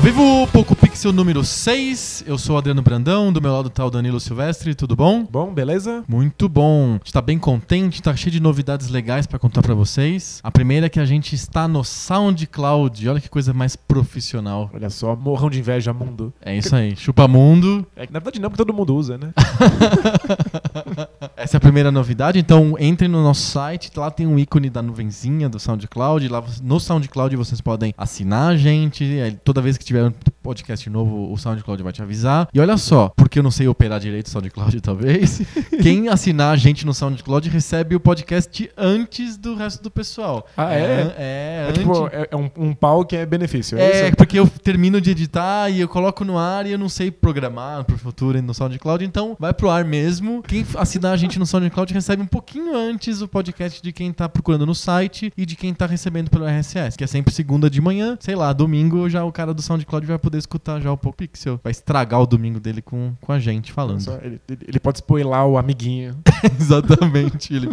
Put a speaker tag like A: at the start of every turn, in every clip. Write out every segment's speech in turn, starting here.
A: vivo, Poco Pixel número 6. Eu sou o Adriano Brandão, do meu lado tá o Danilo Silvestre, tudo bom?
B: Bom, beleza?
A: Muito bom. A gente tá bem contente, tá cheio de novidades legais pra contar pra vocês. A primeira é que a gente está no SoundCloud. Olha que coisa mais profissional.
B: Olha só, morrão de inveja, mundo.
A: É isso aí. Chupa mundo.
B: É que na verdade não, porque todo mundo usa, né?
A: Essa é a primeira novidade. Então, entrem no nosso site. Lá tem um ícone da nuvenzinha do SoundCloud. Lá vo- no SoundCloud vocês podem assinar a gente. Aí, Toda vez que tiver um podcast novo, o SoundCloud vai te avisar. E olha só, porque eu não sei operar direito o SoundCloud, talvez. quem assinar a gente no SoundCloud recebe o podcast antes do resto do pessoal.
B: Ah, é?
A: É,
B: É,
A: é antes.
B: tipo, é, é um, um pau que é benefício, é,
A: É,
B: isso?
A: porque eu termino de editar e eu coloco no ar e eu não sei programar pro futuro e no SoundCloud, então vai pro ar mesmo. Quem assinar a gente no SoundCloud recebe um pouquinho antes o podcast de quem tá procurando no site e de quem tá recebendo pelo RSS, que é sempre segunda de manhã, sei lá, domingo já o cara do SoundCloud vai poder escutar já o Pop Pixel. Vai estragar o domingo dele com, com a gente falando.
B: Só- ele, ele- ele pode spoiler o amiguinho.
A: Exatamente, ele.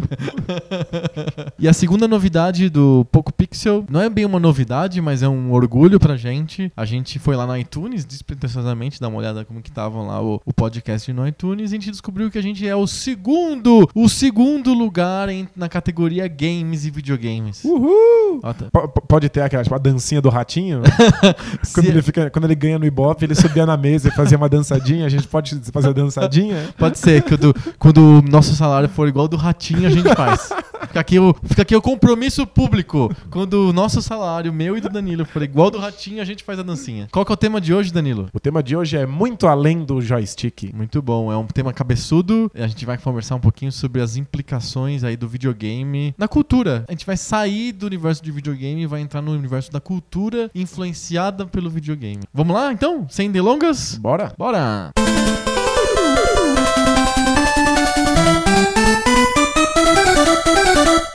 A: e a segunda novidade do Poco Pixel, não é bem uma novidade, mas é um orgulho pra gente. A gente foi lá no iTunes, despretensiosamente, dar uma olhada como que estavam lá o, o podcast no iTunes, e a gente descobriu que a gente é o segundo, o segundo lugar em- na categoria games e videogames.
B: Uhul!
A: Ó, tá.
B: Pode ter aquela, tipo, a dancinha do ratinho. quando,
A: Se-
B: ele fica, quando ele ganha no Ibope, ele subia na mesa e fazia uma dançadinha. A gente pode fazer a dançadinha?
A: Pode ser, quando, quando o nosso salário for igual ao do ratinho, a gente faz. Fica aqui, o, fica aqui o compromisso público. Quando o nosso salário, meu e do Danilo, for igual ao do ratinho, a gente faz a dancinha. Qual que é o tema de hoje, Danilo?
B: O tema de hoje é muito além do joystick.
A: Muito bom, é um tema cabeçudo. A gente vai conversar um pouquinho sobre as implicações aí do videogame na cultura. A gente vai sair do universo de videogame e vai entrar no universo da cultura influenciada pelo videogame. Vamos lá, então? Sem delongas?
B: Bora?
A: Bora!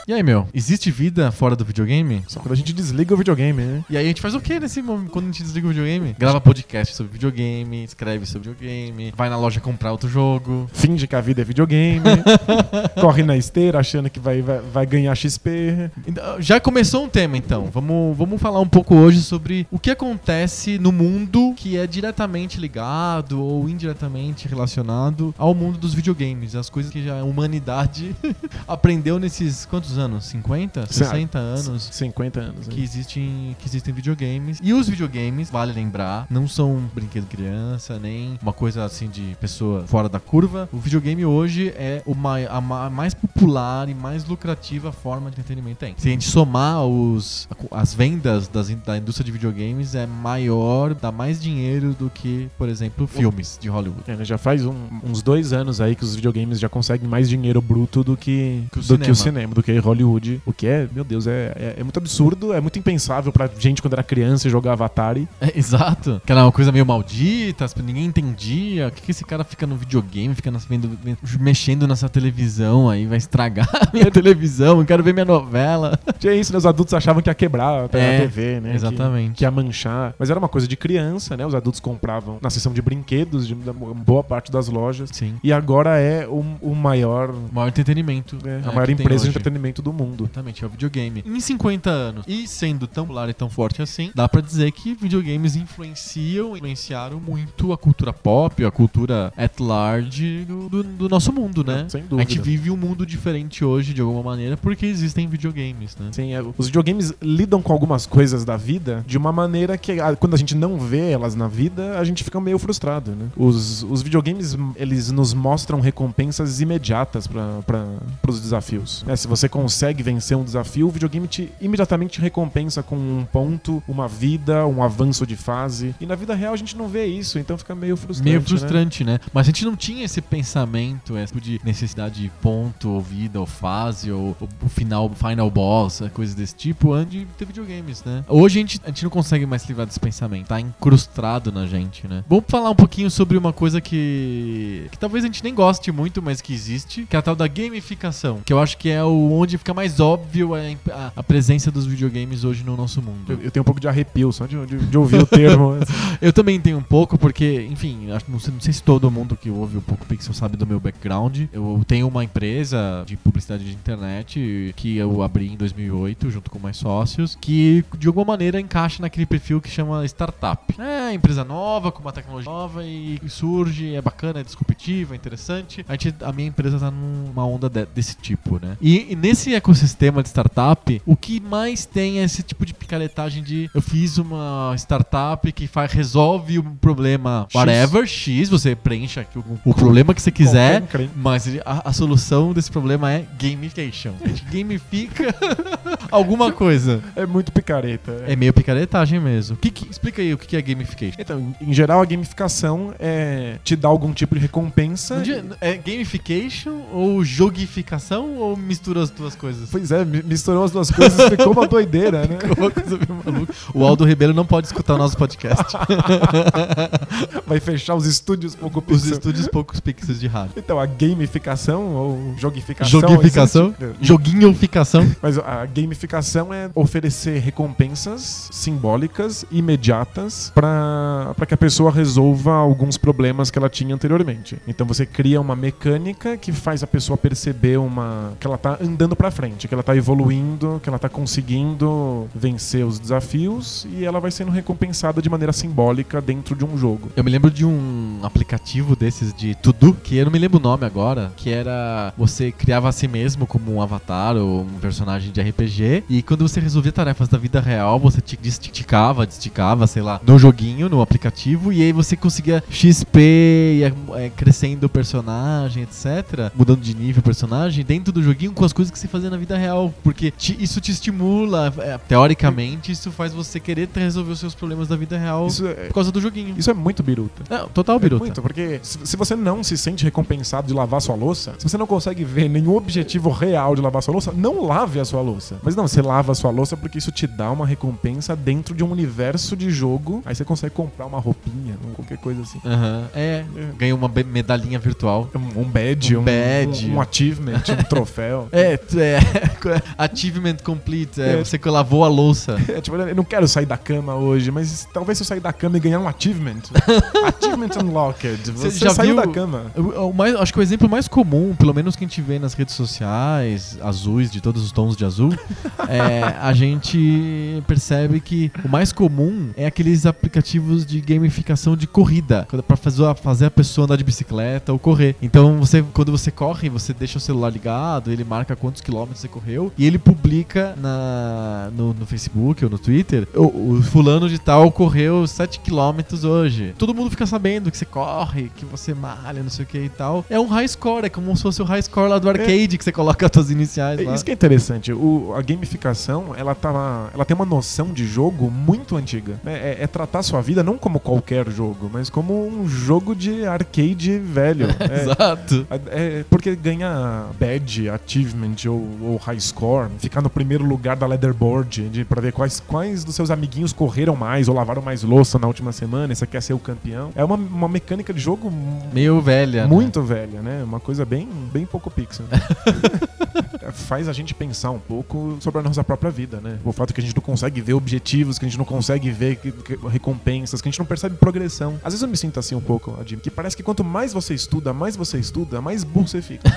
A: E aí, meu? Existe vida fora do videogame?
B: Só quando a gente desliga o videogame, né?
A: E aí a gente faz o que nesse momento quando a gente desliga o videogame? Grava podcast sobre videogame, escreve sobre videogame, vai na loja comprar outro jogo.
B: Finge que a vida é videogame. corre na esteira achando que vai, vai, vai ganhar XP.
A: Então, Já começou um tema então. Vamos, vamos falar um pouco hoje sobre o que acontece no mundo que é diretamente ligado ou indiretamente relacionado ao mundo dos videogames, as coisas que já a humanidade aprendeu nesses quantos anos? 50,
B: Sim,
A: 60 anos?
B: 50 anos. né?
A: que existem, que existem videogames. E os videogames, vale lembrar, não são um brinquedo criança, nem uma coisa assim de pessoa fora da curva. O videogame hoje é o mai- a ma- mais popular e mais lucrativa forma de entretenimento tem. Se a gente somar os, as vendas das, in- da indústria de videogames, é maior, dá mais dinheiro do que, por exemplo, filmes de Hollywood.
B: É, né, já faz um- uns dois anos aí que os videogames já conseguem mais dinheiro bruto do que,
A: Que o
B: do
A: cinema.
B: que o cinema, do que Hollywood. O que é, meu Deus, é, é, é muito absurdo, é muito impensável pra gente quando era criança e jogava Atari.
A: É, exato. Que era uma coisa meio maldita, as- ninguém entendia. O que, que esse cara fica no videogame, fica nas- vendo- mexendo nessa televisão aí, vai estragar a minha televisão, eu quero ver minha novela.
B: Tinha isso, né? Os adultos achavam que ia quebrar a
A: É,
B: TV, né? que-
A: Exatamente.
B: Que ia manchar. Mas era uma coisa de criança, né? Os adultos compravam na seção de brinquedos, de da boa parte das lojas.
A: Sim.
B: E agora é o, o maior,
A: O maior entretenimento.
B: né,
A: é,
B: a maior
A: que tem
B: empresa de
A: hoje.
B: entretenimento do mundo.
A: Exatamente, é o videogame. Em 50 anos, e sendo tão popular e tão forte assim, dá pra dizer que videogames influenciam, influenciaram muito a cultura pop, a cultura at large do, do- do nosso mundo, né?
B: Sem
A: A
B: dúvida.
A: gente vive um mundo diferente hoje, de alguma maneira, porque existem videogames, né?
B: Sim, é, os videogames lidam com algumas coisas da vida de uma maneira que a- quando a gente não vê elas na vida, a gente fica meio frustrado, né? Os, os videogames, eles nos mostram recompensas imediatas para os desafios. né? se você consegue vencer um desafio, o videogame te imediatamente recompensa com um ponto, uma vida, um avanço de fase. E na vida real a gente não vê isso, então fica meio frustrante,
A: Meio
B: né?
A: frustrante, né? Mas a gente não tinha esse pensamento, esse tipo de necessidade de ponto, ou vida, ou fase, ou, ou o final, final boss, coisas desse tipo, antes de ter videogames, né? Hoje a gente, a gente não consegue mais se livrar desse pensamento, tá incrustado na gente, né? Vamos falar um pouquinho sobre uma coisa que. que talvez a gente nem goste muito, mas que existe, que é a tal da gamificação, que eu acho que é o, onde fica mais óbvio a, a- a presença dos videogames hoje no nosso mundo.
B: Eu, eu tenho um pouco de arrepio só de, de- de ouvir o termo.
A: Eu também tenho um pouco, porque, enfim, acho- não sei, não sei se todo mundo que ouve o Poco Pixel sabe do meu background. Eu tenho uma empresa de publicidade de internet que eu abri em 2008, junto com mais sócios, que de alguma maneira encaixa naquele perfil que chama startup. É, empresa nova, com uma tecnologia nova e surge, é bacana, é disruptiva, é interessante. A, gente, a minha empresa tá numa onda de- desse tipo, né? E, e nesse ecossistema de startup, o que mais tem é esse tipo de picaretagem de eu fiz uma startup que faz, resolve um problema
B: X.
A: whatever, X, você preenche aqui o, o problema que você quiser.
B: Qualquer um encrenca.
A: Mas ele- a, a solução desse problema é gamification. A gente gamifica alguma coisa.
B: É muito picareta.
A: É meio picaretagem mesmo. O que que- explica aí o que que é gamification.
B: Então, em geral, a gamificação é te dar algum tipo de recompensa.
A: Não di- É gamification ou jogificação ou mistura as duas coisas?
B: Pois é, mi- misturou as duas coisas, ficou uma doideira, né?
A: Uma coisa meio maluca. O Aldo Ribeiro não pode escutar o nosso podcast.
B: Vai fechar os estúdios pouco
A: Os
B: pixel.
A: estúdios poucos pixels de rádio.
B: Então, a gamificação ou é jogificação.
A: Jogificação?
B: tipo
A: Joguinhoficação?
B: Mas a gamificação é oferecer recompensas simbólicas, imediatas, pra pra que a pessoa resolva alguns problemas que ela tinha anteriormente. Então você cria uma mecânica que faz a pessoa perceber uma que ela tá andando pra frente, que ela tá evoluindo, que ela tá conseguindo vencer os desafios e ela vai sendo recompensada de maneira simbólica dentro de um jogo.
A: Eu me lembro de um aplicativo desses de Tudu, que eu não me lembro o nome agora, que era você criava a si mesmo como um avatar ou um personagem de RPG, e quando você resolvia tarefas da vida real, você te desticava, desticava, sei lá, no joguinho, no aplicativo, e aí você conseguia XP, ia é, crescendo o personagem, etc., mudando de nível o personagem, dentro do joguinho com as coisas que você fazia na vida real, porque te- isso te estimula, é, teoricamente, isso faz você querer resolver os seus problemas da vida real
B: Isso é,
A: por causa do joguinho.
B: isso é muito biruta.
A: Não, total
B: É
A: biruta.
B: Muito, porque se se você não se sente recompensado de lavar sua louça, se você não consegue ver nenhum objetivo real de lavar sua louça, não lave a sua louça. Mas não, você lava a sua louça porque isso te dá uma recompensa dentro de um universo de jogo. Aí você consegue comprar uma roupinha, um- qualquer coisa assim.
A: Aham, É, ganhou uma be- medalhinha virtual.
B: Um, um badge,
A: Um
B: um,
A: badge.
B: um, um achievement, um troféu.
A: É, t- é achievement complete, é,
B: É.
A: você que lavou a louça.
B: É, tipo, eu não quero sair da cama hoje, mas talvez se eu sair da cama e ganhar um achievement. achievement unlocked.
A: Você
B: Você,
A: já
B: saiu
A: viu-
B: da cama.
A: O, o mais, acho que o exemplo mais comum, pelo menos que a gente vê nas redes sociais, azuis, de todos os tons de azul, é, a gente percebe que o mais comum é aqueles aplicativos de gamificação de corrida, quando- é pra fazer, a- fazer a pessoa andar de bicicleta ou correr. Então, você, quando você corre, você deixa o celular ligado, ele marca quantos quilômetros você correu e ele publica na, no, no Facebook ou no Twitter: o, o fulano de tal correu 7 quilômetros hoje. Todo mundo fica sabendo que você corre, que você malha, não sei o que e tal. É um high score, é como se fosse o high score lá do arcade que você coloca as suas iniciais
B: É
A: lá.
B: Isso que é interessante. O- a gamificação, ela, tá, ela tem uma noção de jogo muito antiga. né? É, é tratar sua vida não como qualquer jogo, mas como um jogo de arcade velho. É,
A: Exato.
B: é, porque ganhar badge, achievement ou, ou high score, ficar no primeiro lugar da leaderboard de, pra ver quais, quais dos seus amiguinhos correram mais ou lavaram mais louça na última semana, você quer ser o campeão. É uma, uma mecânica de jogo
A: Meio velha. né?
B: muito velha, né? Uma coisa bem, bem pouco pixel. né? Faz a gente pensar um pouco sobre a nossa própria vida, né? O fato que a gente não consegue ver objetivos, que a gente não consegue ver que- que- recompensas, que a gente não percebe progressão. Às vezes eu me sinto assim um pouco, Adim, que parece que quanto mais você estuda, mais você estuda, mais burro você fica.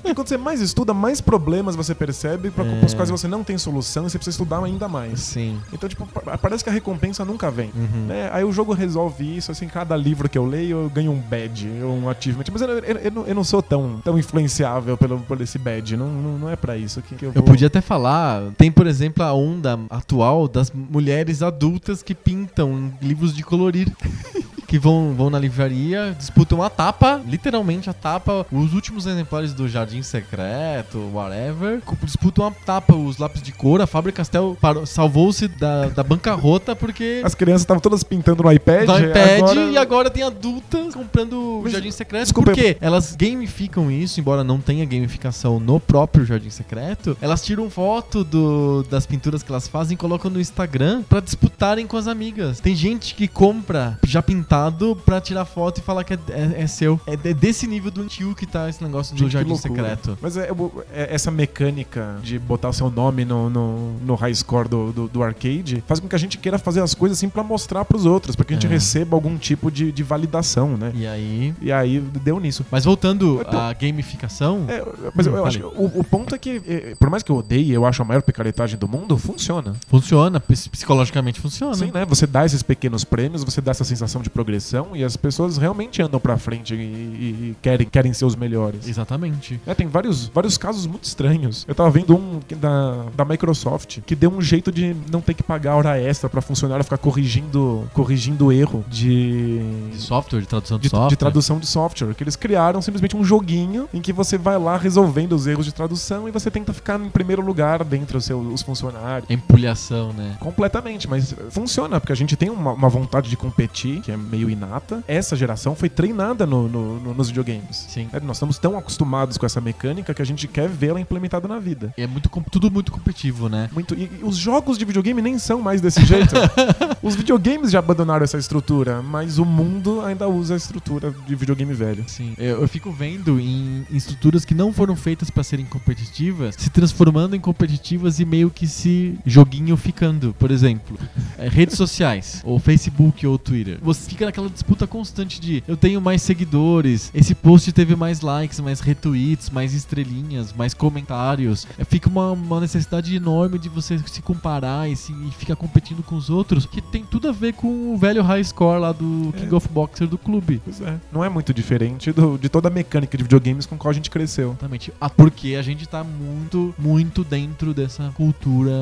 B: Porque quando você mais estuda, mais problemas você percebe, para
A: É.
B: os quais você não tem solução e você precisa estudar ainda mais.
A: Sim.
B: Então, tipo, pa- parece que a recompensa nunca vem.
A: Uhum.
B: né? Aí o jogo resolve isso, assim, cada livro que eu leio eu ganho um badge, ou um achievement. Mas eu, eu- eu não- eu não sou tão, tão influenciável pelo, por esse badge, não, não, não é pra isso que, que eu
A: Eu
B: vou-
A: podia até falar, tem por exemplo a onda atual das mulheres adultas que pintam em livros de colorir. Que vão, vão na livraria, disputam a tapa, literalmente a tapa, os últimos exemplares do Jardim Secreto, whatever, co- disputam a tapa, os lápis de cor, a Fábio Castel parou- salvou-se da, da bancarrota porque
B: As crianças estavam todas pintando no iPad.
A: no iPad
B: É, agora-
A: e agora tem adultas comprando o
B: Mas,
A: Jardim Secreto.
B: desculpa,
A: por quê? Elas gamificam isso, embora não tenha gamificação no próprio Jardim Secreto. Elas tiram foto do- das pinturas que elas fazem e colocam no Instagram pra disputarem com as amigas. Tem gente que compra já pintada passado pra tirar foto e falar que é, é- é seu. É, de- desse nível doentio que tá esse negócio do
B: Que
A: Jardim
B: loucura.
A: Secreto.
B: Mas é, é- essa mecânica de botar o seu nome no, no, no high score do, do, do arcade faz com que a gente queira fazer as coisas assim pra mostrar pros outros, pra que a gente
A: É.
B: receba algum tipo de, de validação, né?
A: E aí.
B: E aí deu nisso.
A: Mas voltando
B: Então-
A: à gamificação.
B: É, mas eu, eu acho que
A: Hum, Falei.
B: o, o ponto é que, é, por mais que eu odeie, eu acho a maior picaretagem do mundo, funciona.
A: Funciona, ps- psicologicamente funciona.
B: Sim, né? Você dá esses pequenos prêmios, você dá essa sensação de progressão e as pessoas realmente andam pra frente e, e- e querem, querem ser os melhores.
A: Exatamente.
B: É, tem vários, vários casos muito estranhos. Eu tava vendo um que- da, da Microsoft que deu um jeito de não ter que pagar hora extra pra funcionário ficar corrigindo, corrigindo erro de.
A: De software, de tradução de,
B: De,
A: software.
B: de tradução de software, que eles criaram simplesmente um joguinho em que você vai lá resolvendo os erros de tradução e você tenta ficar em primeiro lugar dentre os, seus, os funcionários.
A: Empulhação, né?
B: Completamente, mas funciona, porque a gente tem uma, uma vontade de competir, que é meio inata. Essa geração foi treinada no- no- no- nos videogames.
A: Sim.
B: É, nós estamos tão acostumados com essa mecânica que a gente quer vê-la implementada na vida.
A: É muito, com- tudo muito competitivo, né?
B: Muito, e, e os jogos de videogame nem são mais desse jeito. os videogames já abandonaram essa estrutura, mas o mundo ainda usa a estrutura de videogame velho.
A: Sim. Eu, eu fico vendo em, em estruturas que não foram feitas pra serem competitivas, se transformando em competitivas e meio que se joguinho ficando. Por exemplo, é, redes sociais, ou Facebook ou Twitter. Você fica naquela disputa constante de eu tenho mais seguidores, esse post teve mais likes, mais retweets, mais estrelinhas, mais comentários. É, fica uma, uma necessidade enorme de você se comparar e, se, e ficar competindo com os outros, que tem tudo a ver com o velho high score lá do King of Boxer do clube.
B: Pois é. Não é muito diferente do- de toda a mecânica de videogames com qual a gente cresceu.
A: Exatamente. Ah, porque a gente tá muito, muito dentro dessa cultura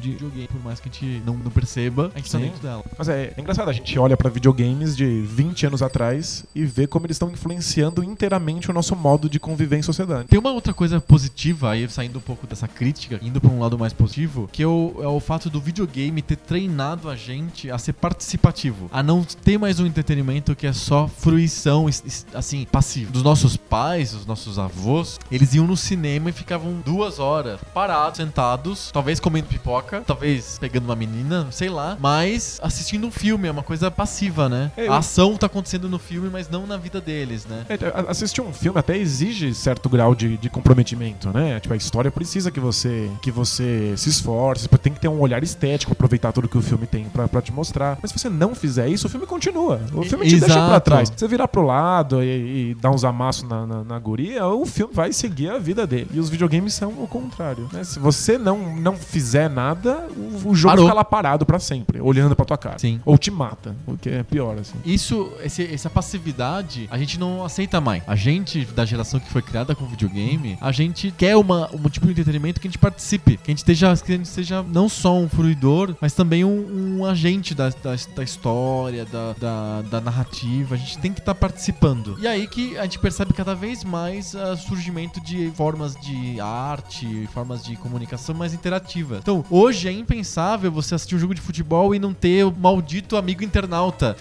A: de videogame. Por mais que a gente não, não perceba, a gente tá
B: Sim.
A: dentro dela.
B: Mas é, é engraçado, a gente olha pra videogames de 20 anos atrás e vê como eles estão influenciando inteiramente o nosso modo de conviver em sociedade.
A: Tem uma outra coisa positiva, aí saindo um pouco dessa crítica, indo pra um lado mais positivo, que é o, é o fato do videogame ter treinado a gente a ser participativo, a não ter mais um entretenimento que é só fruição, es- es- assim, passiva. Dos nossos pais, dos nossos avós, eles iam no cinema e ficavam duas horas parados, sentados, talvez comendo pipoca, talvez pegando uma menina, sei lá, mas assistindo um filme, é uma coisa passiva, né?
B: É, eu-
A: A ação tá acontecendo no filme, mas não na vida deles, né?
B: É, a- assistir um filme até exige certo grau de, de comprometimento, né? Tipo, a história precisa que você que você se esforce, tem que ter um olhar estético, aproveitar tudo que o filme tem pra, pra te mostrar. Mas se você não fizer isso, o filme continua. O filme te deixa pra
A: Exato.
B: trás. Você virar pro lado e, e dar uns amassos na, na, na guria, o filme vai seguir a vida dele. E os videogames são o contrário. né? Se você não, não fizer nada, o, o jogo
A: Parou.
B: fica lá parado pra sempre, olhando pra tua cara.
A: Sim.
B: Ou te mata, o que é pior, assim.
A: Isso, esse- essa passividade, a gente não aceita mais. A gente, da geração que foi criada com videogame, a gente quer uma, um tipo de entretenimento que a gente participe. Que a gente esteja, que a gente seja não só um fruidor, mas também um, um agente da, da, da história, da, da, da narrativa. A gente tem que estar participando. E aí que a gente percebe cada vez mais o surgimento de formas de arte, formas de comunicação mais interativas. Então, hoje é impensável você assistir um jogo de futebol e não ter o maldito amigo internauta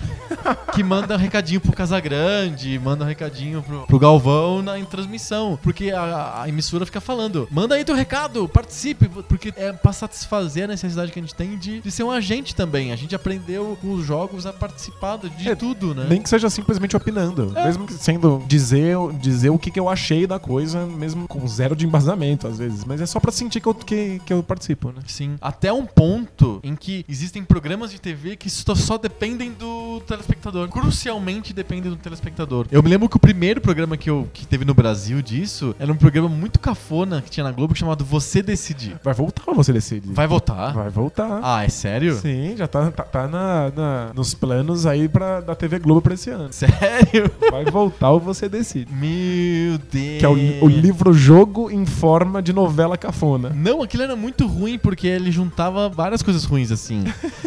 A: que manda um recadinho pro Casagrande, manda um recadinho pro, pro Galvão na, em transmissão. Porque a, a emissora fica falando: manda aí teu recado, participe, porque é pra satisfazer a necessidade que a gente tem de, de ser um agente também. A gente aprendeu com os jogos a participar de
B: É,
A: tudo, né? É.
B: Nem que seja simplesmente opinando. Mesmo que sendo dizer, dizer o que, que eu achei da coisa, mesmo com zero de embasamento, às vezes. Mas é só pra sentir que eu, que, que eu participo, né?
A: Sim. Até um ponto em que existem programas de TV que só, só dependem do telespectador. Crucialmente dependem do telespectador. Eu me lembro que o primeiro programa que, eu, que teve no Brasil disso era um programa muito cafona que tinha na Globo chamado Você Decidir.
B: Vai voltar você decide.
A: Vai votar?
B: Vai voltar.
A: Ah, é sério?
B: Sim, já tá, tá, tá na, na- nos planos aí pra, da TV Globo pra esse ano.
A: Sério?
B: Vai voltar ou você decide.
A: Meu Deus.
B: Que é o, o livro-jogo em forma de novela cafona.
A: Não, aquilo era muito ruim porque ele juntava várias coisas ruins assim.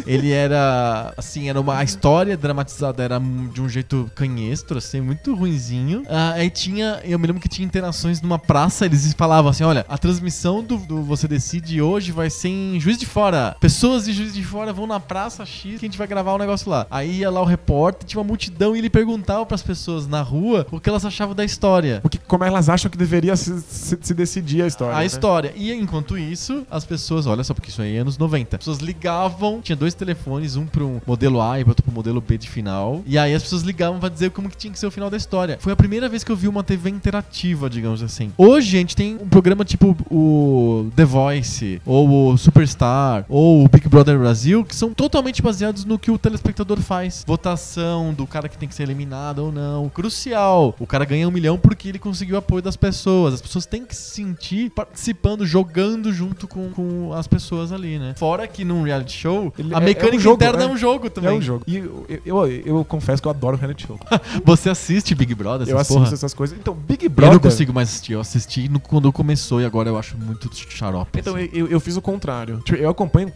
A: ele era assim, era uma a história dramatizada era um- de um jeito canhestro, assim, muito ruinzinho. Ah, aí tinha, eu me lembro que tinha interações numa praça, eles falavam assim, olha, a transmissão do, do você decide hoje vai ser em Juiz de Fora. Pessoas de Juiz de Fora vão na praça X que a gente vai gravar um negócio lá. Aí ia lá o repórter, tinha uma multidão e ele perguntava pras pessoas na rua o que elas achavam da história.
B: O que, como elas acham que deveria se, se- se decidir a história.
A: A
B: né?
A: história. E enquanto isso, as pessoas, olha só, porque isso aí é anos 90. As pessoas ligavam, tinha dois telefones, um para um modelo A e outro pro modelo B de final. E aí as pessoas ligavam pra dizer como que tinha que ser o final da história. Foi a primeira vez que eu vi uma TV interativa, digamos assim. Hoje a gente tem um programa tipo o The Voice, ou o Superstar, ou o Big Brother Brasil, que são totalmente baseados no que o telespectador faz. Votação do cara que tem que ser eliminado ou não. Crucial. O cara ganha um milhão porque ele conseguiu apoio das pessoas. As pessoas têm que se sentir participando, jogando junto com, com as pessoas ali, né? Fora que num reality show,
B: Ele-
A: a
B: é- é
A: mecânica
B: um jogo,
A: interna é
B: né?
A: um jogo também.
B: É um jogo. E eu, eu, eu confesso que eu adoro reality show.
A: Você assiste Big Brother,
B: eu
A: essas
B: assisto
A: porra?
B: essas coisas. Então, Big
A: Eu
B: Brother.
A: não consigo mais assistir. Eu assisti no- quando começou e agora eu acho muito xarope.
B: Então,
A: assim.
B: eu, eu- eu fiz o contrário. Tipo, eu acompanho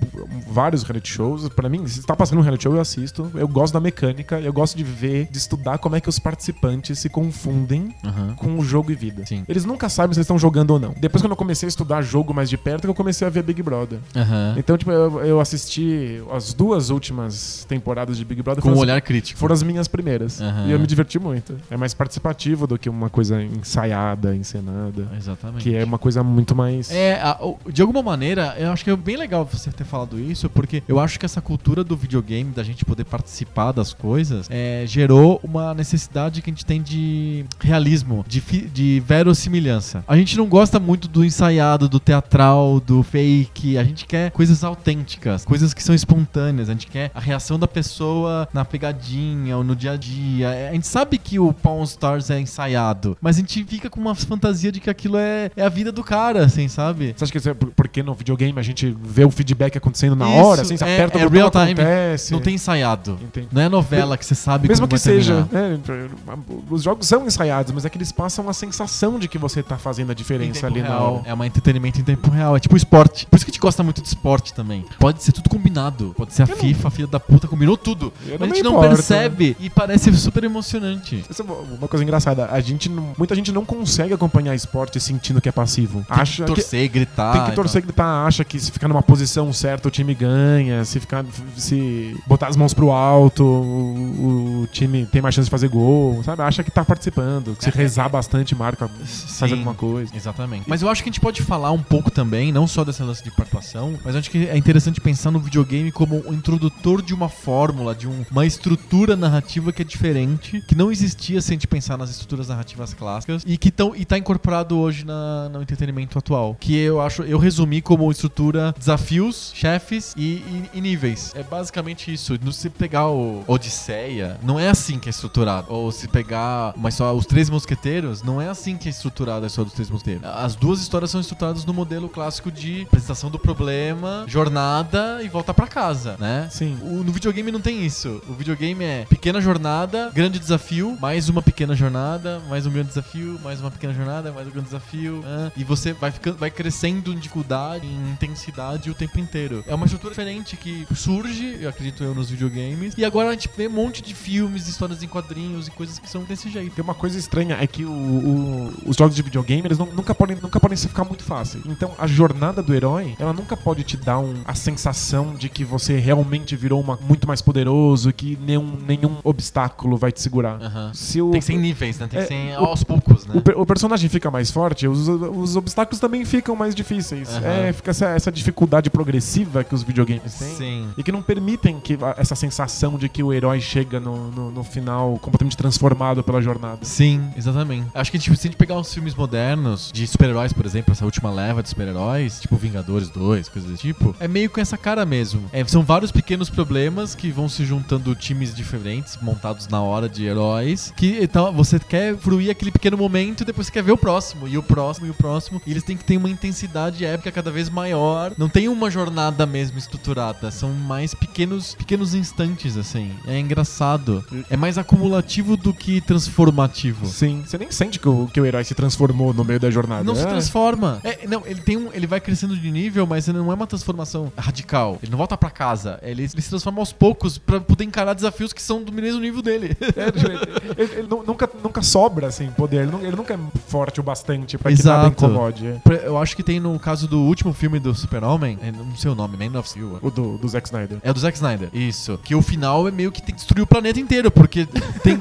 B: vários reality shows. Pra mim, se tá passando um reality show, eu assisto. Eu gosto da mecânica, eu gosto de ver, de estudar como é que os participantes se confundem
A: Aham.
B: com o jogo e vida.
A: Sim.
B: Eles nunca sabem se eles estão jogando ou não. Depois, quando eu comecei a estudar jogo mais de perto, que eu comecei a ver Big Brother.
A: Aham.
B: Então, tipo, eu, eu assisti as duas últimas temporadas de Big Brother.
A: Com um
B: foram as-
A: olhar crítico.
B: foram as minhas primeiras.
A: Aham.
B: E eu me diverti muito. É mais participativo do que uma coisa ensaiada, encenada.
A: Exatamente.
B: Que é uma coisa muito mais.
A: É, a- o- de alguma maneira, eu acho que é bem legal você ter falado isso, porque eu acho que essa cultura do videogame, da gente poder participar das coisas, é, gerou uma necessidade que a gente tem de realismo, de, fi- de verossimilhança. A gente não gosta muito do ensaiado, do teatral, do fake. A gente quer coisas autênticas, coisas que são espontâneas. A gente quer a reação da pessoa na pegadinha ou no dia a dia. É, A gente sabe que o Pawn Stars é ensaiado, mas a gente fica com uma fantasia de que aquilo é, é a vida do cara, assim, sabe?
B: Você acha que isso é por- porque no videogame a gente vê o feedback acontecendo na
A: Isso,
B: hora, assim, você
A: é-
B: aperta
A: é
B: o botão,
A: real time.
B: acontece.
A: Não tem ensaiado.
B: Entendi.
A: Não é novela que você sabe
B: Mesmo
A: como
B: que
A: vai terminar.
B: seja, né, os jogos são ensaiados, mas é que eles passam a sensação de que você tá fazendo a
A: Em
B: diferença
A: tempo
B: ali na
A: real.
B: hora.
A: É um entretenimento em tempo real. É tipo esporte. Por isso que a gente gosta muito de esporte também. Pode ser tudo combinado. Pode ser a
B: Eu não-
A: FIFA, a filha da puta, combinou tudo.
B: Eu
A: Mas
B: não
A: a
B: me
A: gente não
B: importo.
A: percebe e parece super emocionante.
B: Isso é uma coisa engraçada, a gente não- muita gente não consegue acompanhar esporte sentindo que é passivo.
A: Tem
B: Acha
A: que
B: que
A: torcer, gritar.
B: Tem que
A: e
B: torcer, gritar, acha que se ficar numa posição certa o time ganha, se ficar se botar as mãos pro alto, o, o time tem mais chance de fazer gol, sabe? Acha que tá participando, que se rezar bastante marca,
A: tal.
B: faz
A: Sim.
B: alguma coisa.
A: Exatamente. Mas eu acho que a gente pode falar um pouco também, não só dessa lance de participação, mas eu acho que é interessante pensar no videogame como um introdutor de uma fórmula, de um- uma estrutura narrativa que é diferente, que não existia se a gente pensar nas estruturas narrativas clássicas e que tão, e tá incorporado hoje na, no entretenimento atual. Que eu acho, eu resumi como estrutura desafios, chefes e, e- e níveis. É basicamente isso. No- Se pegar o Odisseia, não é assim que é estruturado. Ou se pegar mas só os Três Mosqueteiros, não é assim que é estruturada a história dos Três Mosqueteiros. As duas histórias são estruturadas no modelo clássico de apresentação do problema, jornada e volta pra casa, né?
B: Sim.
A: O- no videogame não tem isso. O videogame é pequena jornada, grande desafio, mais uma pequena jornada, mais um grande desafio, mais uma pequena jornada, mais um grande desafio. ah, e você vai, ficando, vai crescendo em dificuldade, em intensidade o tempo inteiro. É uma estrutura diferente que surge, eu acredito eu, nos videogames. E agora a gente vê um monte de filmes, histórias em quadrinhos e coisas que são desse jeito.
B: Tem uma coisa estranha, é que o- o- os jogos de videogame, eles não- nunca, podem, nunca podem se ficar muito fáceis. Então, a jornada do herói, ela nunca pode te dar um- a sensação de que você realmente virou uma, muito mais poderoso, que nenhum, nenhum obstáculo vai te segurar.
A: Aham.
B: Se o-
A: Ah. Tem que ser em níveis, né? Tem que
B: É,
A: ser em-
B: o-
A: aos poucos, né?
B: O, per- o personagem fica mais forte, os, os obstáculos também ficam mais difíceis.
A: Aham.
B: É, fica essa, essa dificuldade progressiva que os videogames têm.
A: Sim.
B: E que não permitem que a- essa sensação de que o herói chega no, no, no final completamente transformado pela jornada.
A: Sim, exatamente. Acho que tipo, se a gente pegar uns filmes modernos de super-heróis, por exemplo, essa última leva de super-heróis, tipo Vingadores 2, coisas desse tipo, é meio com essa cara mesmo. É, são vários pequenos problemas que vão se juntando times diferentes, montados na hora de heróis, que então, você quer fruir aquele pequeno momento e depois você quer ver o próximo, e o próximo, e o próximo. E eles têm que ter uma intensidade épica cada vez maior. Não tem uma jornada mesmo estruturada, são mais pequenos, pequenos instantes, assim. É engraçado. É mais acumulativo do que transformativo.
B: Sim. Você nem sente que o, que o herói se transformou no meio da jornada.
A: Não se
B: É.
A: transforma. É, não, ele tem um, ele vai crescendo de nível, mas não é uma transformação radical. Ele não volta pra casa. Ele, ele se transforma aos poucos pra poder encarar desafios que são do mesmo nível dele.
B: É, ele, ele- ele nu- nunca, nunca sobra assim poder, ele, nu- ele nunca é forte o bastante pra que nada
A: Exato.
B: incomode. é.
A: Pra- Eu acho que tem no caso do último filme do Super-Homem, é, não sei o nome, Man of Steel.
B: O do, do Zack Snyder.
A: É o do Zack Snyder. Isso. Que o final é meio que tem que destruir o planeta inteiro, porque tem,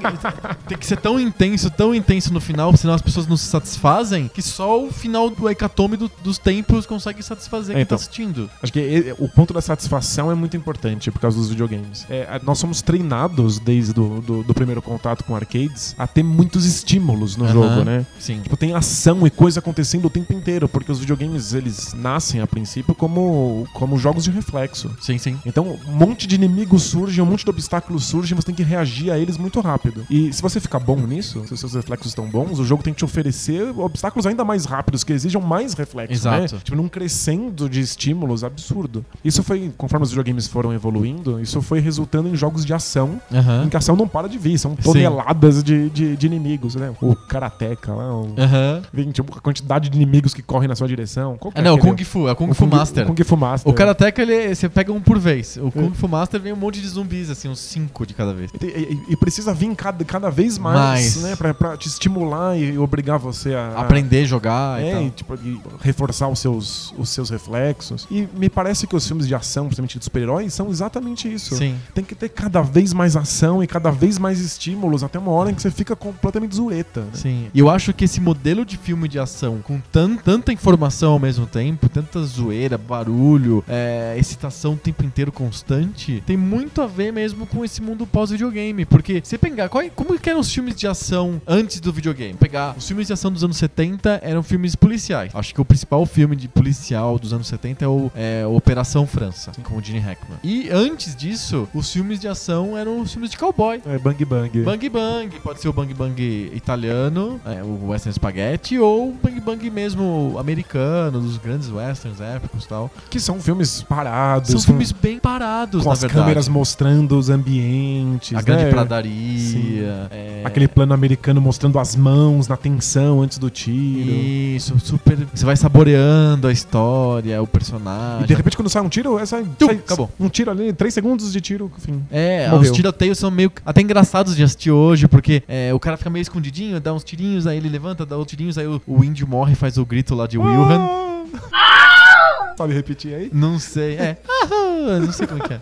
A: tem que ser tão intenso, tão intenso no final, senão as pessoas não se satisfazem, que só o final do hecatombe do- dos tempos consegue satisfazer
B: É,
A: quem
B: então.
A: tá assistindo.
B: Acho que e- o ponto da satisfação é muito importante por causa dos videogames. É, a- nós somos treinados desde do, do, do primeiro contato com arcades a ter muitos estímulos no
A: Aham.
B: jogo, né?
A: Sim.
B: Tipo, tem ação e coisa acontecendo o tempo inteiro, porque os videogames eles nascem a princípio como, como jogos de reflexo.
A: Sim, sim.
B: Então, um monte de inimigos surge, um monte de obstáculos surge, você tem que reagir a eles muito rápido. E se você ficar bom nisso, se os seus reflexos estão bons, o jogo tem que te oferecer obstáculos ainda mais rápidos, que exijam mais reflexos,
A: Exato.
B: né? Tipo, num crescendo de estímulos absurdo. Isso foi, conforme os videogames foram evoluindo, isso foi resultando em jogos de ação
A: Aham.
B: em que a ação não para de vir, são toneladas de, de, de inimigos, né? O Karateka lá, o...
A: Aham.
B: Vem, tipo, a quantidade de inimigos que correm na sua direção. Qual que
A: Ah, não, o
B: aquele-
A: Kung Fu, é o Kung
B: o
A: Fu Master.
B: O Kung Fu Master. É.
A: O Karateka, ele, você pega um por vez. O Kung Fu Master vem um monte de zumbis, assim, uns cinco de cada vez.
B: E, e- e precisa vir cada, cada vez mais,
A: Mais.
B: né? Pra, pra te estimular e obrigar você a...
A: Aprender então. a jogar e
B: Ah. É,
A: tal.
B: e, tipo, e reforçar os seus, os seus reflexos. E me parece que os filmes de ação, principalmente de super-heróis, são exatamente isso.
A: Sim.
B: Tem que ter cada vez mais ação e cada vez mais estímulos, até uma hora em que você fica completamente zureta. Né?
A: Sim. E eu acho que esse modelo de filme de ação, com tan- tanta informação ao mesmo tempo, tanta zoeira, barulho, é, excitação o tempo inteiro constante, tem muito a ver mesmo com esse mundo pós-videogame. Porque se você pegar, qual- é, como que eram os filmes de ação antes do videogame? Pegar os filmes de ação dos anos 70 eram filmes policiais. Acho que o principal filme de policial dos anos 70 é o é, Operação França, com o Gene Hackman. E antes disso, os filmes de ação eram os filmes de cowboy.
B: É bang bang.
A: Bang Bang, pode ser o Bang Bang italiano, é, o Western Spaghetti, ou o Bang Bang mesmo americano, dos grandes westerns épicos e tal.
B: Que são filmes parados.
A: São
B: com-
A: filmes bem parados,
B: com
A: na
B: as
A: verdade.
B: câmeras mostrando os ambientes.
A: A Grande
B: né?
A: Pradaria.
B: Sim.
A: é,
B: Aquele plano americano mostrando as mãos na tensão antes do tiro. E,
A: Isso, super. Você vai saboreando a história, o personagem.
B: de repente, quando sai um tiro, é, sai,
A: Tum,
B: sai-
A: acabou.
B: Um tiro ali, três segundos de tiro, enfim.
A: É,
B: Morreu.
A: os tiroteios são meio que- até engraçados de assistir hoje, porque é, o cara fica meio escondidinho, dá uns tirinhos, aí ele levanta, dá outros tirinhos, aí o, o índio morre, faz o grito lá de Wilhelm.
B: Ah! Sabe repetir aí?
A: Não sei, é. Ah, Não sei como que é.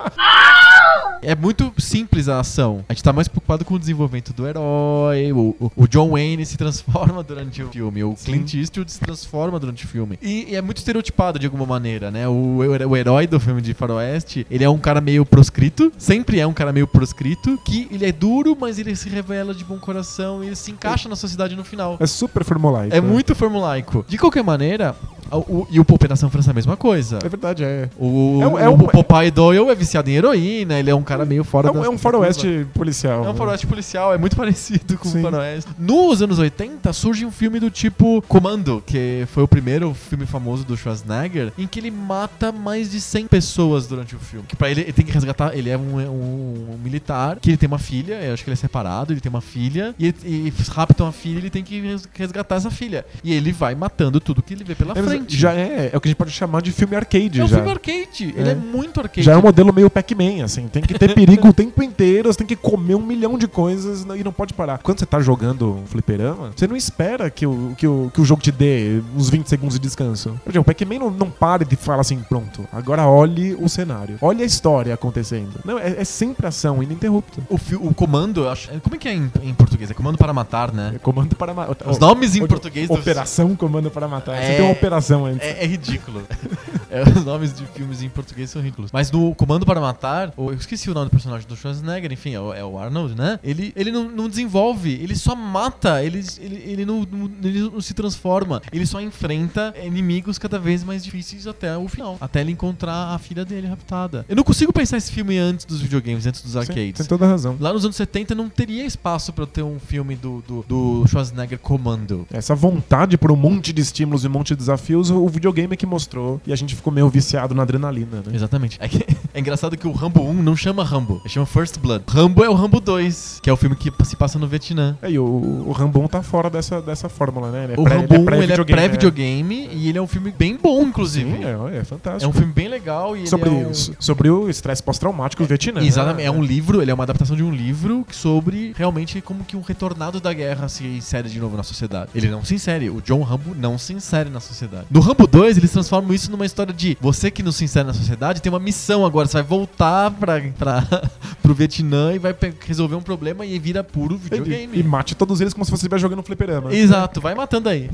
A: É muito simples a ação. A gente tá mais preocupado com o desenvolvimento do herói. O, o- o John Wayne se transforma durante o filme. O
B: Sim.
A: Clint Eastwood se transforma durante o filme. E, e é muito estereotipado de alguma maneira, né? O, o herói do filme de Faroeste, ele é um cara meio proscrito. Sempre é um cara meio proscrito. Que ele é duro, mas ele se revela de bom coração. E ele se encaixa na sociedade no final.
B: É super formulaico.
A: É
B: né?
A: muito formulaico. De qualquer maneira, o- o- e o Operação França é a mesma coisa.
B: É verdade, é.
A: O,
B: É um- é
A: o
B: um-
A: Popeye Doyle é viciado em heroína, ele é um cara meio fora
B: É um,
A: da-
B: é um faroeste policial.
A: É um
B: né?
A: faroeste policial, é muito parecido com o
B: Sim.
A: faroeste. Nos anos 80 surge um filme do tipo Comando, que foi o primeiro filme famoso do Schwarzenegger, em que ele mata mais de 100 pessoas durante o filme. Que pra ele, ele tem que resgatar, ele é um, um- um militar, que ele tem uma filha, eu acho que ele é separado, ele tem uma filha, e, e raptam a filha, ele tem que res- resgatar essa filha. E ele vai matando tudo que ele vê pela
B: É, mas
A: frente.
B: Já é, é o que a gente pode chamar de filme arcade.
A: é um
B: já.
A: filme arcade, ele é
B: É.
A: muito arcade.
B: Já é um modelo meio Pac-Man, assim. Tem que ter perigo o tempo inteiro, você tem que comer um milhão de coisas e não pode parar. Quando você tá jogando um fliperama, você não espera que o, que o, que o jogo te dê uns 20 segundos de descanso. Por exemplo, o Pac-Man não, não para de falar assim, pronto, agora olhe o cenário. Olhe a história acontecendo. Não, é, é sempre ação ininterrupta.
A: O, fi- o comando, eu acho. Como é que é em, em português? É comando para matar,
B: É
A: né?
B: comando para matar.
A: Os nomes em português dos-
B: Operação Comando para Matar.
A: É.
B: Você tem uma operação antes.
A: É, é ridículo. É, os nomes de filmes em português são ridículos. Mas no Comando para Matar, ou- eu esqueci o nome do personagem do Schwarzenegger, enfim, é o, é o Arnold, né? Ele, ele não, não desenvolve, ele só mata, ele, ele, ele, não, não- ele não se transforma, ele só enfrenta inimigos cada vez mais difíceis até o final. Até ele encontrar a filha dele raptada. Eu não consigo pensar esse filme antes dos videogames, antes dos
B: Sim,
A: arcades.
B: Tem toda a razão.
A: Lá nos anos 70 não teria espaço pra ter um filme do, do, do Schwarzenegger comando.
B: Essa vontade por um monte de estímulos e um monte de desafios, o videogame é que mostrou. E a gente ficou meio viciado na adrenalina, né?
A: Exatamente. É, que- é engraçado que o Rambo 1 não chama Rambo, ele chama First Blood. Rambo é o Rambo 2, que é o filme que se passa no Vietnã.
B: É, e o, o Rambon tá fora dessa, dessa fórmula, né? Ele é
A: o
B: pré-
A: Rambo 1 ele é
B: né?
A: pré-videogame e ele é um filme bem bom, inclusive.
B: Sim, é, é
A: É um
B: fantástico.
A: filme bem legal e
B: sobre,
A: ele é um...
B: so- sobre o estresse pós-traumático do Vietnã. né?
A: Exatamente, é um livro, ele é uma adaptação de um livro que sobre realmente como que um retornado da guerra se insere de novo na sociedade. Ele não se insere, o John Rambo não se insere na sociedade. No Rambo 2, eles transformam isso numa história de você que não se insere na sociedade tem uma missão agora, você vai voltar pra, pra, pro pro Vietnã e vai pe- resolver um problema e vira puro videogame.
B: E, e mate todos eles como se você estivesse jogando um fliperama.
A: Exato, vai matando aí.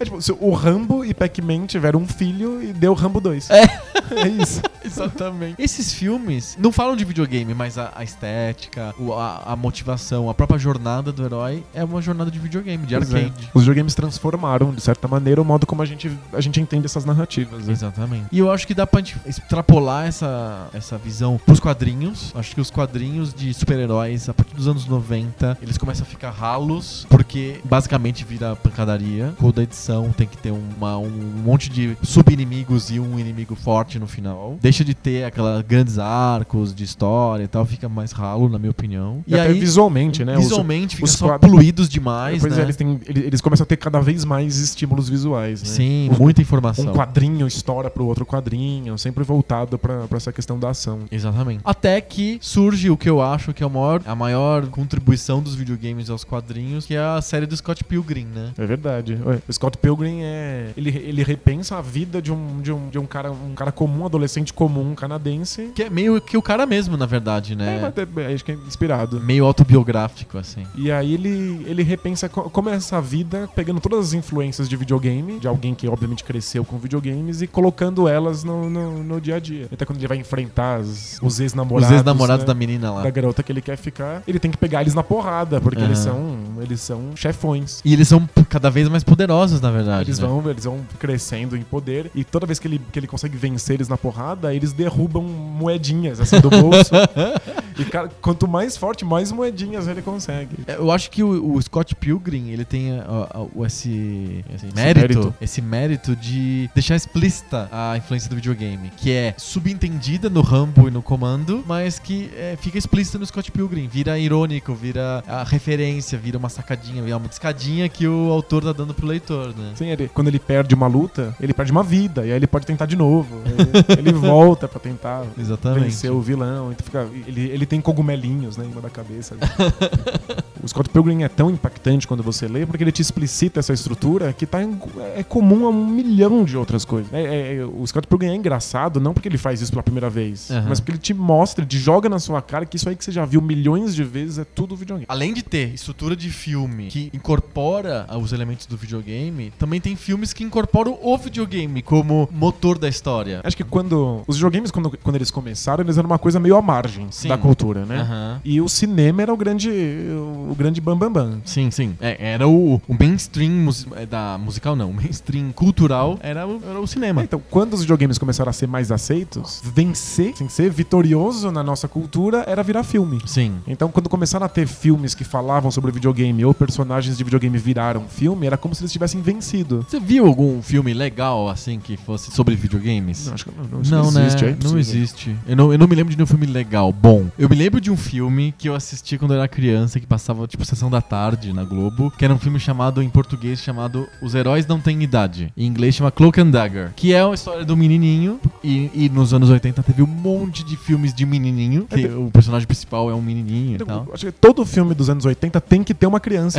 B: É tipo, se o Rambo e Pac-Man tiveram um filho e deu Rambo 2.
A: É.
B: É isso.
A: Exatamente. Esses filmes não falam de videogame, mas a, a estética, o- a, a motivação, a própria jornada do herói é uma jornada de videogame, de
B: Pois é.
A: arcade.
B: Os videogames transformaram, de certa maneira, o modo como a gente, a gente entende essas narrativas. né?
A: Exatamente. E eu acho que dá pra gente extrapolar essa, essa visão pros quadrinhos. Acho que os quadrinhos de super-heróis, a partir dos anos 90, eles começam a ficar ralos, porque basicamente vira pancadaria. Toda edição tem que ter uma- um monte de sub-inimigos e um inimigo forte no final. Deixa de ter aquelas grandes arcos de história e tal, fica mais ralo, na minha opinião.
B: E, até visualmente, né? Os-
A: Visualmente fica
B: os
A: só
B: quadros-
A: poluídos demais,
B: Pois
A: né?
B: é, eles, têm, ele- eles começam a ter cada vez mais estímulos visuais, né?
A: Sim,
B: Os-
A: muita informação.
B: Um quadrinho estoura pro outro quadrinho, sempre voltado pra, pra essa questão da ação.
A: Exatamente. Até que surge o que eu acho que é o maior- a maior contribuição dos videogames aos quadrinhos, que é a série do Scott Pilgrim, né?
B: É verdade. Ué, O Scott Pilgrim é. Ele, ele repensa a vida de um, de um, de um cara, um cara comum, adolescente comum canadense.
A: Que é meio que o cara mesmo, na verdade,
B: É,
A: né?
B: mas é- é, acho que é inspirado.
A: Meio autobiográfico, assim.
B: E aí ele, ele repensa co- como é essa vida, pegando todas as influências de videogame, de alguém que obviamente cresceu com videogames, e colocando elas no, no, no dia a dia. Até quando ele vai enfrentar as- os ex-namorados.
A: Os ex-namorados
B: né,
A: da menina lá.
B: da garota que ele quer ficar, ele tem que pegar eles na porrada, porque eles são
A: Aham.
B: eles são chefões.
A: E eles são p- cada vez mais poderosos, na verdade.
B: Eles
A: né?
B: vão, eles vão crescendo em poder e toda vez que ele, que ele consegue vencer eles na porrada, eles derrubam moedinhas assim do bolso. e cara, quanto mais forte, mais moedinhas ele consegue.
A: É, Eu acho que o, o Scott Pilgrim, ele tem é, ó, ó, o- esse, esse mérito,
B: mérito.
A: esse mérito de deixar explícita a influência do videogame, que é subentendida no Rambo e no Comando, mas que é, fica explícita no Scott Pilgrim, vira irônico, vira a referência, vira uma sacadinha, vira uma piscadinha que o autor tá dando pro leitor, né?
B: Sim, ele, quando ele perde uma luta, ele perde uma vida, e aí ele pode tentar de novo. Ele, ele volta pra tentar
A: Exatamente.
B: vencer o vilão. Então fica, ele, ele tem cogumelinhos né, em cima da cabeça. o Scott Pilgrim é tão impactante quando você lê, porque ele te explicita essa estrutura que tá em- é comum a um milhão de outras coisas. É- é- o Scott Pilgrim é engraçado, não porque ele faz isso pela primeira vez,
A: Aham.
B: mas porque ele te mostra, ele te joga na sua cara que isso aí que você já viu milhões de vezes é tudo videogame.
A: Além de ter estrutura de filme que incorpora ah, os elementos do videogame, também tem filmes que incorporam o videogame como motor da história.
B: Acho que quando. Os videogames, quando, quando eles começaram, eles eram uma coisa meio à margem
A: Sim.
B: da cultura, né?
A: Aham.
B: E o cinema era o grande. o grande bambambam. Bam, bam.
A: Sim, sim. É, era o, o mainstream mus- é, da musical, não. O mainstream cultural era o, era o cinema.
B: Então, quando os videogames começaram a ser mais aceitos, vencer, sem ser vitorioso na nossa cultura, era virar filme.
A: Sim.
B: Então, quando começaram a ter filmes que falavam sobre videogame ou personagens de videogame viraram filme, era como se eles tivessem vencido.
A: Você viu algum filme legal, assim, que fosse sobre videogames?
B: Não, acho que não, não, isso
A: Não, né?
B: existe, é
A: não
B: impossível.
A: existe. Eu não, eu não me lembro de nenhum filme legal, bom. Eu me lembro de um filme que eu assisti quando eu era criança, que passava, tipo, sessão da tarde na Globo, que era um filme chamado, em português, chamado Os Heróis Não Têm Idade. Em inglês chama Cloak and Dagger, que é uma história do menininho, e, e nos anos 80 teve um monte de filmes de menininho, que o personagem principal é um menininho e tal.
B: Então, acho que todo filme dos anos 80 tem que ter uma criança.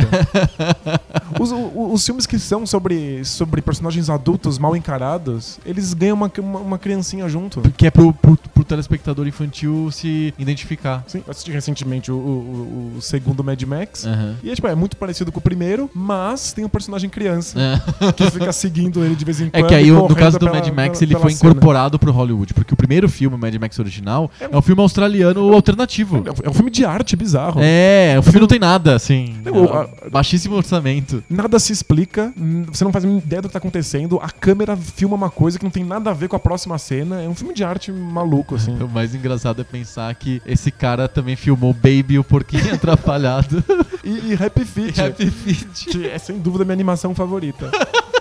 B: os, o- os filmes que são sobre, sobre personagens adultos mal encarados, eles ganham uma, uma, uma criancinha junto.
A: Que é pro, pro, pro telespectador infantil se identificar.
B: Sim, eu assisti recentemente o, o- o- o segundo Mad Max. E é, tipo, é muito parecido com o primeiro, mas tem um personagem criança
A: É.
B: que fica seguindo ele de vez em
A: É
B: quando.
A: que aí,
B: e
A: o- no
B: correndo
A: caso do
B: pela-
A: Mad Max,
B: pela-
A: ele
B: pela
A: foi
B: cena.
A: incorporado pro Hollywood, porque o primeiro filme, Mad Max original, é um filme australiano alternativo.
B: É um filme de arte bizarro.
A: É, o filme não tem nada, assim.
B: Não,
A: é,
B: a-
A: baixíssimo orçamento.
B: Nada se explica, hum, você não faz nem ideia do que tá acontecendo, a câmera filma uma coisa que não tem nada a ver com a próxima cena. É um filme de arte maluco, assim.
A: O mais engraçado é pensar que esse cara também filmou Baby o Porquinho Atrapalhado
B: E, e Happy
A: e
B: Feet.
A: Happy Feet.
B: que é sem dúvida minha animação favorita.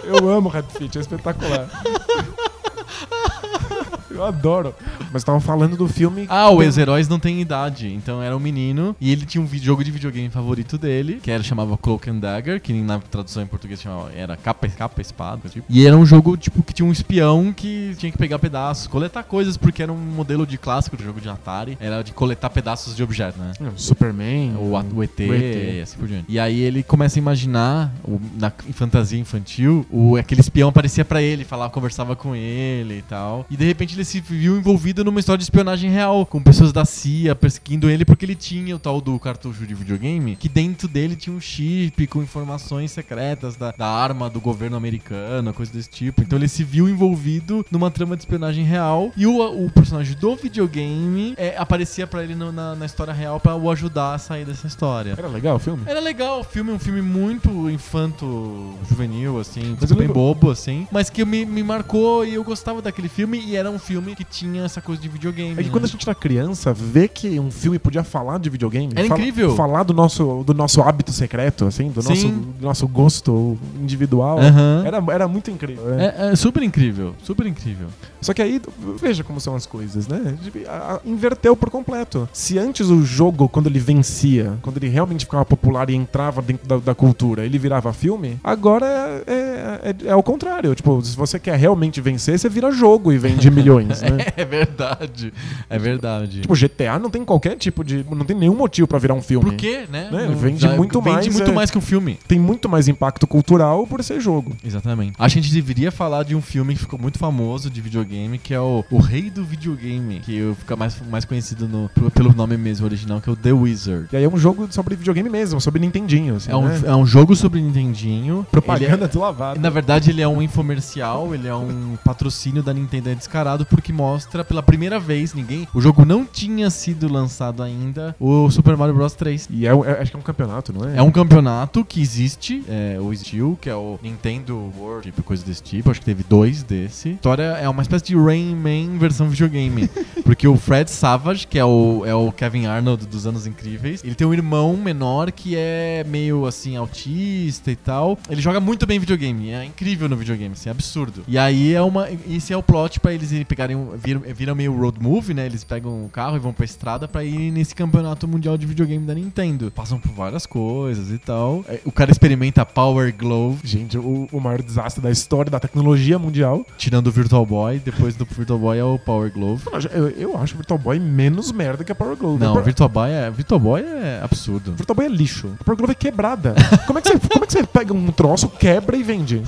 B: Eu amo Happy Feet, é espetacular. Eu adoro. Mas estavam falando do filme.
A: Ah, o Ex-Heróis não tem idade. Então era um menino e ele tinha um vi- jogo de videogame favorito dele, que era chamava Cloak and Dagger, que na tradução em português chamava, era capa, capa espada, tipo. E era um jogo tipo que tinha um espião que tinha que pegar pedaços, coletar coisas, porque era um modelo de clássico de jogo de Atari, era de coletar pedaços de objetos, né?
B: Superman.
A: O, a- o ET,
B: O ET.
A: e assim por diante. E aí ele começa a imaginar, o- na em fantasia infantil, o, aquele espião aparecia pra ele, falava, conversava com ele e tal. E de repente ele se viu envolvido numa história de espionagem real, com pessoas da CIA perseguindo ele porque ele tinha o tal do cartucho de videogame, que dentro dele tinha um chip com informações secretas da, da arma do governo americano, coisa desse tipo. Então ele se viu envolvido numa trama de espionagem real e o, o personagem do videogame é, aparecia pra ele no- na, na história real pra o ajudar a sair dessa história.
B: Era legal o filme?
A: Era legal o filme, é um filme muito infanto, juvenil, assim,
B: Mas eu
A: bem
B: lembro-
A: bobo, assim, mas que me, me marcou e eu gostava daquele filme e era um filme que tinha essa coisa de videogame.
B: É que
A: né?
B: quando a gente era criança, ver que um filme podia falar de videogame.
A: Era
B: fala-
A: incrível.
B: Falar do nosso, do nosso hábito secreto, assim, do,
A: Sim.
B: nosso, do nosso gosto individual.
A: Aham.
B: Era, era muito incrível. né?
A: É, é super incrível, super incrível.
B: Só que aí, veja como são as coisas, né? De- a- a- Inverteu por completo. Se antes o jogo, quando ele vencia, quando ele realmente ficava popular e entrava dentro da, da cultura, ele virava filme, agora é, é, é o contrário. Tipo, se você quer realmente vencer, você vira jogo e vende milhões, né?
A: É verdade, é verdade.
B: Tipo, GTA não tem qualquer tipo de. Não tem nenhum motivo pra virar um filme.
A: Por quê, né?
B: Né,
A: Não-
B: vende muito
A: vende
B: mais,
A: muito
B: é.
A: mais que um filme.
B: Tem muito mais impacto cultural por ser jogo.
A: Exatamente. Acho que a gente deveria falar de um filme que ficou muito famoso de videogame, que é o, o Rei do Videogame, que eu- fica mais, mais conhecido no- pro- pelo nome mesmo original, que é o The Wizard.
B: E aí é um jogo sobre videogame mesmo, sobre Nintendinho. Assim,
A: É um,
B: né?
A: é um jogo sobre Nintendinho.
B: Propaganda
A: Ele
B: do lavado.
A: é- na verdade, ele é um infomercial, ele é um patrocínio da Nintendo é descarado, porque mostra pela primeira vez ninguém. O jogo não tinha sido lançado ainda, o Super Mario Bros 3.
B: E é, um- é- acho que é um campeonato, não é?
A: É um campeonato que existe, é, ou existiu, que é o Nintendo World, tipo, coisa desse tipo. Acho que teve dois desse. A história é uma espécie de Rain Man versão videogame. porque o Fred Savage, que é o, é o Kevin Arnold dos Anos Incríveis, ele tem um irmão menor que é meio, assim, autista e tal. Ele joga muito bem videogame. É incrível no videogame, assim, é absurdo. E aí é uma... Esse é o plot pra eles irem pegarem... um- Viram, viram meio road movie, né? Eles pegam o carro e vão pra estrada pra ir nesse campeonato mundial de videogame da Nintendo. Passam por várias coisas e tal. É, O cara experimenta Power Glove,
B: Gente, o, o maior desastre da história da tecnologia mundial.
A: tirando o Virtual Boy. Depois do Virtual Boy é o Power Glove.
B: Mano, Eu, eu acho o Virtual Boy menos merda que a Power Glove.
A: Não,
B: o
A: o Virtual Boy é, Virtual Boy é absurdo.
B: Virtual Boy é lixo. A Power Glove é quebrada. como, é que você, como é que você pega um troço, quebra e vende?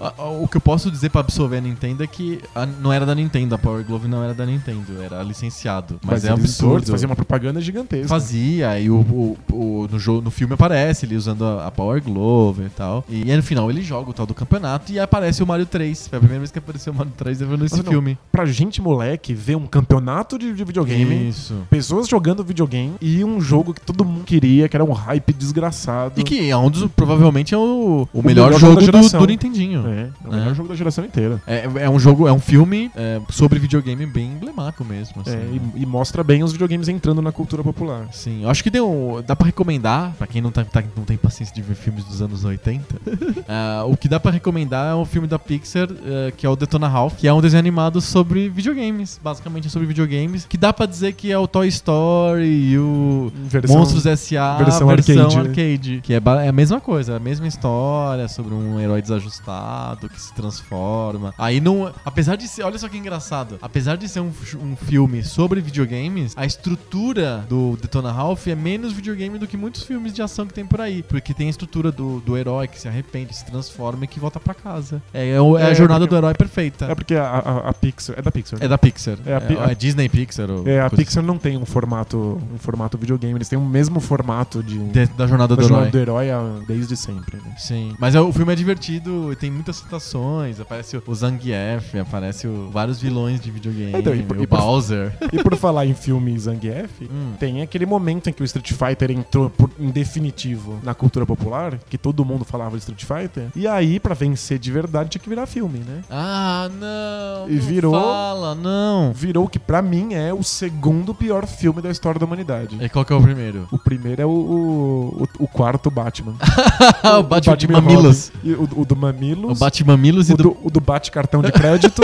A: A- a- O que eu posso dizer pra absorver a Nintendo é que a- não era da Nintendo, a Power Glove não era da Nintendo, era licenciado. Mas, é
B: eles
A: absurdo.
B: Fazia uma propaganda gigantesca.
A: Fazia, e o, o- o- no, jogo, no filme aparece ele usando a, a Power Glove e tal. E aí no final ele joga o tal do campeonato e aparece o Mario 3. Foi a primeira vez que apareceu o Mario 3 eu vi nesse
B: Mas não, é
A: filme.
B: Pra gente, moleque, ver um campeonato de, de videogame.
A: Isso.
B: Pessoas jogando videogame e um jogo que todo mundo queria, que era um hype desgraçado.
A: E que é um dos, provavelmente é o, o,
B: O
A: melhor,
B: melhor jogo
A: jogo
B: da
A: do,
B: geração.
A: do Nintendinho.
B: É, é o melhor
A: É.
B: jogo da geração inteira.
A: É, é um jogo, é um filme é, sobre videogame bem emblemático mesmo. Assim,
B: É,
A: né?
B: e, e mostra bem os videogames entrando na cultura popular.
A: Sim, eu acho que deu, dá pra recomendar, pra quem não, tá, tá- não tem paciência de ver filmes dos anos 80, ah, o que dá pra recomendar é um filme da Pixar, eh, que é o Detona Ralph, que é um desenho animado sobre videogames, basicamente é sobre videogames, que dá pra dizer que é o Toy Story e o
B: Versão-
A: Monstros é. S.A.
B: versão arcade, né?
A: arcade, que é, ba- é a mesma coisa, é a mesma história sobre um herói desajustado que se transforma. Aí não, apesar de ser, olha só que engraçado, apesar de ser um, f- um filme sobre videogames, a estrutura do Detona Ralph é menos videogame do que muitos filmes de ação que tem por aí, porque tem a estrutura do, do herói que se arrepende, se transforma e que volta pra casa. É, é o- é a
B: É,
A: jornada
B: porque-
A: do herói perfeita.
B: É porque a, a- a Pixar. É da Pixar.
A: É da Pixar.
B: É a Pi-
A: é Disney Pixar. ou
B: É, a
A: coisa assim.
B: Pixar não tem um formato, um formato videogame, eles têm o mesmo formato de
A: assim. Dentro da jornada
B: da
A: do
B: jornada
A: herói.
B: do herói ah, desde sempre. né?
A: Sim. Mas é- o filme é divertido, e tem muitas citações. Aparece o- o Zangief, aparece o- vários vilões de videogame,
B: É, então, e por-
A: o
B: e por-
A: Bowser.
B: E por falar em filme Zangief,
A: Hum.
B: tem aquele momento em que o Street Fighter entrou por- em definitivo na cultura popular, que todo mundo falava de Street Fighter. E aí, pra vencer de verdade, tinha que virar filme, né?
A: Ah, não!
B: E
A: não
B: virou-
A: Fala, não!
B: Virou o que pra mim é o segundo pior filme da história da humanidade.
A: E qual que é o primeiro?
B: O primeiro é o, o, o- o quarto Batman.
A: Ah, o Batman de
B: Robin.
A: Mamilos.
B: E o, o do Mamilos.
A: O Batman Milos e
B: o
A: do...
B: do, o do bate cartão de crédito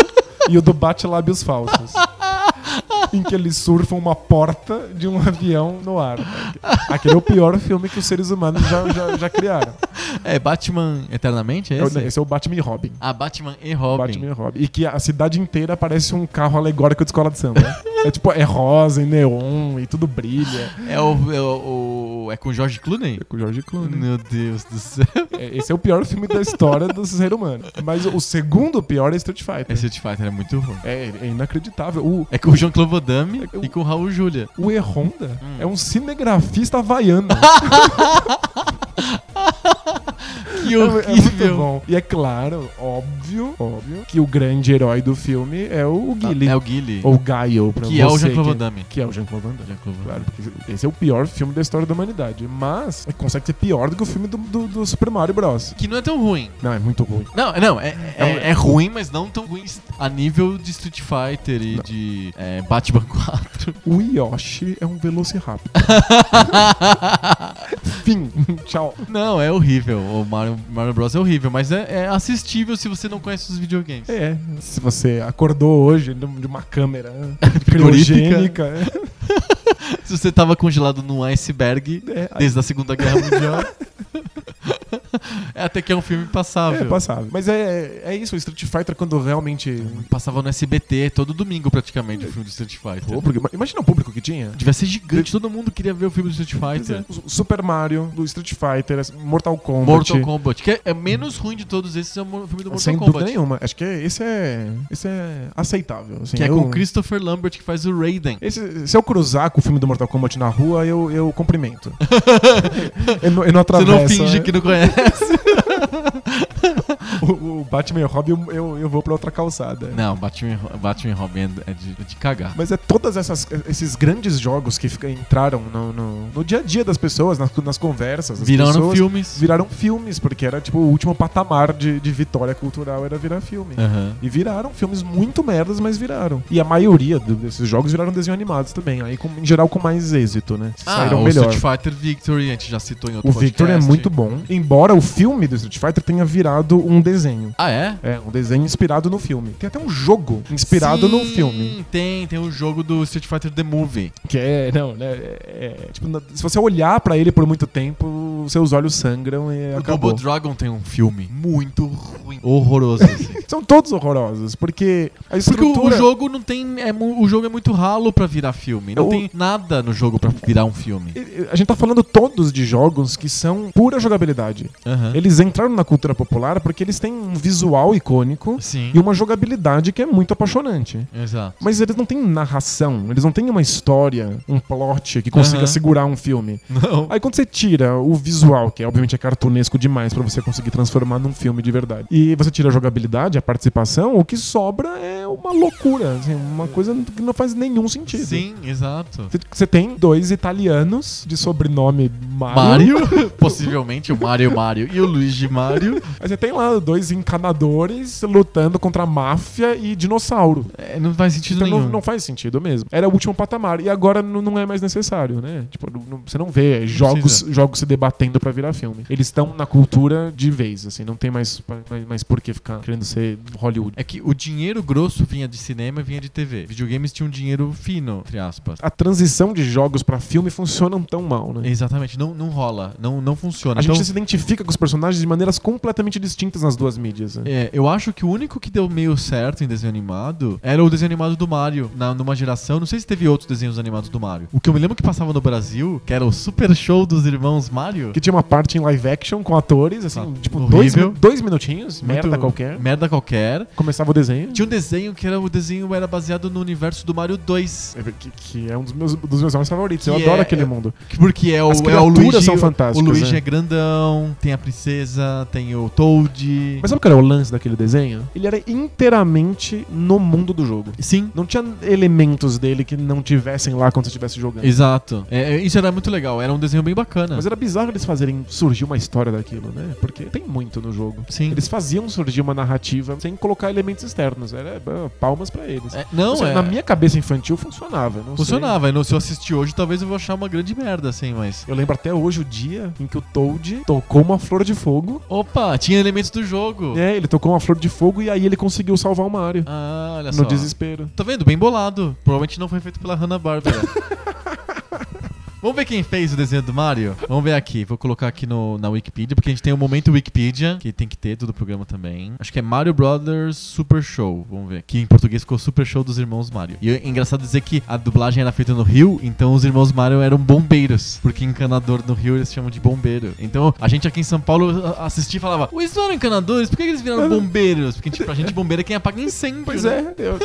B: e o do bate lábios falsos. em que eles surfam uma porta de um avião no ar. Aquele é o pior filme que os seres humanos já, já, já criaram.
A: É Batman Eternamente? É
B: É o-
A: esse?
B: Esse é o Batman e Robin.
A: Ah, Batman e Robin.
B: Batman e Robin. E que a cidade inteira parece um carro alegórico de escola de samba. é tipo, é rosa e neon e tudo brilha.
A: É o, é o, o- o. É com o George Clooney?
B: É com o George Clooney.
A: Meu Deus do céu.
B: É, Esse é o pior filme da história do ser humano. Mas o segundo pior é Street Fighter.
A: Esse Street Fighter é muito ruim.
B: É, é inacreditável. O,
A: É com o Jean-Claude Van Damme
B: É-
A: e com o Raul Julia.
B: o E. Honda
A: Hum.
B: é um cinegrafista havaiano.
A: Que
B: É mu- é muito
A: horrível.
B: bom. E é claro, óbvio, óbvio, que o grande herói do filme é o Guile.
A: É o Guile.
B: Ou Gaio, pra
A: Que
B: você.
A: é o Jean-Claude Van
B: que-
A: Damme.
B: Que é o Jean-Claude Van Damme.
A: Jean-Claude Van
B: Claro,
A: Damme.
B: porque esse é o pior filme da história da humanidade. Mas é, consegue ser pior do que o filme do, do- do Super Mario Bros.
A: Que não é tão ruim.
B: Não, é muito ruim.
A: Não, não, é, é,
B: É um-
A: é ruim, mas não tão ruim a nível de Street Fighter e
B: Não.
A: de é, Batman 4.
B: O Yoshi é um velociraptor. Fim. Tchau.
A: não, é horrível. O Mario, Mario Bros. é horrível, mas é, é assistível se você não conhece os videogames.
B: É, se você acordou hoje de de uma câmera
A: Frigorífica.
B: criogênica,
A: Se você tava congelado num iceberg
B: é, é,
A: desde a Segunda Guerra Mundial. é até que é um filme passável.
B: é passável. Mas é, é isso, o Street Fighter quando realmente...
A: Passava no SBT todo domingo praticamente o filme do Street Fighter.
B: Pô, porque- imagina o público que tinha.
A: Devia ser gigante, todo mundo queria ver o filme do Street Fighter.
B: O Super Mario, do Street Fighter, Mortal Kombat.
A: Mortal Kombat, que é- é menos ruim de todos esses, é o mo- filme do Mortal
B: Sem
A: Kombat.
B: dúvida nenhuma. Acho que esse é, esse é aceitável. assim.
A: Que é
B: Eu-
A: com o Christopher Lambert que faz o Raiden.
B: Esse- se eu cruzar com o filme do Mortal Kombat na rua, eu, eu cumprimento. eu, não, eu
A: Você
B: não atravesso. né?
A: não finge que não conhece.
B: O, o Batman e o Robin, eu, eu, eu vou pra outra calçada.
A: Não, Batman, e Ro- Batman e Robin é de, é de cagar.
B: Mas é todas essas esses grandes jogos que fica- entraram no, no, no dia a dia das pessoas, nas, nas conversas. das
A: Viraram
B: pessoas,
A: filmes.
B: Viraram filmes, porque era tipo o último patamar de, de vitória cultural era virar filme.
A: Aham.
B: E viraram filmes muito merdas, mas viraram. E a maioria do- desses jogos viraram desenho animados também. Aí, com- em geral, com mais êxito, né?
A: Ah,
B: Saíram
A: o
B: melhor.
A: Street Fighter Victory, a gente já citou em outro
B: O Victor é
A: podcast.
B: muito bom, embora o filme do Street Fighter tenha virado um desenho.
A: Ah, é?
B: É, um desenho inspirado no filme. Tem até um jogo inspirado no
A: Sim,
B: filme.
A: Tem, tem o jogo do Street Fighter The Movie.
B: Que é, não, né? é- é, tipo, na- se você olhar pra ele por muito tempo, seus olhos sangram e
A: O
B: É, acabou.
A: Double Dragon tem um filme muito ruim, horroroso assim.
B: São todos horrorosos, porque a
A: Porque
B: estrutura...
A: o, o jogo não tem. É, mu- o jogo é muito ralo pra virar filme. Não
B: O-
A: tem nada no jogo pra virar um filme.
B: A gente tá falando todos de jogos que são pura jogabilidade.
A: Aham.
B: Eles entraram na cultura popular porque eles têm um visual icônico
A: Sim.
B: e uma jogabilidade que é muito apaixonante.
A: Exato.
B: Mas eles não têm narração, eles não têm uma história, um plot que consiga
A: Aham.
B: segurar um filme.
A: Não.
B: Aí quando você tira o visual, que obviamente é cartunesco demais pra você conseguir transformar num filme de verdade, e você tira a jogabilidade, a participação, o que sobra é uma loucura, assim, uma coisa que não faz nenhum sentido.
A: Sim, exato.
B: Você- Você tem dois italianos de sobrenome Mario.
A: Mario, possivelmente o Mario Mario e o Luigi Mario.
B: Aí você tem lá dois encanadores lutando contra a máfia e dinossauro.
A: É, não faz sentido
B: Então
A: nenhum.
B: não, não faz sentido mesmo. Era o último patamar. E agora n- não é mais necessário, né? Tipo, não- não- você não vê jogos,
A: precisa.
B: jogos se debatendo pra virar filme. Eles estão na cultura de vez, assim. Não tem mais, pa- mais, mais por que ficar querendo ser Hollywood.
A: É que o dinheiro grosso vinha de cinema e vinha de TV. Videogames tinha um dinheiro fino, entre aspas.
B: A transição de jogos pra filme funcionam tão mal, né?
A: Exatamente, não, não rola, não, não funciona.
B: A
A: então,
B: gente se identifica com os personagens de maneiras completamente distintas nas duas mídias. né?
A: É, eu acho que o único que deu meio certo em desenho animado era o desenho animado do Mario, na, numa geração. Não sei se teve outros desenhos animados do Mario. O que eu me lembro que passava no Brasil, que era o Super Show dos Irmãos Mario.
B: Que tinha uma parte em live action com atores, assim,
A: Ah,
B: tipo, dois,
A: horrível.
B: mi- dois minutinhos,
A: Muito-
B: merda qualquer.
A: Merda qualquer.
B: Começava o desenho.
A: Tinha um desenho que era o desenho era baseado no universo do Mario 2.
B: Que, que é um dos meus, dos meus filmes favoritos. Eu
A: Que
B: adoro
A: é-
B: aquele
A: é-
B: mundo.
A: que- Porque é o,
B: As
A: é o
B: criaturas
A: Luigi.
B: são
A: o- o
B: fantásticas,
A: Luigi
B: né?
A: é grandão, tem a princesa, tem o Toad.
B: Mas sabe qual era o lance daquele desenho? Ele era inteiramente no mundo do jogo.
A: Sim.
B: Não tinha elementos dele que não tivessem lá quando você estivesse jogando.
A: Exato. É, é, isso era muito legal. Era um desenho bem bacana.
B: Mas é- era bizarro eles fazerem surgir uma história daquilo, né? Porque tem muito no jogo.
A: Sim.
B: Eles faziam surgir uma narrativa sem colocar elementos externos. Era ah, palmas pra eles.
A: É, não,
B: Ou seja,
A: é.
B: Na minha cabeça infantil funcionava. não sei.
A: Funcionava. E no- Se eu assistir hoje, talvez eu vou achar uma grande merda, assim, mas.
B: Eu lembro até hoje o dia em que o Toad tocou uma flor de fogo.
A: Opa, tinha elementos do jogo.
B: É, ele tocou uma flor de fogo e aí ele conseguiu salvar o Mario.
A: Ah, olha só.
B: no desespero.
A: Tá vendo? Bem bolado. Provavelmente não foi feito pela Hanna-Barbera. Vamos ver quem fez o desenho do Mario? Vamos ver aqui. Vou colocar aqui no, na Wikipedia, porque a gente tem o momento Wikipedia, que tem que ter todo o programa também. Acho que é Mario Brothers Super Show. Vamos ver. Que em português ficou Super Show dos Irmãos Mario. E é engraçado dizer que a dublagem era feita no Rio, então os Irmãos Mario eram bombeiros. Porque encanador no Rio eles chamam de bombeiro. Então a gente aqui em São Paulo a- assistia e falava: Eles não eram encanadores? Por que que eles viraram bombeiros? Porque tipo, a gente bombeiro é quem apaga incêndio.
B: Pois
A: né?
B: é, eu,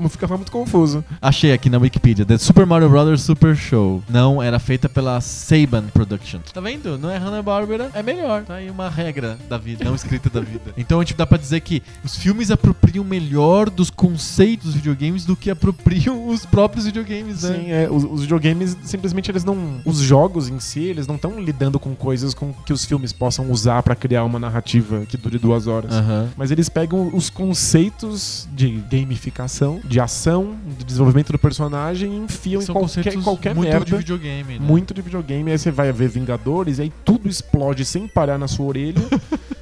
B: eu ficava muito confuso.
A: Achei aqui na Wikipedia. The Super Mario Brothers Super Show. Não, era feita pela Saban Production. Tá vendo? Não é Hanna-Barbera, é melhor. Tá aí uma regra da vida, não escrita da vida. Então, tipo, dá pra dizer que os filmes apropriam melhor dos conceitos dos videogames do que apropriam os próprios videogames, né?
B: Sim, é, os, os videogames simplesmente eles não. Os jogos em si, eles não estão lidando com coisas com que os filmes possam usar pra criar uma narrativa que dure duas horas.
A: Aham.
B: Mas eles pegam os conceitos de gamificação, de ação, de desenvolvimento do personagem e enfiam em
A: São
B: qualquer,
A: conceitos
B: qualquer
A: muito de
B: merda.
A: videogame, né?
B: muito de videogame, aí você vai ver Vingadores, e aí tudo explode sem parar na sua orelha.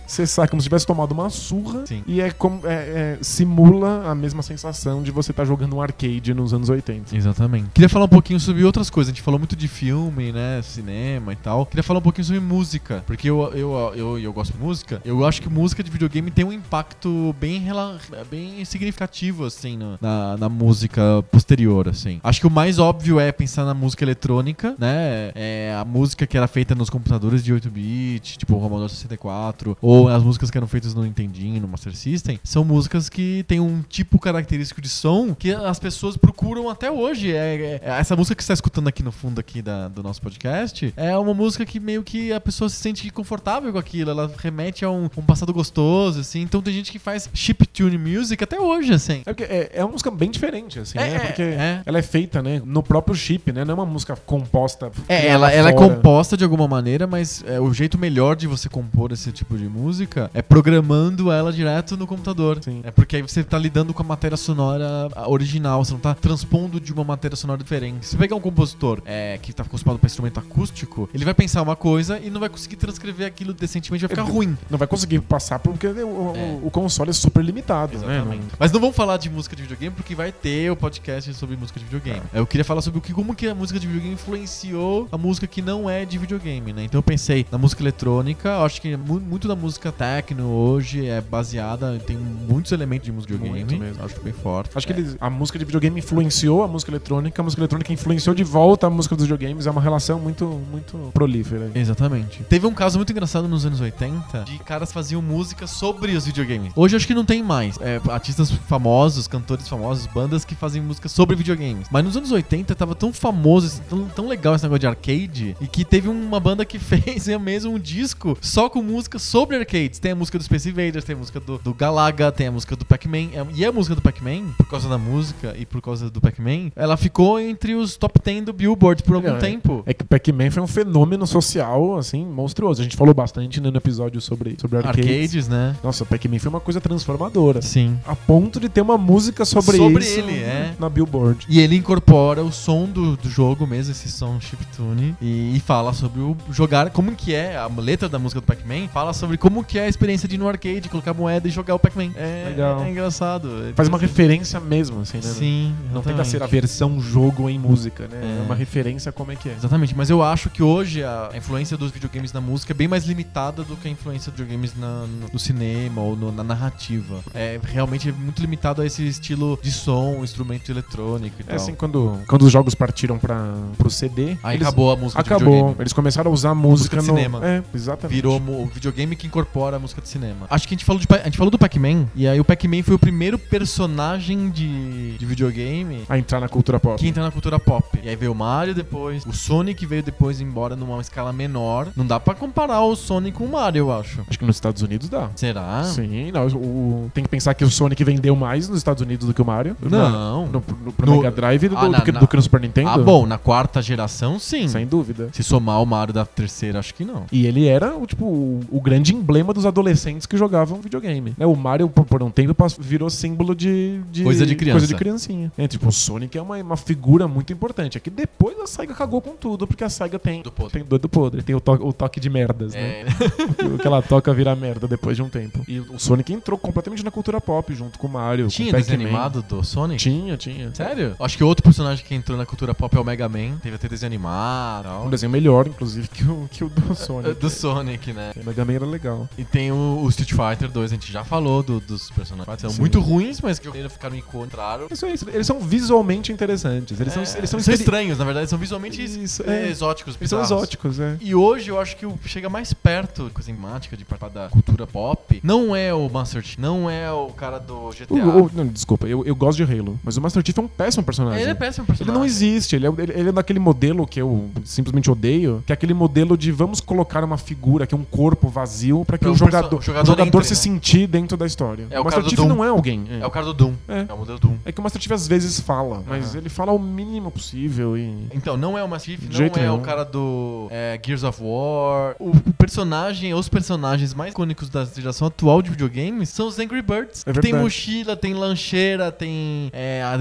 B: Você sai como se tivesse tomado uma surra
A: Sim.
B: e é como é- é- simula a mesma sensação de você estar jogando um arcade nos anos 80.
A: Exatamente. Queria falar um pouquinho sobre outras coisas. A gente falou muito de filme, né? Cinema e tal. Queria falar um pouquinho sobre música. Porque eu, eu, eu, eu gosto de música. Eu acho que música de videogame tem um impacto bem, rela- bem significativo, assim, no- na, na música posterior, assim. Acho que o mais óbvio é pensar na música eletrônica, né? É a música que era feita nos computadores de 8-bit, tipo o Commodore 64, ou as músicas que eram feitas no Nintendinho, no Master System, são músicas que tem um tipo característico de som que as pessoas procuram até hoje. É, é- é essa música que você está escutando aqui no fundo aqui da- do nosso podcast é uma música que meio que a pessoa se sente confortável com aquilo, ela remete a um, um passado gostoso, assim. Então tem gente que faz chiptune music até hoje, assim.
B: É, porque é, é uma música bem diferente, assim,
A: É,
B: né?
A: é,
B: Porque
A: é.
B: ela é feita, né, no próprio chip, né? Não é uma música composta.
A: É,
B: criada
A: ela, ela é
B: fora.
A: composta de alguma maneira, mas é, o jeito melhor de você compor esse tipo de música é programando ela direto no computador.
B: Sim.
A: É porque aí você tá lidando com a matéria sonora a- original, você não tá transpondo de uma matéria sonora diferente. Se você pegar um compositor é, que tá acostumado pra instrumento acústico, ele vai pensar uma coisa e não vai conseguir transcrever aquilo decentemente, vai ficar
B: É,
A: ruim.
B: Não vai conseguir passar porque o, o-
A: É.
B: o console é super limitado, né?
A: Exatamente.
B: Não-
A: Mas não vamos falar de música de videogame porque vai ter o podcast sobre música de videogame. Eu queria falar sobre o que, como que a música de videogame influenciou a música que não é de videogame, né? Então eu pensei na música eletrônica, eu acho que mu- muito da música techno hoje é baseada, tem muitos elementos de música de
B: Muito
A: videogame.
B: mesmo.
A: Acho bem forte. É.
B: Acho que eles- a música de videogame influenciou a música eletrônica, a música eletrônica influenciou de volta a música dos videogames, é uma relação muito, muito prolífera.
A: Exatamente. Teve um caso muito engraçado nos anos 80 de caras faziam música sobre os videogames. Hoje acho que não tem mais. É, artistas famosos, cantores famosos, bandas que fazem música sobre videogames. Mas nos anos 80 tava tão famoso, assim, tão, tão legal esse negócio de arcade, e que teve uma banda que fez é mesmo um disco só com música sobre arcades. Tem a música do Space Invaders, tem a música do, do Galaga, tem a música do Pac-Man. É, E a música do Pac-Man, por causa da música e por causa do Pac-Man, ela ficou entre os top 10 do Billboard por algum
B: Não, é-
A: tempo.
B: É que Pac-Man foi um fenômeno social, assim, monstruoso. A gente falou bastante né, no episódio sobre, sobre arcades.
A: Arcades, né?
B: Nossa, Pac-Man foi uma coisa transformadora. assim,
A: Sim.
B: A ponto de ter uma música sobre,
A: Sobre
B: isso
A: ele, é.
B: na Billboard.
A: E ele incorpora o som do, do jogo mesmo, esse som chiptune, e, e fala sobre o jogar, como que é, a letra da música do Pac-Man fala sobre como que é a experiência de ir no arcade, colocar moeda e jogar o Pac-Man. É,
B: Legal.
A: é engraçado. É
B: Faz uma
A: interessante.
B: referência mesmo, assim, né?
A: Sim,
B: Não tenta
A: exatamente.
B: ser a versão jogo em música, né? É,
A: É.
B: uma referência a como é que é.
A: Exatamente, mas eu acho que hoje a a influência dos videogames na música é bem mais limitada do que a influência dos videogames na- no, no cinema ou no- na narrativa. É realmente é muito limitado a esse estilo de som, instrumento eletrônico e
B: É
A: tal.
B: assim, quando, quando os jogos partiram para pro CD,
A: Aí
B: eles-
A: acabou a música de
B: acabou.
A: videogame.
B: Eles começaram a usar a música,
A: Música de
B: no
A: cinema.
B: É, exatamente.
A: Virou mo- o videogame que incorpora a música de cinema. Acho que a gente falou, de, Pa- a gente falou do Pac-Man, e aí o Pac-Man foi o primeiro personagem de, de videogame
B: a entrar na cultura pop.
A: que entra na cultura pop. E aí veio o Mario depois, o Sonic veio depois, embora numa escala menor. Não dá pra comparar o Sonic com o Mario, eu acho.
B: Acho que nos Estados Unidos dá.
A: Será?
B: Sim, não, o- tem que pensar que o Sonic vendeu mais nos Estados Unidos do que o Mario.
A: Não.
B: No, no- pro
A: No-
B: Mega Drive do,
A: Ah,
B: do
A: na-
B: que,
A: na-
B: do que no Super Nintendo.
A: Ah, bom, na quarta geração, sim.
B: Sem dúvida.
A: Se somar o Mario da terceira, acho que não.
B: E ele era o, tipo, o, o grande problema dos adolescentes que jogavam videogame. né? O Mario, por, por um tempo, pass- virou símbolo de,
A: Coisa de criança.
B: Coisa de criancinha. É, tipo, o Sonic é uma, uma figura muito importante. É que depois a SEGA cagou com tudo, porque a SEGA tem...
A: Do podre.
B: Tem doido podre. Tem o, to- o toque de merdas, né?
A: É,
B: o que ela toca vira merda depois de um tempo. E o Sonic entrou completamente na cultura pop, junto com o Mario,
A: Tinha
B: com o
A: desenho
B: Pac-Man.
A: animado do Sonic?
B: Tinha, tinha.
A: Sério? Acho que outro personagem que entrou na cultura pop é o Mega Man. Teve até desenho animado.
B: Um
A: tal.
B: desenho melhor, inclusive, que o, que o do Sonic.
A: Do Sonic, né?
B: O Mega Man era legal.
A: E tem o, o Street Fighter 2, a gente já falou do- dos personagens. São
B: Sim.
A: muito ruins, mas que ainda ficaram encontraram.
B: Isso é isso. Eles são visualmente interessantes. Eles são, eles são, experi-
A: É. estranhos, na verdade, são visualmente es-
B: Isso,
A: eh,
B: é.
A: exóticos.
B: Eles são
A: bizarros.
B: exóticos, é.
A: E hoje eu acho que o que chega mais perto, coisa emblemática de participar da cultura pop, não é o Master Chief, não é o cara do GTA.
B: O- o- Uh, não, desculpa, eu, eu gosto de Halo, mas o Master Chief é um péssimo personagem.
A: ele é péssimo personagem.
B: Ele não existe, ele é, ele, ele é daquele modelo que eu simplesmente odeio, que é aquele modelo de vamos colocar uma figura, que é um corpo vazio, pra que
A: Pra
B: o
A: o perso-
B: jogador,
A: o jogador
B: o jogador
A: entre,
B: se
A: né?
B: sentir dentro da história.
A: É o cara
B: o Master
A: do
B: Chief
A: Doom.
B: não é alguém. É.
A: É o cara do Doom.
B: É.
A: é o modelo Doom.
B: É que o Master Chief às vezes fala, mas
A: Aham.
B: ele fala o mínimo possível e.
A: Então, não é o Master Chief,
B: De
A: não
B: jeito
A: é o
B: nenhum.
A: cara do é, Gears of War. O o personagem, os personagens mais icônicos da geração atual de videogames são os Angry Birds.
B: É
A: que tem
B: verdade.
A: mochila, tem lancheira, tem é, a-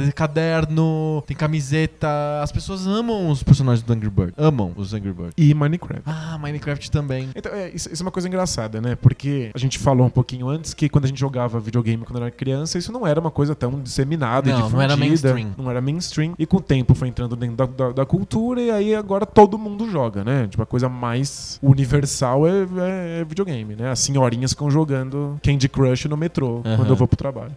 A: caderno, tem camiseta. As pessoas amam os personagens do Angry Bird. Amam os Angry Birds.
B: E Minecraft.
A: Ah, Minecraft também.
B: Então, é, isso, isso é uma coisa engraçada, né? Porque a gente falou um pouquinho antes que quando a gente jogava videogame quando era criança, isso não era uma coisa tão disseminada e
A: Não,
B: difundida.
A: não era mainstream.
B: Não era mainstream. E com o tempo foi entrando dentro da, da- da cultura e aí agora todo mundo joga, né? Tipo, a coisa mais universal é, é- é videogame, né? As senhorinhas ficam jogando Candy Crush no metrô
A: Aham.
B: quando eu vou pro trabalho.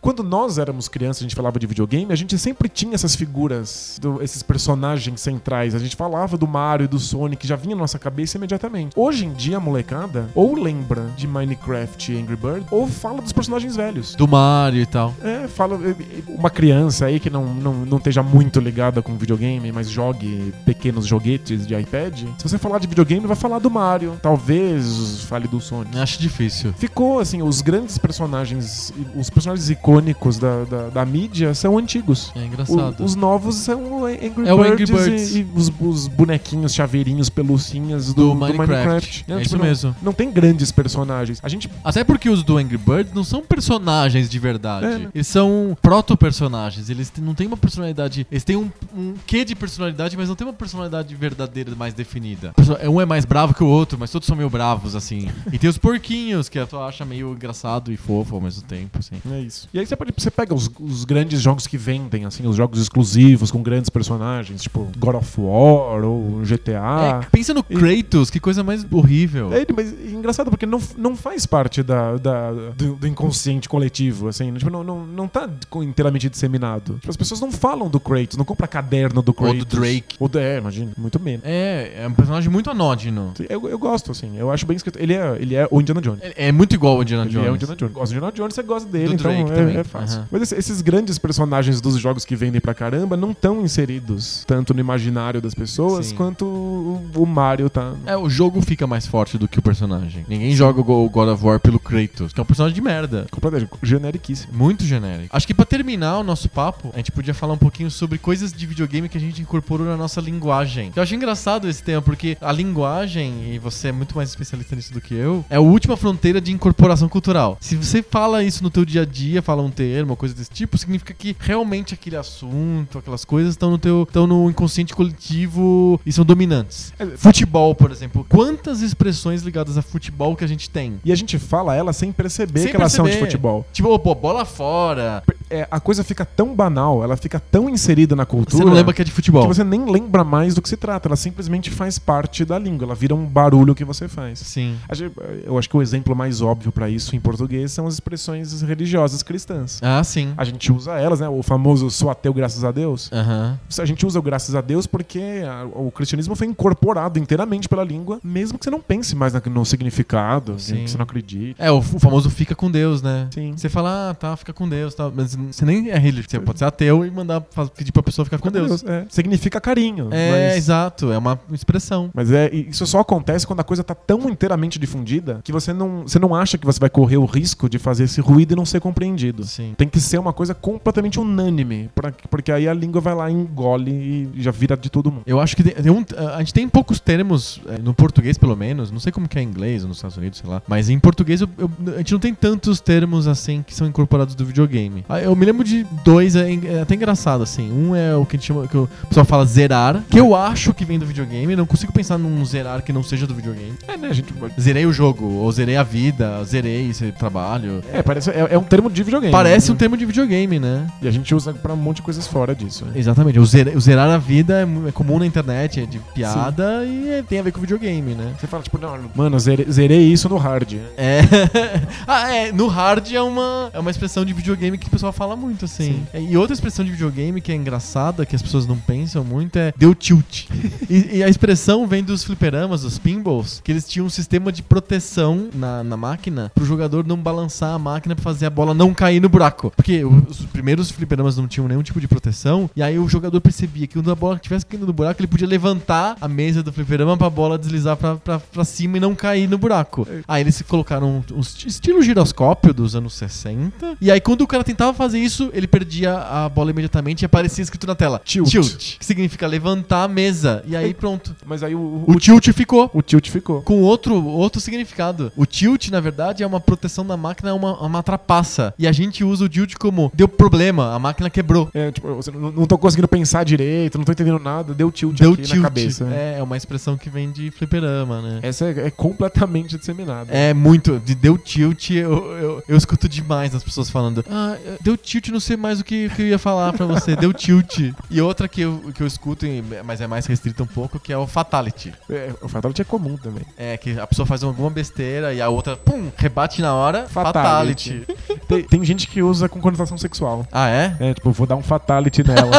B: quando nós éramos crianças, a gente falava de videogame, a gente sempre tinha essas figuras, do- esses personagens centrais. A gente falava do Mario e do Sonic, já vinha na nossa cabeça imediatamente. Hoje em dia, a molecada ou lembra de Minecraft e Angry Bird, ou fala dos personagens velhos.
A: Do Mario e tal.
B: É, fala. é, é, Uma criança aí que não, não, não esteja muito ligada com videogame, mas jogue pequenos joguetes de iPad. Se você falar de videogame, vai falar do Mario. Talvez fale do Sonic.
A: Acho difícil.
B: Ficou assim, os grandes personagens, os personagens icônicos da, da, da mídia são antigos.
A: É
B: O-
A: engraçado.
B: os novos são o Angry
A: É o Angry
B: Birds,
A: Birds.
B: e- E, os, os bonequinhos, chaveirinhos, pelucinhas do,
A: Do
B: do
A: Minecraft.
B: Minecraft.
A: É
B: Tipo,
A: isso
B: não-
A: mesmo.
B: Não tem grandes personagens. A gente
A: Até porque os do Angry Birds não são personagens de verdade.
B: É, né?
A: Eles são proto-personagens. Eles t- não têm uma personalidade. Eles têm um, um quê de personalidade, mas não tem uma personalidade verdadeira mais definida. Perso- Um é mais bravo que o outro, mas todos são meio bravos, assim. e tem os porquinhos, que a pessoa acha meio engraçado e fofo ao mesmo tempo, assim.
B: É isso. E aí você, pode- você pega os, os grandes jogos que vendem, assim, os jogos exclusivos com grandes personagens, tipo God of War ou
A: É,
B: GTA.
A: pensa no
B: Ah. E-
A: Kratos, que coisa mais horrível.
B: É, mas é engraçado porque não, não faz parte da, da- do, do inconsciente coletivo, assim. né? Tipo, não, não, não tá co- inteiramente disseminado. Tipo, as pessoas não falam do Kratos, não compra caderno do
A: Ou
B: Kratos.
A: do Drake.
B: Ou do, é, imagina, muito menos.
A: É, é um personagem muito anódino.
B: Eu, eu gosto, assim, eu acho bem escrito. Ele é, ele é o Indiana Jones.
A: É, é muito igual ao Indiana
B: Ele
A: Jones.
B: é o Indiana Jones. Gosta do Indiana Jones, você gosta dele,
A: Do
B: então
A: Drake
B: é,
A: também.
B: é fácil.
A: Aham.
B: Mas esse- esses grandes personagens dos jogos que vendem pra caramba não estão inseridos tanto no imaginário das pessoas
A: Sim.
B: quanto o, o Mario tá.
A: É, o jogo fica mais forte do que o personagem. Ninguém joga o Go- o God of War pelo Kratos, que é um personagem de merda.
B: Completamente generiquíssimo.
A: Muito genérico. Acho que pra terminar o nosso papo, a gente podia falar um pouquinho sobre coisas de videogame que a gente incorporou na nossa linguagem. Eu acho engraçado esse tema, porque a linguagem, e você é muito mais especialista nisso do que eu, é a última fronteira de incorporação cultural. Se você fala isso no teu dia a dia, fala um termo, uma coisa desse tipo, significa que realmente aquele assunto, aquelas coisas estão no teu, estão no inconsciente coletivo e são dominantes.
B: É,
A: Futebol, por exemplo. Quantas expressões ligadas a futebol que a gente tem?
B: E a gente fala ela sem perceber
A: Sem
B: que elas são de
A: perceber.
B: futebol.
A: Tipo, pô, bola fora.
B: É, a coisa fica tão banal, ela fica tão inserida na cultura.
A: Você não lembra que é de futebol.
B: que você nem lembra mais do que se trata, ela simplesmente faz parte da língua, ela vira um barulho que você faz.
A: Sim.
B: A gente- Eu acho que o exemplo mais óbvio pra isso em português são as expressões religiosas cristãs.
A: Ah, sim.
B: A gente usa elas, né? O famoso sou ateu graças a Deus.
A: Aham.
B: A gente usa o graças a Deus porque a- o cristianismo foi incorporado inteiramente pela língua, mesmo que você não pense mais na- no significado,
A: Sim.
B: que você não acredite.
A: É, o, o famoso fica com Deus, né?
B: Sim.
A: Você fala, ah, tá, fica com Deus, tá. Mas você nem é religioso. Você pode ser ateu e mandar fa- pedir pra pessoa ficar com Deus.
B: é. Significa carinho.
A: É,
B: mas...
A: exato. É uma expressão.
B: Mas é, e isso só acontece quando a coisa tá tão inteiramente difundida que você não, você não acha que você vai correr o risco de fazer esse ruído e não ser compreendido.
A: Sim.
B: Tem que ser uma coisa completamente unânime, pra- porque aí a língua vai lá, engole e já vira de todo mundo.
A: Eu acho que tem- tem um- a gente tem poucos termos, eh, no é, português pelo menos, não sei sei como que é em inglês ou nos Estados Unidos, sei lá. Mas em português eu- eu- a gente não tem tantos termos assim que são incorporados do videogame. Ah, Eu me lembro de dois, é, en- é até engraçado assim. Um é o que a gente chama, que o pessoal fala zerar, que eu acho que vem do videogame. Não consigo pensar num zerar que não seja do videogame.
B: É, né, a gente pode-
A: Zerei o jogo, ou zerei a vida, zerei esse trabalho.
B: É, parece, é, é um termo de videogame.
A: Parece
B: né?
A: um termo de videogame, né?
B: E a gente usa pra um monte de coisas fora disso. né?
A: Exatamente. O, zera- o zerar a vida é mu- é comum na internet, é de piada e é- tem a ver com videogame, né?
B: Você fala, tipo, não, mano, zere- zerei isso no hard. né?
A: É. ah, é. No hard é uma, é uma expressão de videogame que o pessoal fala muito, assim. E outra expressão de videogame que é engraçada, que as pessoas não pensam muito, é deu tilt. e, e a expressão vem dos fliperamas, dos pinballs, que eles tinham um sistema de proteção na, na máquina pro jogador não balançar a máquina pra fazer a bola não cair no buraco. Porque o- os primeiros fliperamas não tinham nenhum tipo de proteção, e aí o jogador percebia que quando a bola estivesse caindo no buraco, ele podia levantar a mesa do fliperama pra bola deslizar pra, pra, pra cima e não cair no buraco. Aí eles colocaram um, um esti- estilo giroscópio dos anos 60, e aí quando o cara tentava fazer isso, ele perdia a bola imediatamente e aparecia escrito na tela,
B: Tilt.
A: que significa levantar a mesa, e aí pronto.
B: Mas aí o,
A: O
B: o,
A: tilt ficou
B: o tilt ficou.
A: com outro, outro significado. O tilt, na verdade, é uma proteção da máquina, é uma, uma trapaça. E a gente usa o tilt como deu problema, a máquina quebrou.
B: É, tipo, você não, não tô conseguindo pensar direito, não tô entendendo nada, deu tilt
A: Deu
B: aqui
A: tilt.
B: na cabeça.
A: É, é uma expressão que vem de fliperama, né?
B: Essa é, é completamente disseminada.
A: É muito. De deu tilt, eu, eu, eu escuto demais as pessoas falando. Ah, deu tilt, não sei mais o que, o que eu ia falar pra você. Deu tilt. E outra que eu, que eu escuto, e- mas é mais restrita um pouco, que é o fatality.
B: É, o Fatality é comum também.
A: É que a pessoa faz alguma besteira e a outra, pum, rebate na hora.
B: Fatality.
A: fatality.
B: Tem, tem gente que usa com conotação sexual.
A: Ah, é?
B: É, tipo, vou dar um fatality nela.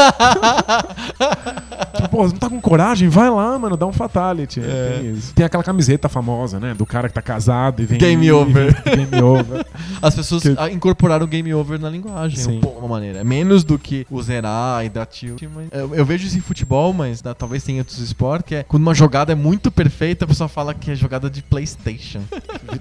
B: tipo, pô, você não tá com coragem? Vai lá, mano, dá um fatality.
A: É.
B: Tem, isso. Tem aquela camiseta famosa, né? Do cara que tá casado e vem.
A: Game
B: e
A: over.
B: vem- game over.
A: As pessoas
B: Que-
A: ah, incorporaram o game over na linguagem,
B: Sim.
A: um pouco, de uma maneira. Menos do que o zerar e dar tilt. mas- Eu, eu vejo isso em futebol, mas né, talvez tenha outros esportes, que é quando uma jogada é muito perfeita, a pessoa fala que é jogada de Playstation.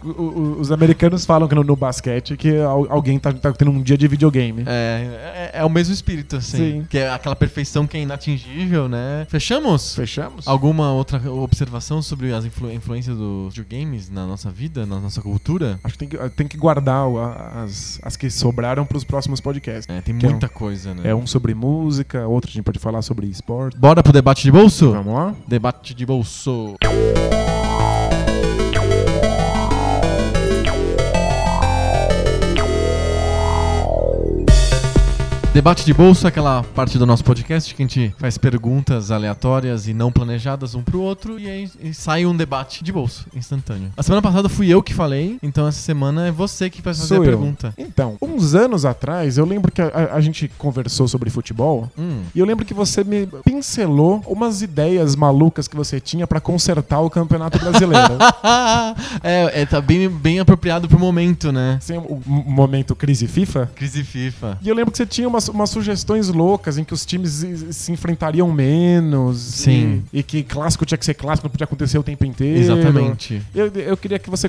B: O- o- os americanos falam que no, no basquete que al- alguém tá, tá tendo um dia de videogame.
A: é, é, é o mesmo espírito, assim.
B: Sim.
A: Que é aquela perfeição que é inatingível, né? Fechamos?
B: Fechamos?
A: Alguma outra observação sobre as influ influências dos videogames na nossa vida, na nossa cultura?
B: Acho que tem que, tem que guardar o- a- as, as que sobraram pros próximos podcasts.
A: É, tem
B: Que é um-
A: muita coisa, né?
B: É um sobre música, outro a gente pode falar sobre esporte.
A: Bora pro debate de bolso?
B: Vamos lá?
A: Debate de bolso. Debate de bolso é aquela parte do nosso podcast que a gente faz perguntas aleatórias e não planejadas um pro outro e aí e sai um debate de bolso instantâneo. A semana passada fui eu que falei, então essa semana é você que vai fazer
B: Sou
A: a
B: eu.
A: pergunta.
B: Então, uns anos atrás, eu lembro que a- a- a gente conversou sobre futebol
A: Hum.
B: E eu lembro que você me pincelou umas ideias malucas que você tinha pra consertar o Campeonato Brasileiro.
A: é, é, tá bem, bem apropriado pro momento, né?
B: Sem Assim, o m- momento crise FIFA.
A: Crise FIFA.
B: E eu lembro que você tinha umas, umas sugestões loucas em que os times se- se enfrentariam menos.
A: Sim.
B: E, e que clássico tinha que ser clássico, não podia acontecer o tempo inteiro.
A: Exatamente.
B: Eu, eu queria que você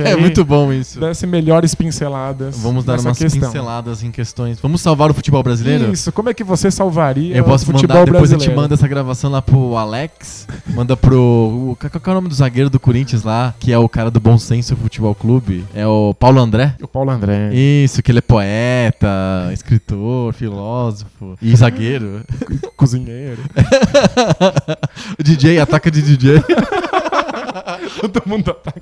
A: É
B: aí,
A: muito bom isso.
B: desse melhores pinceladas.
A: Vamos dar
B: nessa
A: umas
B: questão.
A: pinceladas em questões. Vamos salvar o futebol brasileiro?
B: Isso, como é que você salvaria
A: Eu posso
B: o futebol
A: mandar, depois
B: brasileiro?
A: a gente manda essa gravação lá pro Alex, manda pro. o- Qual qual é o nome do zagueiro do Corinthians lá, que é o cara do Bom Senso Futebol Clube? É o Paulo André?
B: O Paulo André.
A: Isso, que ele é poeta, escritor, filósofo e zagueiro.
B: Cozinheiro.
A: O DJ, ataca de DJ.
B: Todo mundo
A: tá-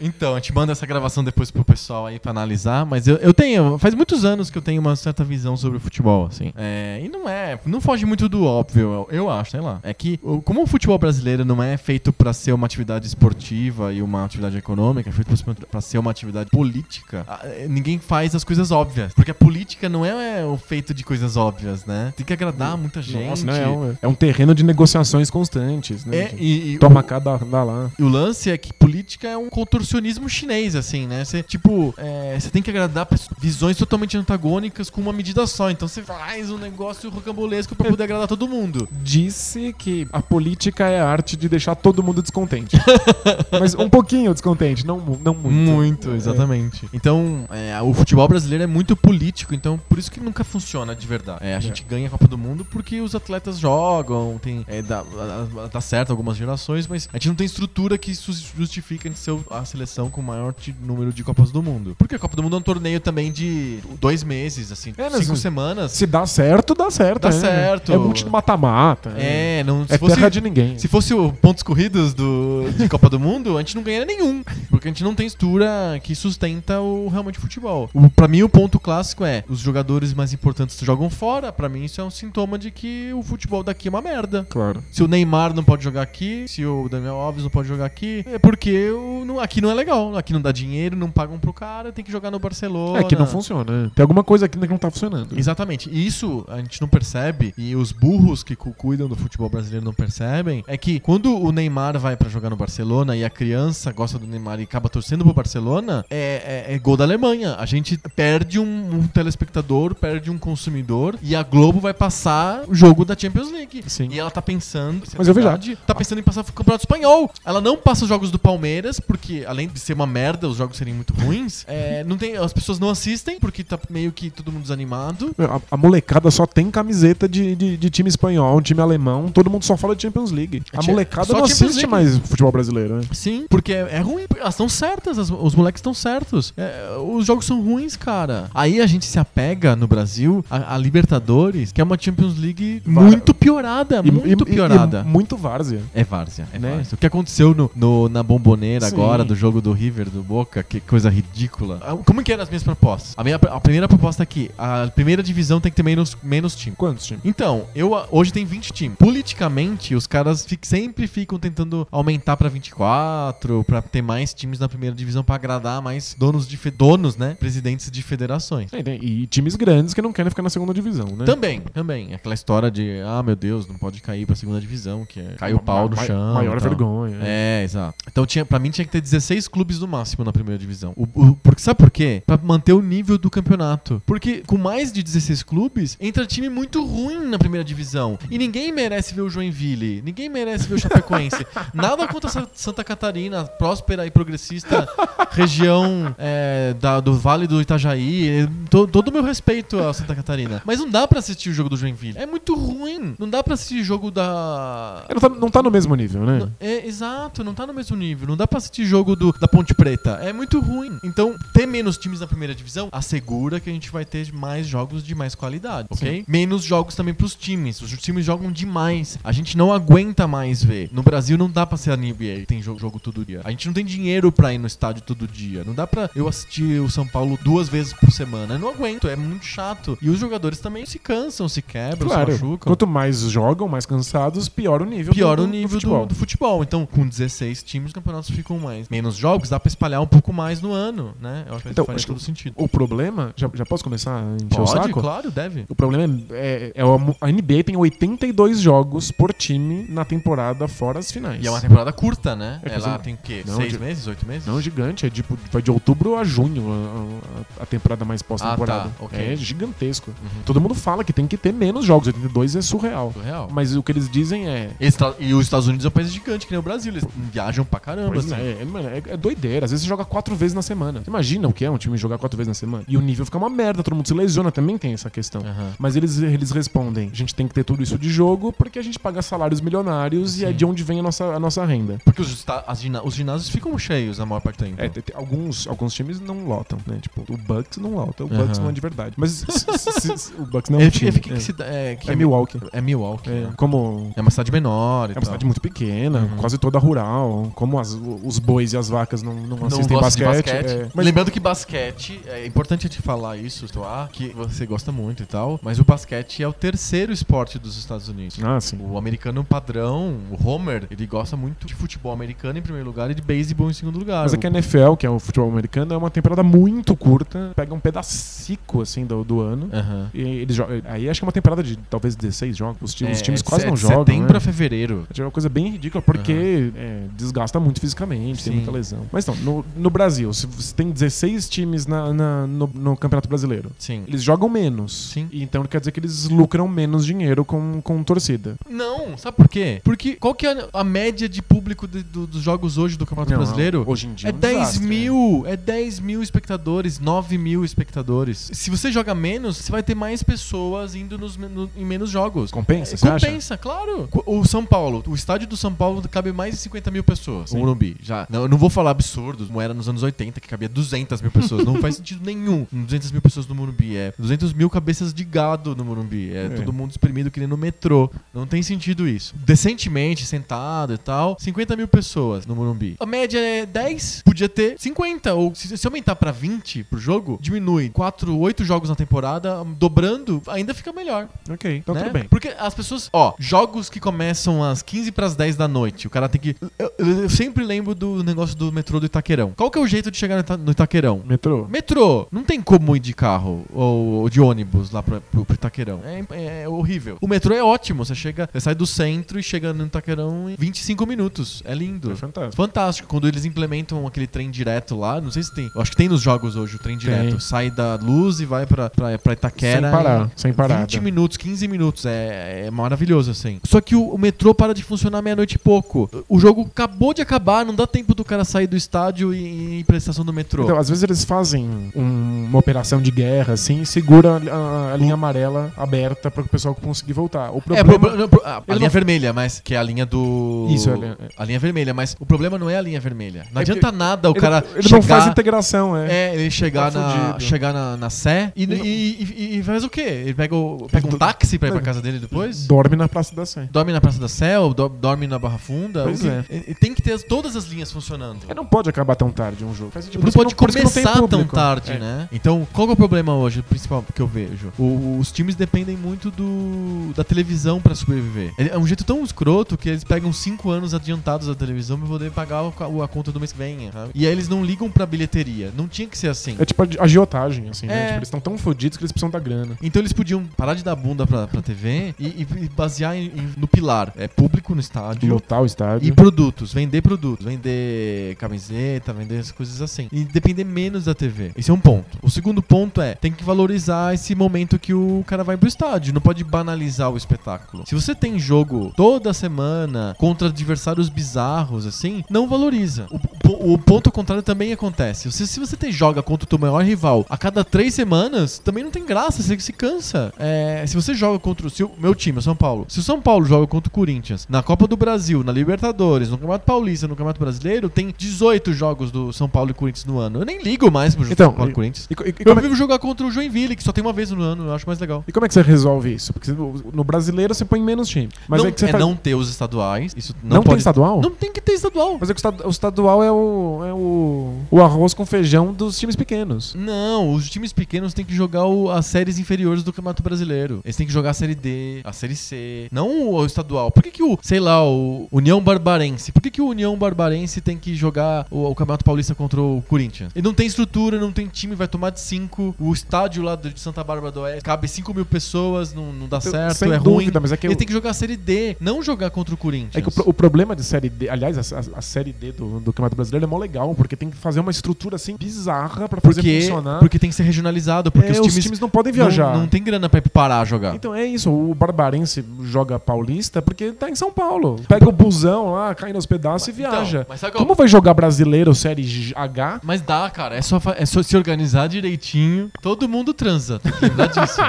A: Então, a gente manda essa gravação depois pro pessoal aí pra analisar, mas eu, eu tenho, faz muitos anos que eu tenho uma certa visão sobre o futebol, assim. É, e não é, não foge muito do óbvio, eu, eu acho, sei lá. É que, o- como o futebol brasileiro não é feito pra ser uma atividade esportiva e uma atividade econômica, é feito pra ser- pra ser uma atividade política, a- é, ninguém faz as coisas óbvias. Porque a política não é, é, o feito de coisas óbvias, né? Tem que agradar muita gente.
B: Nossa, não, é, um, é um terreno de negociações constantes, né?
A: É,
B: gente?
A: e, e
B: Toma cá, dá, dá lá.
A: E o lance é que política é um contor- evolucionismo chinês, assim, né? Você, tipo, é, você tem que agradar pessoas- visões totalmente antagônicas com uma medida só. Então você faz um negócio rocambolesco pra poder agradar todo mundo.
B: Disse que a política é a arte de deixar todo mundo descontente. Mas um pouquinho descontente, não, mu- não muito.
A: é. exatamente. Então, é, o futebol brasileiro é muito político, então por isso que nunca funciona de verdade. É, a gente ganha a Copa do Mundo porque os atletas jogam, tem, é, dá, dá- dá certo algumas gerações, mas a gente não tem estrutura que isso justifique a gente ser a seleção com o maior ti- número de Copas do Mundo. Porque a Copa do Mundo é um torneio também de dois meses, assim,
B: É, mas-
A: cinco semanas.
B: Se dá certo, dá certo.
A: Dá
B: é.
A: certo.
B: É multi do mata-mata.
A: É, não, se
B: É
A: fosse-
B: terra de ninguém.
A: Se fosse o pontos corridos do, de Copa do Mundo, a gente não ganharia nenhum. Porque a gente não tem estrutura que sustenta o realmente futebol. O, pra mim, o ponto clássico é: os jogadores mais importantes jogam fora. Pra mim, isso é um sintoma de que o futebol daqui é uma merda.
B: Claro.
A: Se o Neymar não pode jogar aqui, se o Daniel Alves não pode jogar aqui, é porque o, não- aqui não é legal. Aqui não dá dinheiro, não pagam pro cara, tem que jogar no Barcelona.
B: É que não funciona. Tem alguma coisa aqui que não tá funcionando.
A: Exatamente. E isso a gente não percebe, e os burros que cu- cuidam do futebol brasileiro não percebem, é que quando o Neymar vai pra jogar no Barcelona e a criança gosta do Neymar e acaba torcendo pro Barcelona, é, é- é gol da Alemanha. A gente perde um, um telespectador, perde um consumidor, e a Globo vai passar o jogo da Champions League.
B: Sim.
A: E ela tá pensando. isso é
B: Mas eu vejo-
A: verdade, Tá pensando em passar pro Campeonato Espanhol. Ela não passa os jogos do Palmeiras, porque além de ser uma merda, os jogos serem muito ruins, é, não tem, as pessoas não assistem, porque tá meio que todo mundo desanimado.
B: Meu, A, a molecada só tem camiseta de, de, de time espanhol, time alemão, todo mundo só fala de Champions League. A
A: Ti-
B: molecada
A: É, só
B: não
A: Champions
B: assiste
A: League.
B: mais futebol brasileiro, né?
A: Sim, porque é, é ruim. Elas estão certas, as- os moleques estão certos. É, os jogos são ruins, cara. Aí a gente se apega no Brasil a, a Libertadores, que é uma Champions League
B: Va-
A: muito piorada, É muito piorada.
B: e muito várzea.
A: é várzea, é
B: Né?
A: várzea. O que aconteceu no, no- na Bomboneira
B: Sim.
A: agora, do jogo do River, do Boca, que coisa ridícula. Ah, Como que eram as minhas propostas? A, minha, a primeira proposta é que a primeira divisão tem que ter menos, menos time.
B: Quantos times?
A: Então, eu a- hoje tem 20 times. Politicamente, os caras fi- sempre ficam tentando aumentar pra 24, pra ter mais times na primeira divisão pra agradar mais donos de fe- donos, né? Presidentes de federações.
B: É, tem- E times grandes que não querem ficar na segunda divisão, né?
A: Também, também. Aquela história de, ah, meu Deus, não pode cair pra segunda divisão, que é caiu o pau no
B: Ma- ma-
A: chão.
B: Maior
A: e tal.
B: vergonha.
A: É, exato. Então, tinha, pra mim, tinha que ter 16 clubes no máximo na primeira divisão. O, o- porque, sabe por quê? Pra manter o nível do campeonato. Porque com mais de 16 clubes, entra time muito ruim na primeira divisão. E ninguém merece ver o Joinville. Ninguém merece ver o Chapecoense. Nada contra Sa- Santa Catarina, próspera e progressista região é, da- do Vale do Itajaí. É, to- todo o meu respeito a Santa Catarina. Mas não dá pra assistir o jogo do Joinville. É muito ruim. Não dá pra assistir o jogo da.
B: É, Não, tá, não tá no mesmo nível, né?
A: Não- É, exato, não tá no mesmo nível. Não dá pra assistir jogo do, da Ponte Preta. É muito ruim. Então, ter menos times na primeira divisão assegura que a gente vai ter mais jogos de mais qualidade, ok? Menos jogos também pros times. Os times jogam demais. A gente não aguenta mais ver. No Brasil não dá pra ser a NBA. Tem jogo, jogo todo dia. A gente não tem dinheiro pra ir no estádio todo dia. Não dá pra eu assistir o São Paulo duas vezes por semana. Eu não aguento, é muito chato. E os jogadores também se cansam, se quebram,
B: Claro.
A: se machucam
B: Quanto mais jogam, mais cansados, pior o nível.
A: piora
B: do,
A: o
B: do
A: nível do do futebol.
B: futebol.
A: Então, com 16 times, os campeonatos ficam mais. Menos jogos, dá pra espalhar um pouco mais no ano, né? Eu acho que
B: Então,
A: faria
B: acho que
A: todo sentido.
B: O problema. Já, já posso começar a encher o
A: Pode,
B: saco?
A: claro, deve.
B: O problema é, é, é o- a NBA tem 82 jogos por time na temporada fora as finais.
A: E é uma temporada curta, né?
B: É,
A: Ela
B: pois é.
A: tem o quê?
B: Não,
A: Seis
B: de-
A: meses? Oito meses?
B: Não, gigante. É tipo, vai de outubro a junho a, a- a temporada mais pós-temporada.
A: Ah, tá, ok.
B: É gigantesco.
A: Uhum.
B: Todo mundo fala que tem que ter menos jogos. 82 é surreal.
A: Real.
B: Mas o que eles dizem é.
A: Estra- E os Estados Unidos é um país gigante, que nem o Brasil. Eles viajam pra caramba,
B: Pois
A: assim.
B: é, é, mano, é, é doideira. Às vezes você joga quatro vezes na semana. Você imagina o que é um time jogar quatro vezes na semana? E o nível fica uma merda, todo mundo se lesiona, também tem essa questão.
A: Aham.
B: Mas eles, eles respondem: a gente tem que ter tudo isso de jogo porque a gente paga salários milionários e é
A: Sim. Uhum.
B: de onde vem a nossa, a nossa renda.
A: Porque os, esta- as gina- os ginásios ficam cheios a maior parte do tempo.
B: É, tem- tem- alguns, alguns times não lotam, né? Tipo, o Bucks não lota, o Bucks
A: Aham.
B: não é de verdade. Mas se- se- se- se- o Bucks não é
A: é,
B: um
A: fica-
B: time.
A: fica
B: é.
A: que cida- é, que
B: É Milwaukee.
A: É Milwaukee.
B: É,
A: né?
B: como
A: É uma cidade menor e
B: É uma
A: tal.
B: cidade muito pequena,
A: Uhum.
B: quase toda rural. Como as- os bois e as vacas não, não assistem
A: gosto de
B: basquete. é. Mas-
A: Lembrando que basquete, é importante te falar isso, Toá, que você gosta muito e tal, mas o basquete é o terceiro esporte dos Estados Unidos.
B: Ah, sim.
A: O americano padrão, o Homer, ele gosta muito de futebol americano em primeiro lugar e de beisebol em segundo lugar.
B: Mas é que a NFL, que é o futebol americano, é uma temporada muito curta. Pega um pedacico, assim, do, do ano.
A: Aham.
B: E eles jogam. Aí acho que é uma temporada de talvez 16 jogos. Os, ti- os
A: É,
B: times
A: é
B: quase
A: de
B: não jogam.
A: Setembro
B: né?
A: a fevereiro.
B: É uma coisa bem ridícula, porque é, desgasta muito fisicamente,
A: Sim.
B: tem muita lesão. Mas então, no, no Brasil, se você tem 16 times na- na- no, no Campeonato Brasileiro.
A: Sim.
B: Eles jogam menos.
A: Sim.
B: E Então quer dizer que eles lucram menos dinheiro com, com torcida.
A: Não, sabe por quê? Porque qual que é a- a média de público de- do- dos jogos hoje do Campeonato
B: Não,
A: Brasileiro?
B: Hoje em dia.
A: É
B: um
A: 10
B: desastre,
A: mil, é 10 mil espectadores, 9 mil espectadores. Se você joga menos, você vai ter mais pessoas indo nos, men- no- em menos jogos.
B: né? Compensa,
A: É,
B: você acha?
A: compensa, claro. Co- O São Paulo, o estádio do São Paulo cabe mais de 50 mil pessoas.
B: Sim.
A: O Um Morumbi, já. Não, eu não vou falar absurdo, como era nos anos 80, que cabia 200 mil pessoas. não faz sentido nenhum. 200 mil pessoas no Morumbi é 200 mil cabeças de gado no Morumbi. É,
B: É.
A: todo mundo exprimido que nem no metrô. Não tem sentido isso. Decentemente, sentado e tal, 50 mil pessoas no Morumbi. A média é 10, podia ter 50. Ou se, se aumentar pra 20 pro jogo, diminui 4, 8 jogos na temporada, dobrando, ainda fica melhor.
B: Ok, então
A: Né?
B: tudo bem.
A: Porque as pessoas, ó, jogos que começam às 15 pras 10 da noite, o cara tem que. Eu, eu- eu sempre lembro do negócio do metrô do Itaquerão. Qual que é o jeito de chegar no, Ita- no Itaquerão?
B: Metrô.
A: Metrô, não tem como ir de carro ou, ou de ônibus lá pra, pro, pro Itaquerão. É, imp- é horrível. O metrô é ótimo, você chega, você sai do centro e chega no Itaquerão em 25 minutos. É lindo.
B: É fantástico.
A: Fantástico, quando eles implementam aquele trem direto lá, não sei se tem, eu acho que tem nos jogos hoje o trem direto.
B: Tem.
A: Sai da luz e vai pra, pra, pra Itaquera.
B: sem parar,
A: e-
B: sem parar.
A: 20 minutos, 15 minutos. É, é maravilhoso, assim. Só que o, o metrô para de funcionar meia-noite e pouco. O jogo acabou de acabar, não dá tempo do cara sair do estádio e, e ir pra estação do metrô.
B: Então, às vezes eles fazem um- uma operação de guerra, assim, e segura a- a, a linha amarela aberta para o pessoal conseguir voltar. O
A: É,
B: problema
A: pro- pro- pro- a, a
B: Ele
A: linha
B: não-
A: vermelha, mas que é a linha do.
B: Isso, é a linha-
A: a linha vermelha, mas o problema não é a linha vermelha. Não
B: É
A: adianta nada o
B: ele,
A: cara.
B: ele
A: chegar...
B: não faz integração, é.
A: É, ele chegar,
B: Tá
A: na,
B: fudido.
A: chegar na, na Sé e,
B: Ele não-
A: e- e- e faz o quê? Ele pega, o- pega um táxi pra ir pra casa dele depois?
B: Dorme na Praça da Sé.
A: Dorme na Praça da Sé ou do- dorme na Barra Funda?
B: Pois
A: O que-
B: é.
A: e- e Tem que ter as- todas as linhas funcionando.
B: É, não pode acabar tão tarde um jogo. Faz sentido. Por
A: Tipo, não
B: isso que
A: pode
B: por isso que não tem
A: começar tão
B: público.
A: tarde,
B: É.
A: né? Então, qual que é o problema hoje, o principal que eu vejo? O- os times dependem muito do, da televisão pra sobreviver. É é um jeito tão escroto que eles pegam 5 anos adiantados da televisão pra poder pagar o ca- a conta do mês que vem, sabe? E aí eles não ligam pra bilheteria. Não tinha que ser assim.
B: É tipo a agiotagem, assim,
A: É.
B: né? Tipo, eles estão tão fodidos que eles precisam da grana.
A: Então eles podiam parar de dar bunda pra, pra TV e, e- e basear em- em- no pilar. É público no estádio,
B: Lotar o estádio.
A: E produtos, vender produtos, vender camiseta, vender essas coisas assim. E depender menos da TV. Esse é um ponto. O segundo ponto é, tem que valorizar esse momento que o cara vai pro estádio. Não pode banalizar o espetáculo. Se você tem jogo toda semana contra adversários bizarros, assim, não valoriza. O, po- o ponto contrário também acontece. Se, se você tem, joga contra o teu maior rival a cada três semanas, também não tem graça, você se cansa. É, se você joga contra o se o meu time, o São Paulo. Se o São Paulo joga contra o Corinthians na Copa do Brasil, na Libertadores, no Campeonato Paulista, no Campeonato Brasileiro, tem 18 jogos do São Paulo e Corinthians no ano. Eu nem ligo mais pro
B: Então,
A: São Paulo e
B: e-
A: Corinthians.
B: E, co- e- e
A: Eu
B: como é,
A: vivo jogar contra o Joinville, que só tem uma vez no ano, eu acho mais legal.
B: e como é que você resolve isso? Porque no brasileiro você põe menos time. Mas
A: não,
B: é que você
A: é
B: faz-
A: não ter os estaduais, isso não,
B: não tem
A: pode...
B: estadual?
A: Não tem que ter estadual.
B: Mas é que o estadu- o estadual é o, é o, o arroz com feijão dos times pequenos.
A: Não, os times pequenos têm que jogar o- as séries inferiores do Campeonato Brasileiro. Eles têm que jogar a Série D, a Série C, não o, o estadual. Por que, que o, sei lá, o União Barbarense? Por que, que o União Barbarense tem que jogar o, o Campeonato Paulista contra o Corinthians? Ele não tem estrutura, não tem time, vai tomar de 5. O estádio lá do- de Santa Bárbara do Oeste cabe 5 mil pessoas, não, não dá
B: Eu-
A: certo,
B: sem
A: é
B: dúvida,
A: ruim.
B: mas é que,
A: Ele
B: o-
A: tem que jogar a Série D, não jogar contra o Corinthians.
B: é que o, pro- o problema de série D, aliás, a, a- a série D do, do Campeonato Brasileiro é mó legal, porque tem que fazer uma estrutura assim bizarra pra fazer
A: porque,
B: funcionar.
A: porque tem que ser regionalizado, porque
B: É,
A: os times,
B: não podem viajar.
A: Não, não tem grana pra ir parar a jogar.
B: Então é isso, o Barbarense joga paulista porque tá em São Paulo. Pega o busão lá, cai nos pedaços e
A: Então,
B: viaja.
A: mas sabe qual-
B: Como vai jogar brasileiro série G- H?
A: Mas dá, cara. É só, fa- é só se organizar direitinho. Todo mundo transa. Tem que lembrar disso.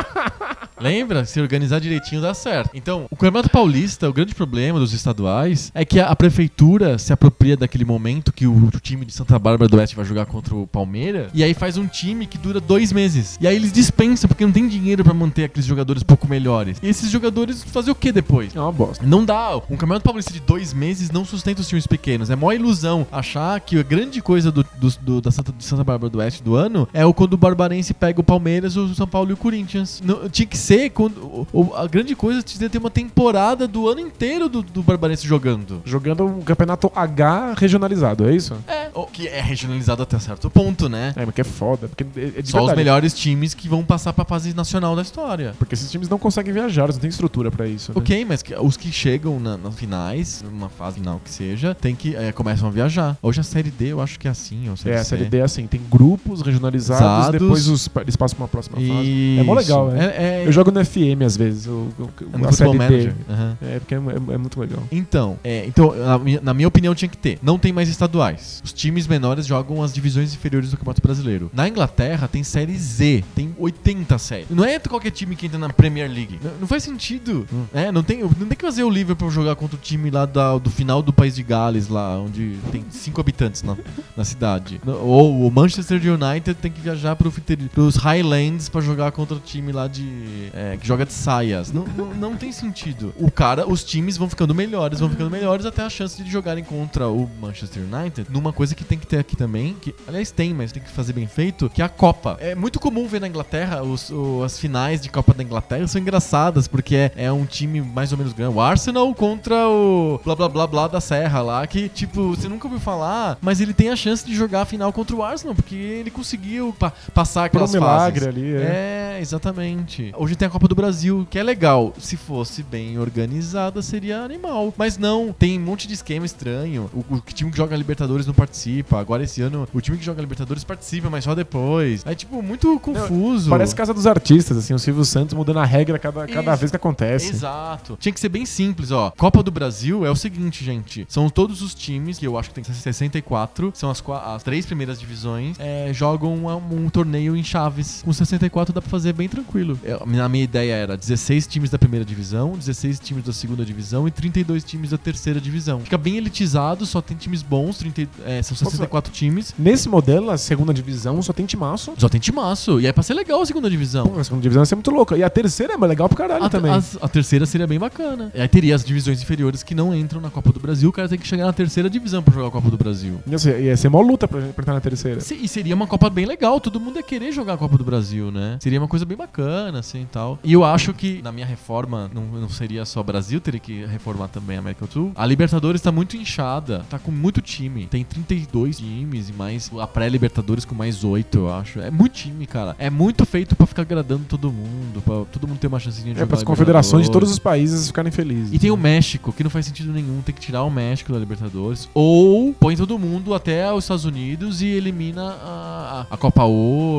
A: Lembra? Se organizar direitinho dá certo. Então, o Campeonato Paulista, o grande problema dos estaduais é que a, a prefeitura se apropria daquele momento que o, o time de Santa Bárbara do Oeste vai jogar contra o Palmeiras e aí faz um time que dura dois meses. E aí eles dispensam porque não tem dinheiro pra manter aqueles jogadores pouco melhores. E esses jogadores fazer o que depois?
B: É uma bosta.
A: Não dá. Um campeonato paulista de dois meses não sustenta os times pequenos. É mó ilusão achar que a grande coisa do, do- do- da Santa, de Santa Bárbara do Oeste do ano é o quando o Barbarense pega o Palmeiras, o São Paulo e o Corinthians. Não, tinha que ser quando. o- o- a grande coisa tinha que ter uma temporada do ano inteiro do, do Barbarense jogando.
B: Jogando um campeonato H regionalizado, é isso?
A: É. O que é regionalizado até certo ponto, né?
B: É, mas que é foda. Porque é, é de
A: Só os
B: verdade.
A: melhores times que vão passar pra fase nacional da história.
B: Porque esses times não conseguem viajar, eles não têm estrutura pra isso. né?
A: Ok, mas que- os que chegam na- nas finais, numa fase final que seja, tem que eh, começam a viajar. Hoje a série D, eu acho que é assim, ou série
B: É, a
A: C.
B: série D é assim, tem grupos regionalizados,
A: Exados.
B: depois os, pa- eles passam pra uma próxima fase.
A: Isso.
B: É mó legal, né?
A: é.
B: Eu jogo no FM às vezes, eu, eu-
A: é no
B: a série
A: Football
B: D.
A: Manager. Aham.
B: É, porque é, é- é muito legal.
A: Então, é, então na, minha, na minha opinião tinha que ter. Não tem mais estaduais. Os times menores jogam as divisões inferiores do Campeonato Brasileiro. Na Inglaterra tem série Z, tem 80 séries. Não é qualquer time que entra na Premier League. N- não faz sentido.
B: Hum.
A: É, não tem, não tem que fazer o Liverpool jogar contra o time lá da- do final do país de Gales, lá onde tem 5 habitantes na, na cidade. N- Ou o Manchester United tem que viajar pro, fite- pros Highlands pra jogar contra o time lá de. é, que joga de saias. Não, não, não tem sentido. O cara, os times vão ficando melhores, vão ficando melhores até a chance de jogarem contra o Manchester United. Numa coisa que tem que ter aqui também, que aliás tem, mas tem que fazer bem feito, que é a Copa. É muito comum ver na Inglaterra os- o- as finais de Copa da Inglaterra são engraçadas, porque é, é um time mais ou menos grande. O Arsenal contra o blá blá blá blá da Serra lá, que tipo, você nunca ouviu falar, mas ele tem a chance de jogar a final contra o Arsenal, porque ele conseguiu pa- passar
B: Por um
A: aquelas
B: milagre
A: fases.
B: ali, é.
A: É, exatamente. Hoje tem a Copa do Brasil, que é legal. Se fosse bem organizada, seria animal. Mas não, tem um monte de esquema estranho. O, o time que joga Libertadores não participa. Agora esse ano, o time que joga Libertadores participa, mas só depois. É tipo muito confuso.
B: Parece Casa dos Artistas, assim, o Silvio Santos mudando a regra cada, cada
A: Isso.
B: vez que acontece.
A: Exato. Tinha que ser bem simples, ó. Copa do Brasil é o seguinte, gente. São todos os times, que eu acho que tem 64, são as, qua- as três primeiras divisões, é, jogam um, um torneio em chaves. Com 64 dá pra fazer bem tranquilo. Eu- na minha ideia era 16 times da primeira divisão, 16 times da segunda divisão e 32 times da terceira divisão. Fica bem elitizado, só tem times bons, 30, é, são 64 times.
B: Nesse modelo, a segunda divisão só tem timaço.
A: Só tem timaço. E é pra ser legal a segunda divisão.
B: Pô, a segunda divisão ia ser muito louca. E a terceira é mais legal pro caralho
A: A,
B: também.
A: as- a terceira seria bem bacana. E aí teria as divisões inferiores que não entram na Copa do Brasil. O cara tem que chegar na terceira divisão pra jogar a Copa do Brasil.
B: Ia ser, ia ser mó luta pra, pra entrar na terceira.
A: Se- E seria uma Copa bem legal, todo mundo ia querer jogar a Copa do Brasil, né? Seria uma coisa bem bacana, assim e tal. E eu acho que na minha reforma não, não seria só Brasil, teria que reformar também a América do Sul. A Libertadores tá muito inchada, tá com muito time. Tem 32 times e mais a pré-Libertadores com mais 8, eu acho. É muito time, cara. É muito feito pra ficar agradando todo mundo, pra todo mundo ter uma chancezinha de
B: É,
A: jogar.
B: pras confederações de
A: Libertadores.
B: todos os países ficarem felizes.
A: E tem o México, que não faz sentido nenhum, tem que tirar o México da Libertadores. Ou põe todo mundo até os Estados Unidos e elimina a, a Copa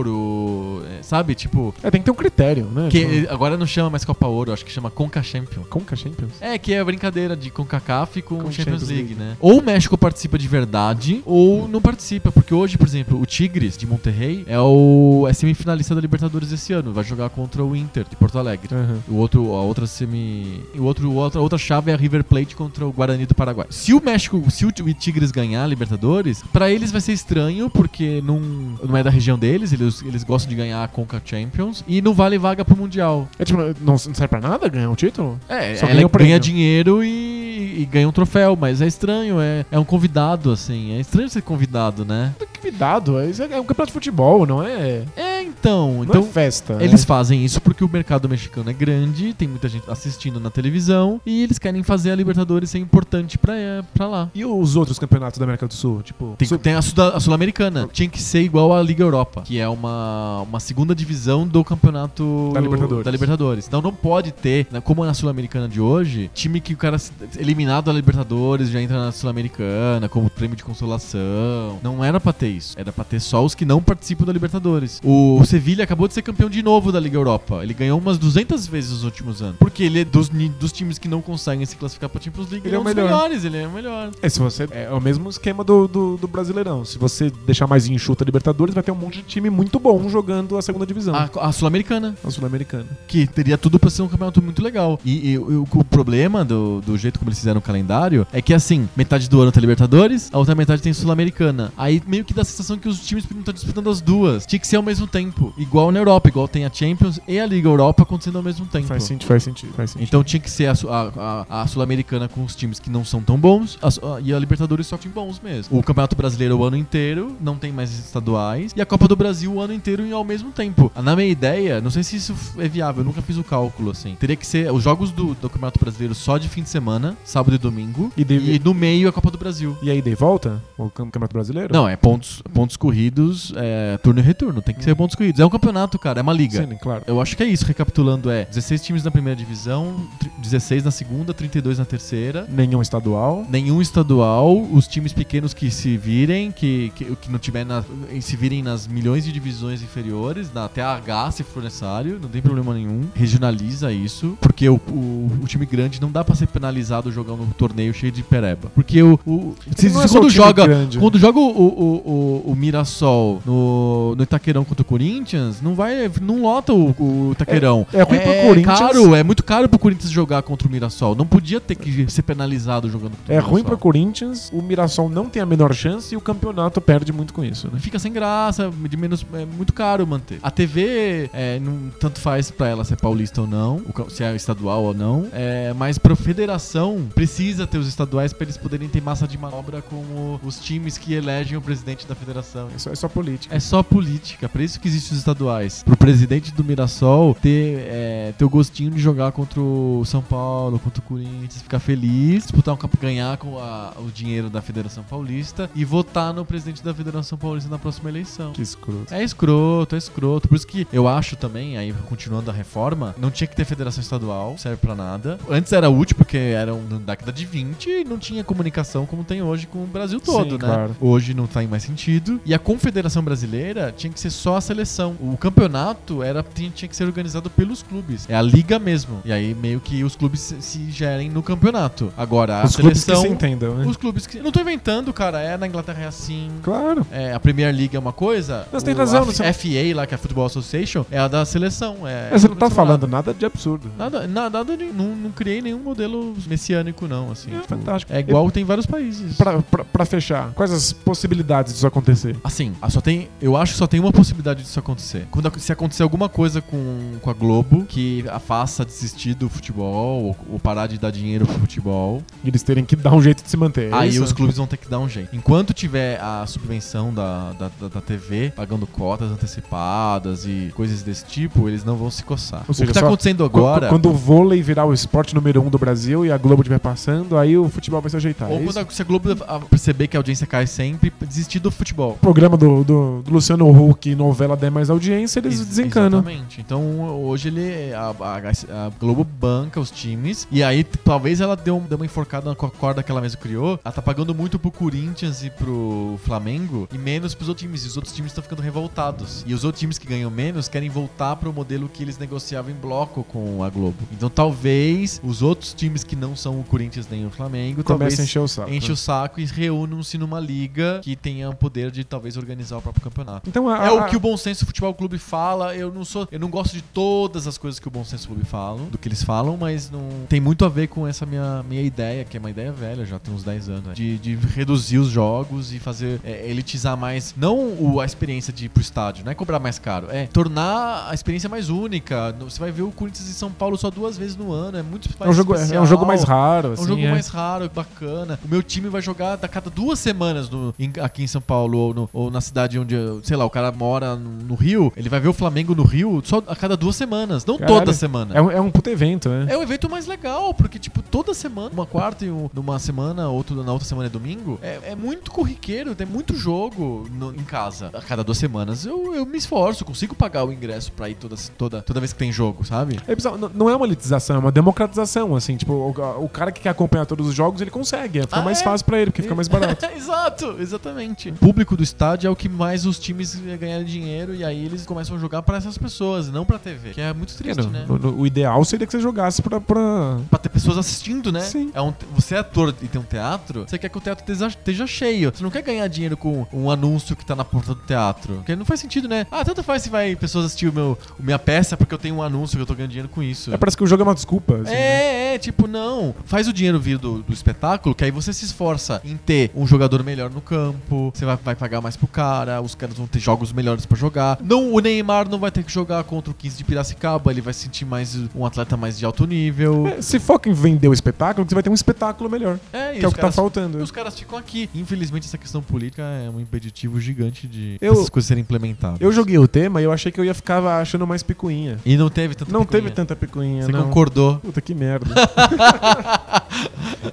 A: Ouro, é, sabe? Tipo,
B: É, tem que ter um critério, né?
A: que agora não chama mais Copa Ouro, acho que chama Conca Champion.
B: Conca Champions?
A: É, que é a brincadeira de CONCACAF com,
B: Com
A: Champions,
B: Champions
A: League,
B: League.
A: né? Ou o México participa de verdade, ou não participa. Porque hoje, por exemplo, o Tigres, de Monterrey, é o é semifinalista da Libertadores esse ano. Vai jogar contra o Inter, de Porto Alegre.
B: Aham.
A: O outro, a outra semi, o outro, outra, outra chave é a River Plate contra o Guarani do Paraguai. Se o México, se o Tigres ganhar a Libertadores, pra eles vai ser estranho porque não, não é da região deles, eles, eles gostam de ganhar a Conca Champions e não vale vaga pro mundial.
B: É tipo, não, não serve pra nada ganhar um título?
A: É,
B: Só
A: ela
B: ganha o prêmio.
A: ganha dinheiro e, e ganha um troféu, mas é estranho, é, é um convidado assim, é estranho ser convidado, né?
B: Que vidado, é, isso é um campeonato de futebol, não é,
A: É, então,
B: então,
A: então
B: não é festa. né?
A: Eles fazem isso porque o mercado mexicano é grande, tem muita gente assistindo na televisão e eles querem fazer a Libertadores ser importante pra, é, pra lá.
B: E os outros campeonatos da América do Sul? Tipo,
A: Tem,
B: Sul-
A: tem a Suda- a Sul-Americana. Tinha que ser igual à Liga Europa, que é uma, uma segunda divisão do campeonato
B: Da Libertadores.
A: da Libertadores. Então não pode ter, né, como na Sul-Americana de hoje, time que o cara se- eliminado da Libertadores já entra na Sul-Americana como prêmio de consolação. Não era pra ter isso. Era pra ter só os que não participam da Libertadores. O, o Sevilha acabou de ser campeão de novo da Liga Europa. Ele Ele ganhou umas 200 vezes nos últimos anos. Porque ele é dos, ni- dos times que não conseguem se classificar pra Champions League. Ele,
B: Ele é
A: é
B: o
A: um dos
B: melhor.
A: melhores, ele é o melhor.
B: É, se você, é o mesmo esquema do, do, do Brasileirão. Se você deixar mais enxuta a Libertadores, vai ter um monte de time muito bom jogando a segunda divisão. A,
A: A, a Sul-Americana,
B: Sul-Americana.
A: que teria tudo pra ser um campeonato muito legal. E, e o, o problema do, do jeito como eles fizeram o calendário é que, assim, metade do ano tem Libertadores, a outra metade tem Sul-Americana. Aí meio que dá a sensação que os times não estão disputando as duas. Tinha que ser ao mesmo tempo. Igual na Europa, igual tem a Champions e a Liga Europa acontecendo ao mesmo tempo.
B: Faz sentido, faz sentido, faz sentido.
A: Então tinha que ser a, Su- a- a- a Sul-Americana com os times que não são tão bons a Su- a- e a Libertadores só com times bons mesmo. O Campeonato Brasileiro o ano inteiro, não tem mais estaduais, e a Copa do Brasil o ano inteiro e ao mesmo tempo. Na minha ideia, não sei se isso é viável, eu nunca fiz o cálculo assim. Teria que ser os jogos do, do Campeonato Brasileiro só de fim de semana, sábado e domingo,
B: E
A: e,
B: deve-
A: no meio a Copa do Brasil.
B: E aí, de volta? O Cam- Campeonato Brasileiro?
A: Não, é pontos, pontos corridos, é, turno e retorno. Tem que ser pontos corridos. É um campeonato, cara, é uma liga.
B: Sim, claro.
A: Eu acho que é isso, recapitulando, é 16 times na primeira divisão, tr- 16 na segunda, 32 na terceira.
B: Nenhum estadual.
A: Nenhum estadual, os times pequenos que se virem, que, que, que não tiver na, e se virem nas milhões de divisões inferiores, na até a H se for necessário, não tem problema nenhum. Regionaliza isso, porque o, o, o time grande não dá pra ser penalizado jogando um torneio cheio de pereba. Porque o. o se-
B: Não é
A: se
B: só
A: quando
B: o time
A: joga.
B: grande.
A: Quando joga o, o, o, o Mirassol no, no Itaquerão contra o Corinthians, não vai. não lota o, o Itaquerão.
B: É- é ruim pro Corinthians.
A: caro, é muito caro pro Corinthians jogar contra o Mirassol. Não podia ter que ser penalizado jogando contra o
B: É ruim pro
A: Mirassol.
B: Corinthians, o Mirassol não tem a menor chance e o campeonato perde muito com isso, né?
A: Fica sem graça, de menos, é muito caro manter. A TV, é, não, tanto faz pra ela ser paulista ou não, o ca- se é estadual ou não, é, mas pra federação precisa ter os estaduais pra eles poderem ter massa de manobra com o- os times que elegem o presidente da federação.
B: É só, é só política.
A: É só política, pra isso que existem os estaduais. Pro presidente do Mirassol ter, é, ter o gostinho de jogar contra o São Paulo, contra o Corinthians, ficar feliz, disputar um campo, ganhar com a- o dinheiro da Federação Paulista e votar no presidente da Federação Paulista na próxima eleição.
B: Que escroto.
A: É escroto, é escroto. Por isso que eu acho também, aí continuando a reforma, não tinha que ter federação estadual, serve pra nada. Antes era útil porque era um- na década de 20 e não tinha comunicação como tem hoje com o Brasil todo,
B: Sim,
A: né?
B: claro.
A: Hoje não tem mais sentido. E a Confederação Brasileira tinha que ser só a seleção. O campeonato era tinha tinha que ser organizado pelos clubes. É a liga mesmo. E aí meio que os clubes se, se gerem no campeonato. Agora a
B: Os clubes que
A: seleção,
B: se entendam, né?
A: os clubes que não tô inventando, cara, é na Inglaterra é assim.
B: Claro.
A: É, a Premier League é uma coisa.
B: Não, você tem razão,
A: A
B: não,
A: F-
B: você-
A: FA, lá, que é a Football Association, é a da seleção. É,
B: Mas você não tá falando nada de absurdo.
A: Nada, nada, nada de- não, não criei nenhum modelo messiânico, não, assim.
B: É
A: tipo,
B: fantástico.
A: é igual tem vários países.
B: Pra, pra- pra fechar, quais as possibilidades disso acontecer?
A: Assim, a- só tem, eu acho que só tem uma possibilidade disso acontecer. Quando ac- se acontecer alguma coisa com, com a Globo que a faça desistir do futebol ou, ou parar de dar dinheiro pro futebol,
B: E Eles terem que dar um jeito de se manter. é
A: aí
B: isso?
A: os clubes vão ter que dar um jeito. Enquanto tiver a subvenção da, da, da, da TV pagando cotas antecipadas e coisas desse tipo, eles não vão se coçar.
B: Ou seja,
A: o que tá
B: só-
A: acontecendo
B: Qu-
A: agora.
B: Quando o vôlei virar o esporte número um do Brasil e a Globo estiver passando, aí o futebol vai se ajeitar.
A: ou
B: é
A: quando
B: isso?
A: a, se a Globo a- perceber que a audiência cai sempre, desistir do futebol.
B: O programa do, do- do Luciano Huck, novela der mais audiência, eles
A: Ex-
B: desencanam.
A: Exatamente. Então hoje ele a, a- a Globo banca os times e aí t- talvez ela deu, um- deu uma enforcada com a corda que ela mesma criou. Ela tá pagando muito pro Corinthians e pro Flamengo e menos pros outros times. E os outros times estão ficando revoltados. E os outros times que ganham menos querem voltar pro modelo que eles negociavam em bloco com a Globo. Então talvez os outros times que não são o Corinthians nem o Flamengo
B: Começa a
A: talvez
B: encher o saco.
A: enche o saco e reúnam-se numa liga que tenha o poder de talvez organizar o próprio campeonato.
B: Então, a-
A: É
B: a-
A: o que o Bom Senso Futebol Clube fala. Eu não sou, eu não gosto de todas as coisas que o Bom Senso Clube fala, do que eles falam, mas não tem muito a ver com essa minha, minha ideia, que é uma ideia velha, já tem uns 10 anos, né? de, de reduzir os jogos e fazer é, elitizar mais, não o- a experiência de ir pro estádio, não é cobrar mais caro, é tornar a experiência mais única. No- Você vai ver o Corinthians e São Paulo só duas vezes no ano, é muito
B: é um, jogo, é- é um jogo mais
A: especial.
B: raro.
A: É
B: Assim,
A: um jogo
B: é.
A: mais raro, bacana. O meu time vai jogar a cada duas semanas no- em- aqui em São Paulo ou, no- ou na cidade onde, sei lá, o cara mora no, no Rio. Ele vai ver o Flamengo no Rio só a cada duas semanas, não
B: Caralho.
A: toda semana.
B: É um, é um puto evento, né?
A: É o evento mais legal, porque, tipo, toda semana, uma quarta e um, numa semana, outro na outra semana é domingo, é, é muito corriqueiro, tem muito jogo no- em casa. A cada duas semanas eu, eu me esforço, consigo pagar o ingresso pra ir toda, toda, toda vez que tem jogo, sabe?
B: É bizarro, n- não é uma elitização, é uma democratização, assim. Tipo, o, o cara que quer acompanhar todos os jogos, ele consegue. Fica
A: Ah,
B: mais
A: é?
B: fácil pra ele, porque fica mais barato.
A: Exato, exatamente. O público do estádio é o que mais os times eh, ganharem dinheiro e aí eles começam a jogar pra essas pessoas, e não pra pra TV. Que é muito
B: É,
A: triste,
B: no-
A: né?
B: no- no- o ideal seria que você jogasse pra. pra-
A: Pra ter pessoas assistindo, né?
B: Sim.
A: É um te- você é ator e tem um teatro, você quer que o teatro esteja- esteja cheio. Você não quer ganhar dinheiro com um anúncio que tá na porta do teatro. Porque não faz sentido, né? Ah, tanto faz se vai pessoas assistir o meu, o minha peça porque eu tenho um anúncio que eu tô ganhando dinheiro com isso.
B: É, parece que o jogo é uma desculpa. assim, né?
A: É, é, tipo, não. Faz o dinheiro vir do, do espetáculo, que aí você se esforça em ter um jogador melhor no campo, você vai, vai pagar mais pro cara, os caras vão ter jogos melhores pra jogar. Não, o Neymar não vai ter que jogar contra o 15 de Piracicaba, ele vai se sentir mais um atleta mais de alto nível.
B: É, se foca em vender o espetáculo, que você vai ter um espetáculo melhor.
A: É,
B: que é o
A: os
B: que tá
A: caras-
B: faltando.
A: e os caras ficam aqui. Infelizmente, essa questão política é um impeditivo gigante de
B: Eu-
A: essas coisas serem implementadas.
B: Eu joguei o tema e eu achei que eu ia ficar achando mais picuinha.
A: E não teve tanto
B: não teve tanta picuinha,
A: Você
B: não.
A: concordou.
B: Puta que merda.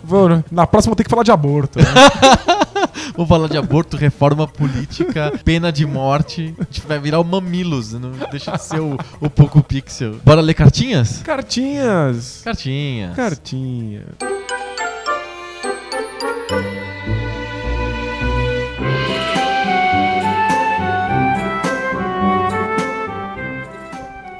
B: Vou, né? na próxima eu vou ter que falar de aborto. né?
A: Vamos falar de aborto, reforma política, pena de morte. A gente vai virar o Mamilos, não deixa de ser o, o Poco Pixel. Bora ler cartinhas?
B: Cartinhas.
A: Cartinhas.
B: Cartinha.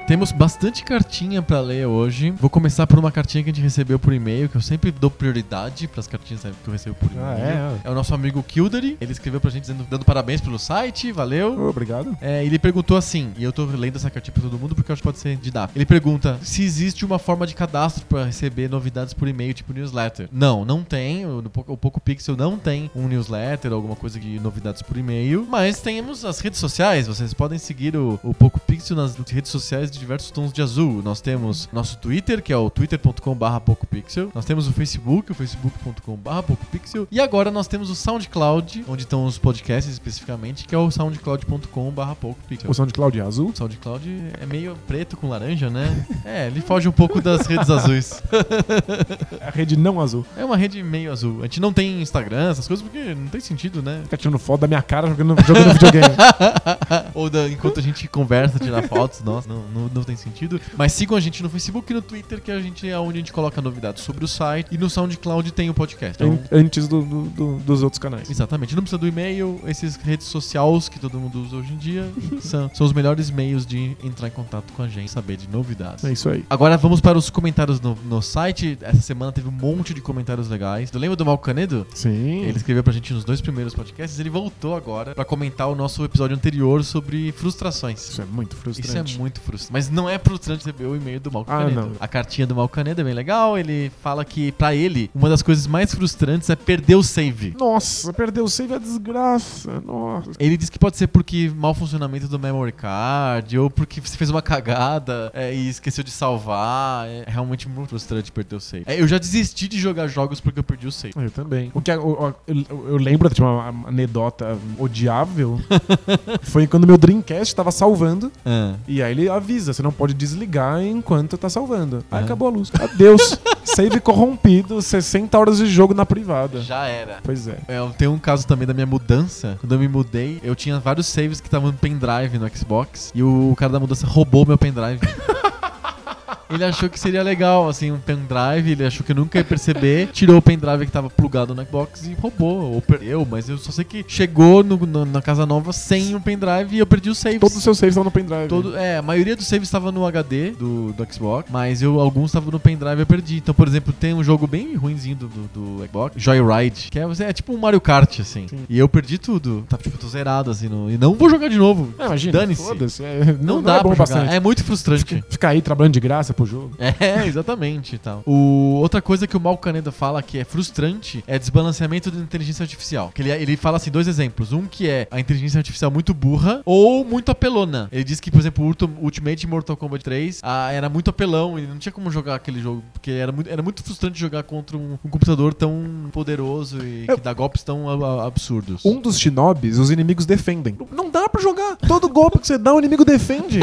A: Temos bastante cartinha pra ler hoje. Vou começar por uma cartinha que a gente recebeu por e-mail, que eu sempre dou prioridade pras cartinhas que eu recebo por e-mail.
B: Ah, é?
A: É o nosso amigo Kildery. Ele escreveu pra gente dizendo- dando parabéns pelo site, valeu.
B: Ô, Obrigado.
A: É, ele perguntou assim, e eu tô lendo essa cartinha pra todo mundo porque eu acho que pode ser didático. Ele pergunta se existe uma forma de cadastro pra receber novidades por e-mail, tipo newsletter. Não, não tem. O, Poco- o Poco Pixel não tem um newsletter ou alguma coisa de novidades por e-mail. Mas temos as redes sociais. Vocês podem seguir o, o Poco Pixel nas redes sociais de diversos tons de azul. Nós temos nosso Twitter, que é o twitter.com/barra PocoPixel. Nós temos o Facebook, o facebook.com/barra PocoPixel. E agora nós temos o SoundCloud, onde estão os podcasts especificamente, que é o soundcloud.com/barra PocoPixel.
B: O SoundCloud é azul?
A: O SoundCloud é meio preto com laranja, né? É, ele foge um pouco das redes azuis.
B: A rede não azul.
A: É uma rede meio azul. A gente não tem Instagram, essas coisas, porque não tem sentido, né?
B: Fica tirando foto da minha cara jogando, jogando videogame.
A: Ou da- enquanto a gente conversa, tirar fotos, nossa, não, não, não tem sentido. Mas sigam a gente no Facebook e no Twitter, que a gente é onde a gente coloca novidades sobre o site. E no SoundCloud tem o podcast. Então,
B: An- Antes do- do- do- dos outros canais.
A: Exatamente, não precisa do e-mail, esses redes sociais que todo mundo usa hoje em dia são, são os melhores meios de entrar em contato com a gente, saber de novidades.
B: É isso aí.
A: Agora vamos para os comentários no, no site. Essa semana teve um monte de comentários legais. Tu lembra do Malcanedo?
B: Sim.
A: Ele escreveu pra gente nos dois primeiros podcasts. Ele voltou agora pra comentar o nosso episódio anterior sobre frustrações.
B: Isso é muito
A: Isso é
B: frustrante.
A: muito frustrante. Mas não é frustrante receber o e-mail do Malcanedo.
B: Ah, não.
A: A cartinha do Malcanedo é bem legal. Ele fala que, pra ele, uma das coisas mais frustrantes é perder o save.
B: Nossa, perdeu o save é desgraça. Nossa.
A: Ele diz que pode ser porque mau funcionamento do memory card, ou porque você fez uma cagada é, e esqueceu de salvar. É realmente muito frustrante perder o save. É, eu já desisti de jogar jogos porque eu perdi o save.
B: Eu também. O que a- o- o- eu, eu lembro de uma anedota odiável. foi quando meu Dreamcast tava salvando.
A: Ah.
B: E aí ele avisa: você não pode desligar enquanto tá salvando. Aí
A: Ah.
B: acabou a luz. Adeus. Save corrompido, 60 horas de jogo na privada.
A: Já era.
B: Pois é.
A: É, eu tenho um caso também da minha mudança. Quando eu me mudei, eu tinha vários saves que estavam no pendrive no Xbox. E o cara da mudança roubou meu pendrive. Ele achou que seria legal, assim, um pendrive. Ele achou que eu nunca ia perceber. Tirou o pendrive que tava plugado no Xbox e roubou. Ou perdeu, mas eu só sei que chegou no- no- na casa nova sem um pendrive e eu perdi os saves.
B: Todos os seus saves estão no pendrive.
A: Todo, é, a maioria dos saves estava no HD do, do Xbox, mas eu, alguns estavam no pendrive e eu perdi. Então, por exemplo, tem um jogo bem ruinzinho do, do, do Xbox, Joyride, que é, é tipo um Mario Kart, assim.
B: Sim.
A: E eu perdi tudo. Tá, tipo, tô zerado, assim, no- e não vou jogar de novo.
B: É, imagina.
A: Dane-se.
B: foda-se. É,
A: Não,
B: não,
A: dá
B: é bom
A: pra jogar.
B: bastante.
A: É muito frustrante.
B: Ficar aí trabalhando de graça pro jogo.
A: É, exatamente e tal. O, outra coisa que o Mal Caneda fala que é frustrante é desbalanceamento da inteligência artificial. Que ele, ele fala assim, dois exemplos. Um que é a inteligência artificial muito burra ou muito apelona. Ele diz que, por exemplo, o Ultim- Ultimate Mortal Kombat 3 ah, era muito apelão e não tinha como jogar aquele jogo, porque era muito, era muito frustrante jogar contra um, um computador tão poderoso e
B: Eu-
A: que dá golpes tão a- a- absurdos.
B: Um dos shinobis, os inimigos defendem. Não dá pra jogar. Todo golpe que você dá, o inimigo defende.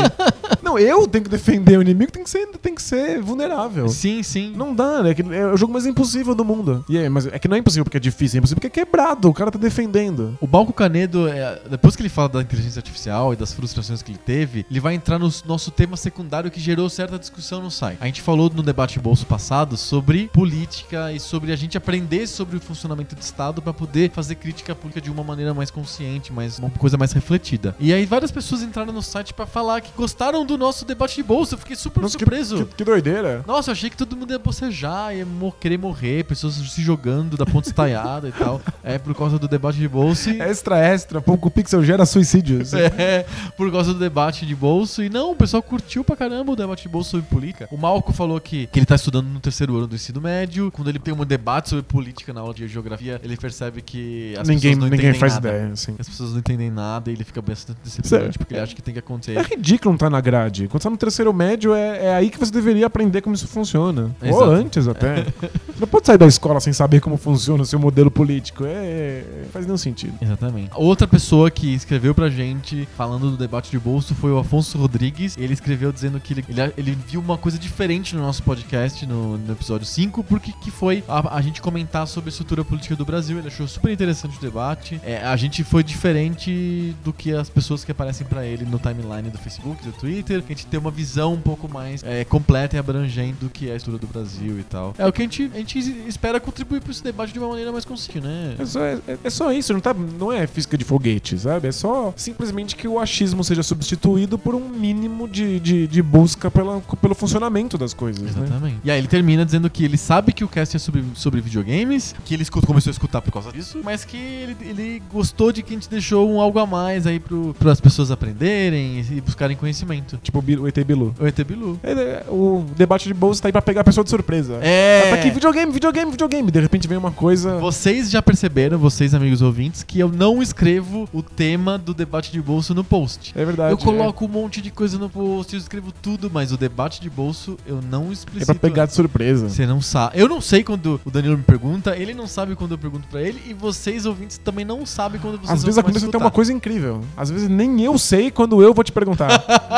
B: Não, eu tenho que defender o inimigo, tem que ser, tem que ser vulnerável.
A: Sim, sim.
B: Não dá, né? É que- É o jogo mais impossível do mundo. E é, mas é que não é impossível porque é difícil, é impossível porque é quebrado, o cara tá defendendo.
A: O Balco Canedo, é, depois que ele fala da inteligência artificial e das frustrações que ele teve, ele vai entrar no s- nosso tema secundário que gerou certa discussão no site. A gente falou no debate bolso passado sobre política e sobre a gente aprender sobre o funcionamento do Estado pra poder fazer crítica pública de uma maneira mais consciente, mais uma coisa mais refletida. E aí várias pessoas entraram no site pra falar que gostaram do do nosso debate de bolsa. Eu fiquei super
B: Nossa, que,
A: surpreso.
B: que, que doideira.
A: Nossa, eu achei que todo mundo ia bocejar, ia mo- querer morrer, pessoas se jogando da ponte estaiada e tal. É por causa do debate de bolsa. e-
B: É Extra, extra, pouco pixel gera suicídios.
A: É, por causa do debate de bolso. E não, o pessoal curtiu pra caramba o debate de bolso sobre política. O Malco falou que, que ele tá estudando no terceiro ano do ensino médio. Quando ele tem um debate sobre política na aula de geografia, ele percebe que as
B: ninguém
A: pessoas não
B: ninguém
A: entendem
B: faz
A: nada.
B: ideia, assim.
A: As pessoas não entendem nada e ele fica bastante decepcionante porque ele acha que tem que acontecer.
B: É ridículo não estar na grade. Quando você tá no terceiro médio, é, é aí que você deveria aprender como isso funciona.
A: Exato. É.
B: Ou antes até. Você não pode sair da escola sem saber como funciona o seu modelo político. É, é- faz nenhum sentido.
A: Exatamente. Outra pessoa que escreveu pra gente falando do debate de bolso foi o Afonso Rodrigues. Ele escreveu dizendo que ele, ele, ele viu uma coisa diferente no nosso podcast, no, no episódio 5, porque que foi a, a gente comentar sobre a estrutura política do Brasil. Ele achou super interessante o debate. É, a gente foi diferente do que as pessoas que aparecem pra ele no timeline do Facebook, do Twitter. que A gente tem uma visão um pouco mais é, completa e abrangente do que é a estrutura do Brasil e tal. É o que a gente, a gente espera contribuir pra esse debate de uma maneira mais consciente, né?
B: É só, é- é só isso, não, tá, não é física de foguete, sabe? É só simplesmente que o achismo seja substituído por um mínimo de, de, de busca pela, pelo funcionamento das coisas, né?
A: Exatamente. Uhum. E aí ele termina dizendo que ele sabe que o cast é sobre, sobre videogames, que ele escuta- começou a escutar por causa disso, mas que ele, ele gostou de que a gente deixou um algo a mais aí para as pessoas aprenderem e, e buscarem conhecimento.
B: Tipo o Bi- o ET Bilu.
A: O ET Bilu.
B: É, é, O debate de bolsa tá aí pra pegar a pessoa de surpresa.
A: É.
B: Ah, Tá aqui, videogame, videogame, videogame. De repente vem uma coisa.
A: Vocês já perceberam, vocês amigos ouvintes, que eu não escrevo o tema do debate de bolso no post.
B: É verdade.
A: eu coloco um monte de coisa no post, eu escrevo tudo, mas o debate de bolso eu não
B: É, é
A: explicito.
B: pra pegar de surpresa.
A: Você não sabe. Eu não sei quando o Danilo me pergunta, ele não sabe quando eu pergunto pra ele, e vocês ouvintes também não sabem quando vocês
B: Às
A: vão
B: vezes
A: começar a
B: acontece até uma
A: escutar.
B: coisa incrível. Às vezes nem eu sei quando eu vou te perguntar.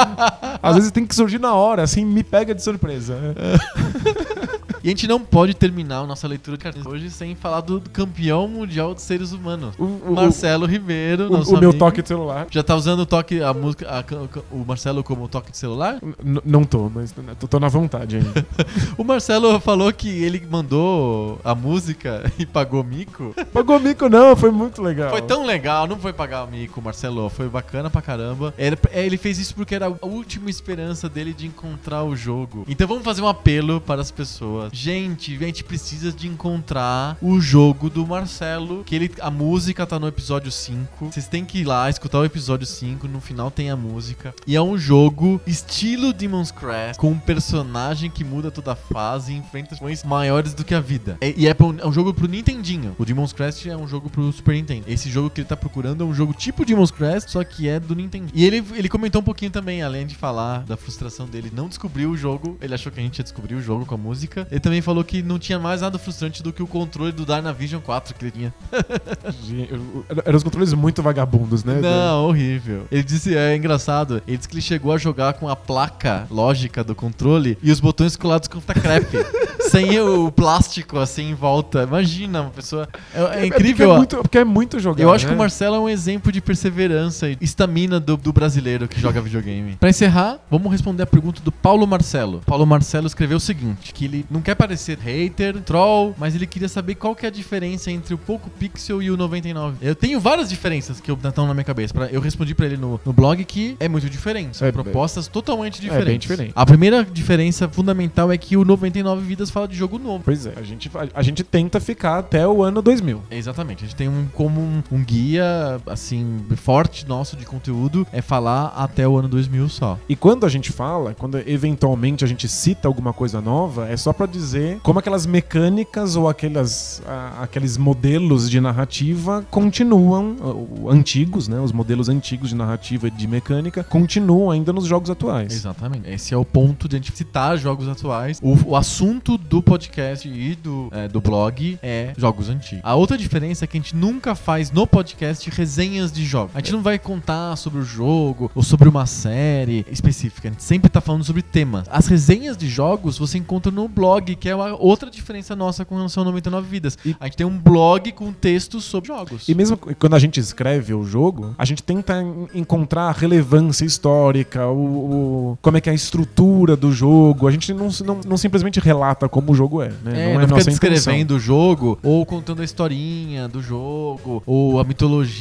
B: Às vezes tem que surgir na hora, assim, me pega de surpresa.
A: E a gente não pode terminar a nossa leitura de cartões hoje sem falar do campeão mundial de seres humanos.
B: O, o-
A: Marcelo Ribeiro,
B: o-
A: nosso
B: o meu
A: amigo.
B: toque de celular.
A: Já tá usando o toque, a música, a can- o Marcelo como toque de celular?
B: N- não tô, mas n- tô, tô na vontade ainda.
A: O Marcelo falou que ele mandou a música e pagou mico.
B: Pagou mico, não, foi muito legal.
A: Foi tão legal, não foi pagar mico, Marcelo. Foi bacana pra caramba. Era- é, Ele fez isso porque era a última esperança dele de encontrar o jogo. Então vamos fazer um apelo para as pessoas. Gente, a gente precisa de encontrar o jogo do Marcelo. Que ele, a música tá no episódio 5. Vocês têm que ir lá escutar o episódio 5. No final tem a música. E é um jogo estilo Demon's Crest, com um personagem que muda toda fase e enfrenta vilões maiores do que a vida. É- e é, pra um, é um jogo pro Nintendinho. O Demon's Crest é um jogo pro Super Nintendo. Esse jogo que ele tá procurando é um jogo tipo Demon's Crest, só que é do Nintendo. E ele, ele comentou um pouquinho também, além de falar da frustração dele não descobrir o jogo, ele achou que a gente ia descobrir o jogo com a música. Ele também falou que não tinha mais nada frustrante do que o controle do Dynavision 4 que ele tinha.
B: Gente, eu- eu- Eram os controles muito vagabundos, né?
A: Não, horrível. Ele disse, é engraçado, ele disse que ele chegou a jogar com a placa lógica do controle e os botões colados com fita crepe. sem o plástico assim em volta. Imagina, uma pessoa. É, é
B: porque
A: incrível.
B: é muito, porque é muito jogar.
A: Eu acho que
B: né?
A: o Marcelo é um exemplo de perseverança e estamina do, do brasileiro que joga videogame. Pra encerrar, vamos responder a pergunta do Paulo Marcelo. Paulo Marcelo escreveu o seguinte, que ele não quer parecer hater, troll, mas ele queria saber qual que é a diferença entre o pouco pixel e o 99. Eu tenho várias diferenças que estão na minha cabeça. Pra- Eu respondi pra ele no, no blog que é muito diferente. São
B: É,
A: propostas totalmente
B: bem
A: diferentes.
B: diferente.
A: A primeira diferença fundamental é que o 99 vidas fala de jogo novo.
B: Pois é, a gente, a, a gente tenta ficar até o ano 2000.
A: Exatamente. A gente tem um, como um, um guia, assim, forte nosso de conteúdo, é falar até o ano 2000 só.
B: E quando a gente fala, quando eventualmente a gente cita alguma coisa nova, é só pra dizer como aquelas mecânicas ou aquelas, a- aqueles modelos de narrativa continuam, o- o- antigos, né? Os modelos antigos de narrativa e de mecânica continuam ainda nos jogos atuais.
A: Exatamente. Esse é o ponto de a gente citar jogos atuais. O, o assunto do podcast e do, é, do blog é jogos antigos. A outra diferença é que a gente nunca faz no podcast resenhas de jogos. A gente não vai contar sobre o jogo ou sobre uma série específica. A gente sempre tá falando sobre temas. As resenhas de jogos você encontra no blog, que é uma outra diferença nossa com relação ao 99 Vidas.
B: E-
A: A gente tem um blog com textos sobre jogos.
B: E mesmo qu- quando a gente escreve o jogo, a gente tenta en- encontrar a relevância histórica, o, o- como é que é a estrutura do jogo. A gente não, s- não, não simplesmente relata como o jogo é, né?
A: É, não,
B: é
A: fica
B: nossa
A: descrevendo
B: intenção.
A: o jogo ou contando a historinha do jogo ou a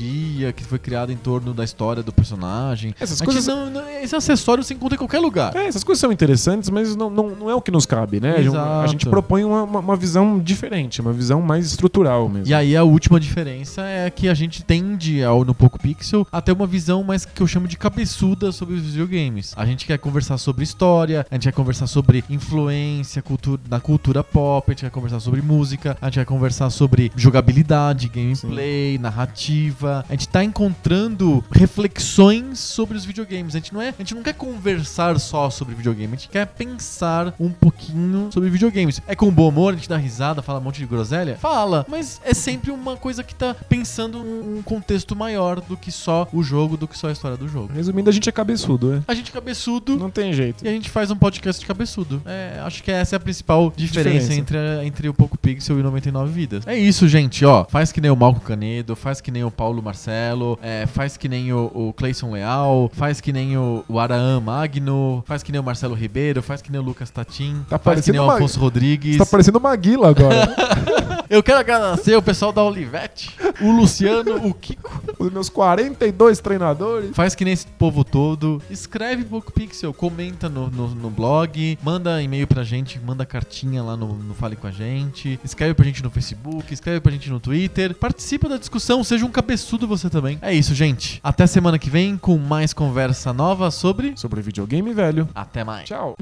A: mitologia que foi criada em torno da história do personagem.
B: Essas
A: A gente
B: coisas
A: não- não- esse acessório se encontra em qualquer lugar.
B: É, essas coisas são interessantes, mas não, não, não é o que nos cabe, né? A gente- A
A: Exato.
B: gente propõe uma, uma- uma visão diferente, uma visão mais estrutural mesmo.
A: E aí a última diferença é que a gente tende ao no Poco Pixel a ter uma visão mais que eu chamo de cabeçuda sobre os videogames. A gente quer conversar sobre história, a gente quer conversar sobre influência cultu na cultura pop, a gente quer conversar sobre música, a gente quer conversar sobre jogabilidade, gameplay, narrativa. A gente tá encontrando reflexões sobre os videogames. A gente não é, a gente não quer conversar só sobre videogame, a gente quer pensar um pouquinho sobre videogames. É com bom humor, a gente dá risada, fala um monte de groselha? Fala, mas é sempre uma coisa que tá pensando um, um contexto maior do que só o jogo, do que só a história do jogo.
B: Resumindo, a gente é cabeçudo, é.
A: A gente é cabeçudo
B: Não tem jeito.
A: e a gente faz um podcast de cabeçudo. É, acho que essa é a principal diferença,
B: Diferença.
A: Entre, a- entre o Poco Pixel e o 99 Vidas. É isso, gente, ó. Faz que nem o Malco Canedo, faz que nem o Paulo Marcelo, é, faz que nem o, o Cleison Leal, faz que nem o, o Araan Magno, faz que nem o Marcelo Ribeiro, faz que nem o Lucas Tatim,
B: Tá
A: faz que
B: parecendo
A: nem o
B: uma-
A: Alfonso Rodrigues.
B: Você tá parecendo uma guila agora.
A: Eu quero agradecer o pessoal da Olivetti, o Luciano, o Kiko.
B: Os meus 42 treinadores.
A: Faz que nem esse povo todo. Escreve Poco Pixel, comenta no, no, no blog, manda e-mail pra gente, manda cartinha lá no, no Fale com a gente. Escreve pra gente no Facebook, escreve pra gente no Twitter. Participa da discussão, seja um cabeçudo você também. É isso, gente. Até semana que vem com mais conversa nova sobre.
B: Sobre videogame, velho.
A: Até mais.
B: Tchau.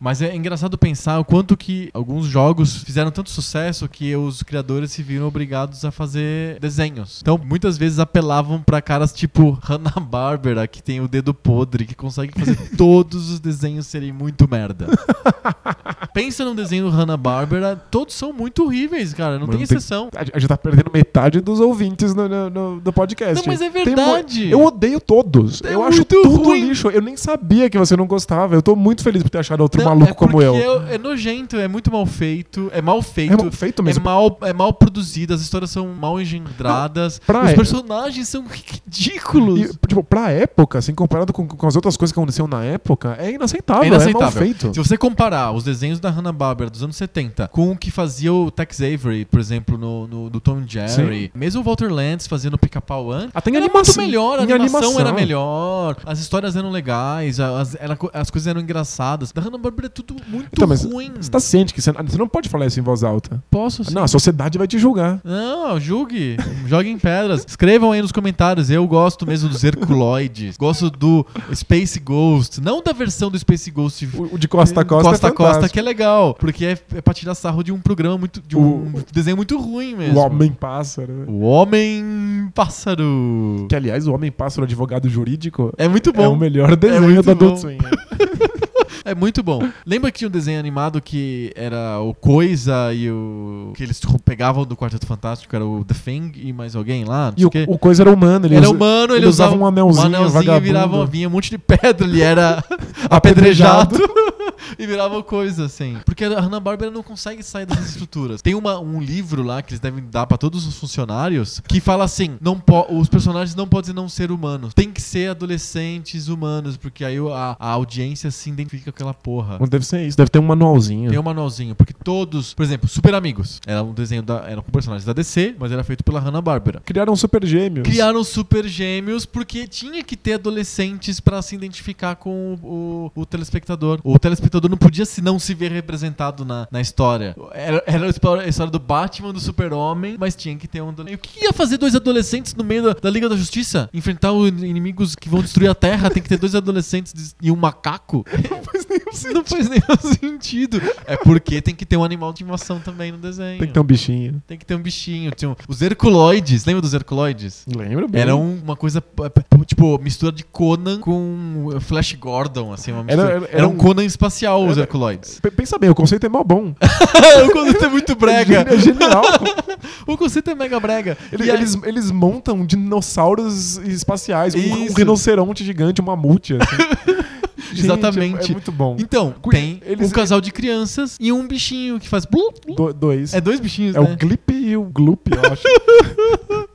A: Mas é engraçado pensar o quanto que alguns jogos fizeram tanto sucesso que os criadores se viram obrigados a fazer desenhos. Então, muitas vezes apelavam pra caras tipo Hanna-Barbera, que tem o dedo podre, que consegue fazer todos os desenhos serem muito merda. Pensa num desenho do Hanna-Barbera, todos são muito horríveis, cara, não
B: Mas
A: tem
B: não tem-
A: exceção.
B: A gente- a gente tá perdendo metade dos ouvintes no, no- no- do podcast.
A: Não, mas é
B: assim, Tem um
A: verdade.
B: mu- eu odeio todos.
A: É
B: eu acho
A: muito
B: tudo um
A: ruim.
B: lixo. Eu nem sabia que você não gostava. Eu tô muito feliz por ter achado outro
A: Não,
B: maluco
A: é
B: como
A: porque
B: eu.
A: É, é nojento, é muito mal feito, é mal feito.
B: É mal feito
A: É
B: mesmo.
A: mal, é mal produzido, as histórias são mal engendradas,
B: pra
A: os
B: é-
A: personagens são ridículos.
B: E, tipo, pra época, assim, comparado com, com as outras coisas que aconteciam na época, é inaceitável,
A: É
B: é,
A: inaceitável.
B: mal feito.
A: Se você comparar os desenhos da Hanna-Barbera dos anos 70 com o que fazia o Tex Avery, por exemplo, no, no- do Tom and Jerry, mesmo o Walter Lantz fazendo o Pica-Pau antes,
B: Até em
A: era
B: animação-
A: muito melhor, a
B: em
A: animação,
B: animação.
A: era melhor, as histórias eram legais, a- as, era co- as coisas eram engraçadas. Da Hanna-Barbera é tudo muito
B: Então, mas
A: ruim.
B: Você tá ciente que você, você não pode falar isso em voz alta.
A: Posso sim.
B: Não, a sociedade vai te julgar.
A: Não, julgue. Joguem pedras. Escrevam aí nos comentários. Eu gosto mesmo dos Herculoides. Gosto do Space Ghost. Não da versão do Space Ghost
B: O, o de Costa a Costa,
A: Costa
B: é
A: a Costa,
B: fantástico.
A: que é legal. Porque é, é pra tirar sarro de um programa muito. de um
B: O-
A: desenho muito ruim é mesmo.
B: O Homem-Pássaro.
A: O Homem Pássaro.
B: Que, aliás, o Homem-Pássaro Advogado Jurídico
A: É muito
B: é o
A: bom.
B: melhor desenho
A: muito
B: da
A: bom.
B: Adult Swim.
A: É, muito bom. Lembra que tinha um desenho animado que era o Coisa e o. que eles pegavam do Quarteto Fantástico? Era o The Thing e mais alguém lá? não
B: E
A: sei
B: o,
A: quê?
B: o coisa era humano. Ele,
A: Ele era
B: usa-
A: humano, ele,
B: ele usava um anelzinho,
A: um anelzinho e
B: vagabundo.
A: virava uma vinha, um monte de pedra, ele era apedrejado e virava coisa assim. Porque a Hanna-Barbera não consegue sair dessas estruturas. Tem uma- um livro lá que eles devem dar pra todos os funcionários que fala assim: não po- os personagens não podem não ser humanos, tem que ser adolescentes humanos, porque aí a, a audiência se identifica com aquela porra.
B: Mas deve ser isso, deve ter um manualzinho.
A: Tem um manualzinho, porque todos, por exemplo, Super Amigos, era um desenho da, era com personagens da DC, mas era feito pela Hanna-Barbera
B: Criaram super gêmeos.
A: criaram super gêmeos porque tinha que ter adolescentes pra se identificar com o, o- o telespectador. O telespectador não podia se não se ver representado na, na história. Era, era a história a história do Batman, do Super-Homem, mas tinha que ter um adolescente. O que ia fazer dois adolescentes no meio da, da Liga da Justiça? Enfrentar os inimigos que vão destruir a Terra? Tem que ter dois adolescentes des- e um macaco? Não faz nenhum sentido. É porque tem que ter um animal de animação também no desenho.
B: Tem que ter um bichinho.
A: Tem que ter um bichinho. Tinha um- Os Herculoides. Lembra dos Herculoides?
B: Lembra bem.
A: Era um- uma coisa, p- p- tipo, mistura de Conan com eh, Flash Gordon, assim, uma mistura. Era,
B: Era- era- era
A: um
B: um-
A: Conan espacial, os
B: era-
A: Herculoides.
B: P- Pensa bem, o conceito é mal bom.
A: o conceito é muito brega.
B: É genial.
A: O conceito é mega brega.
B: Ele-
A: E aí-
B: eles, eles montam dinossauros espaciais, um, um
A: Isso.
B: rinoceronte gigante, um mamute. assim. Gente,
A: Exatamente.
B: É muito bom.
A: Então,
B: Cu-
A: tem
B: eles-
A: um casal de crianças e um bichinho que faz. blu, É blu.
B: Do- dois.
A: É dois bichinhos,
B: É
A: né?
B: o Glip e o Gloop, eu acho.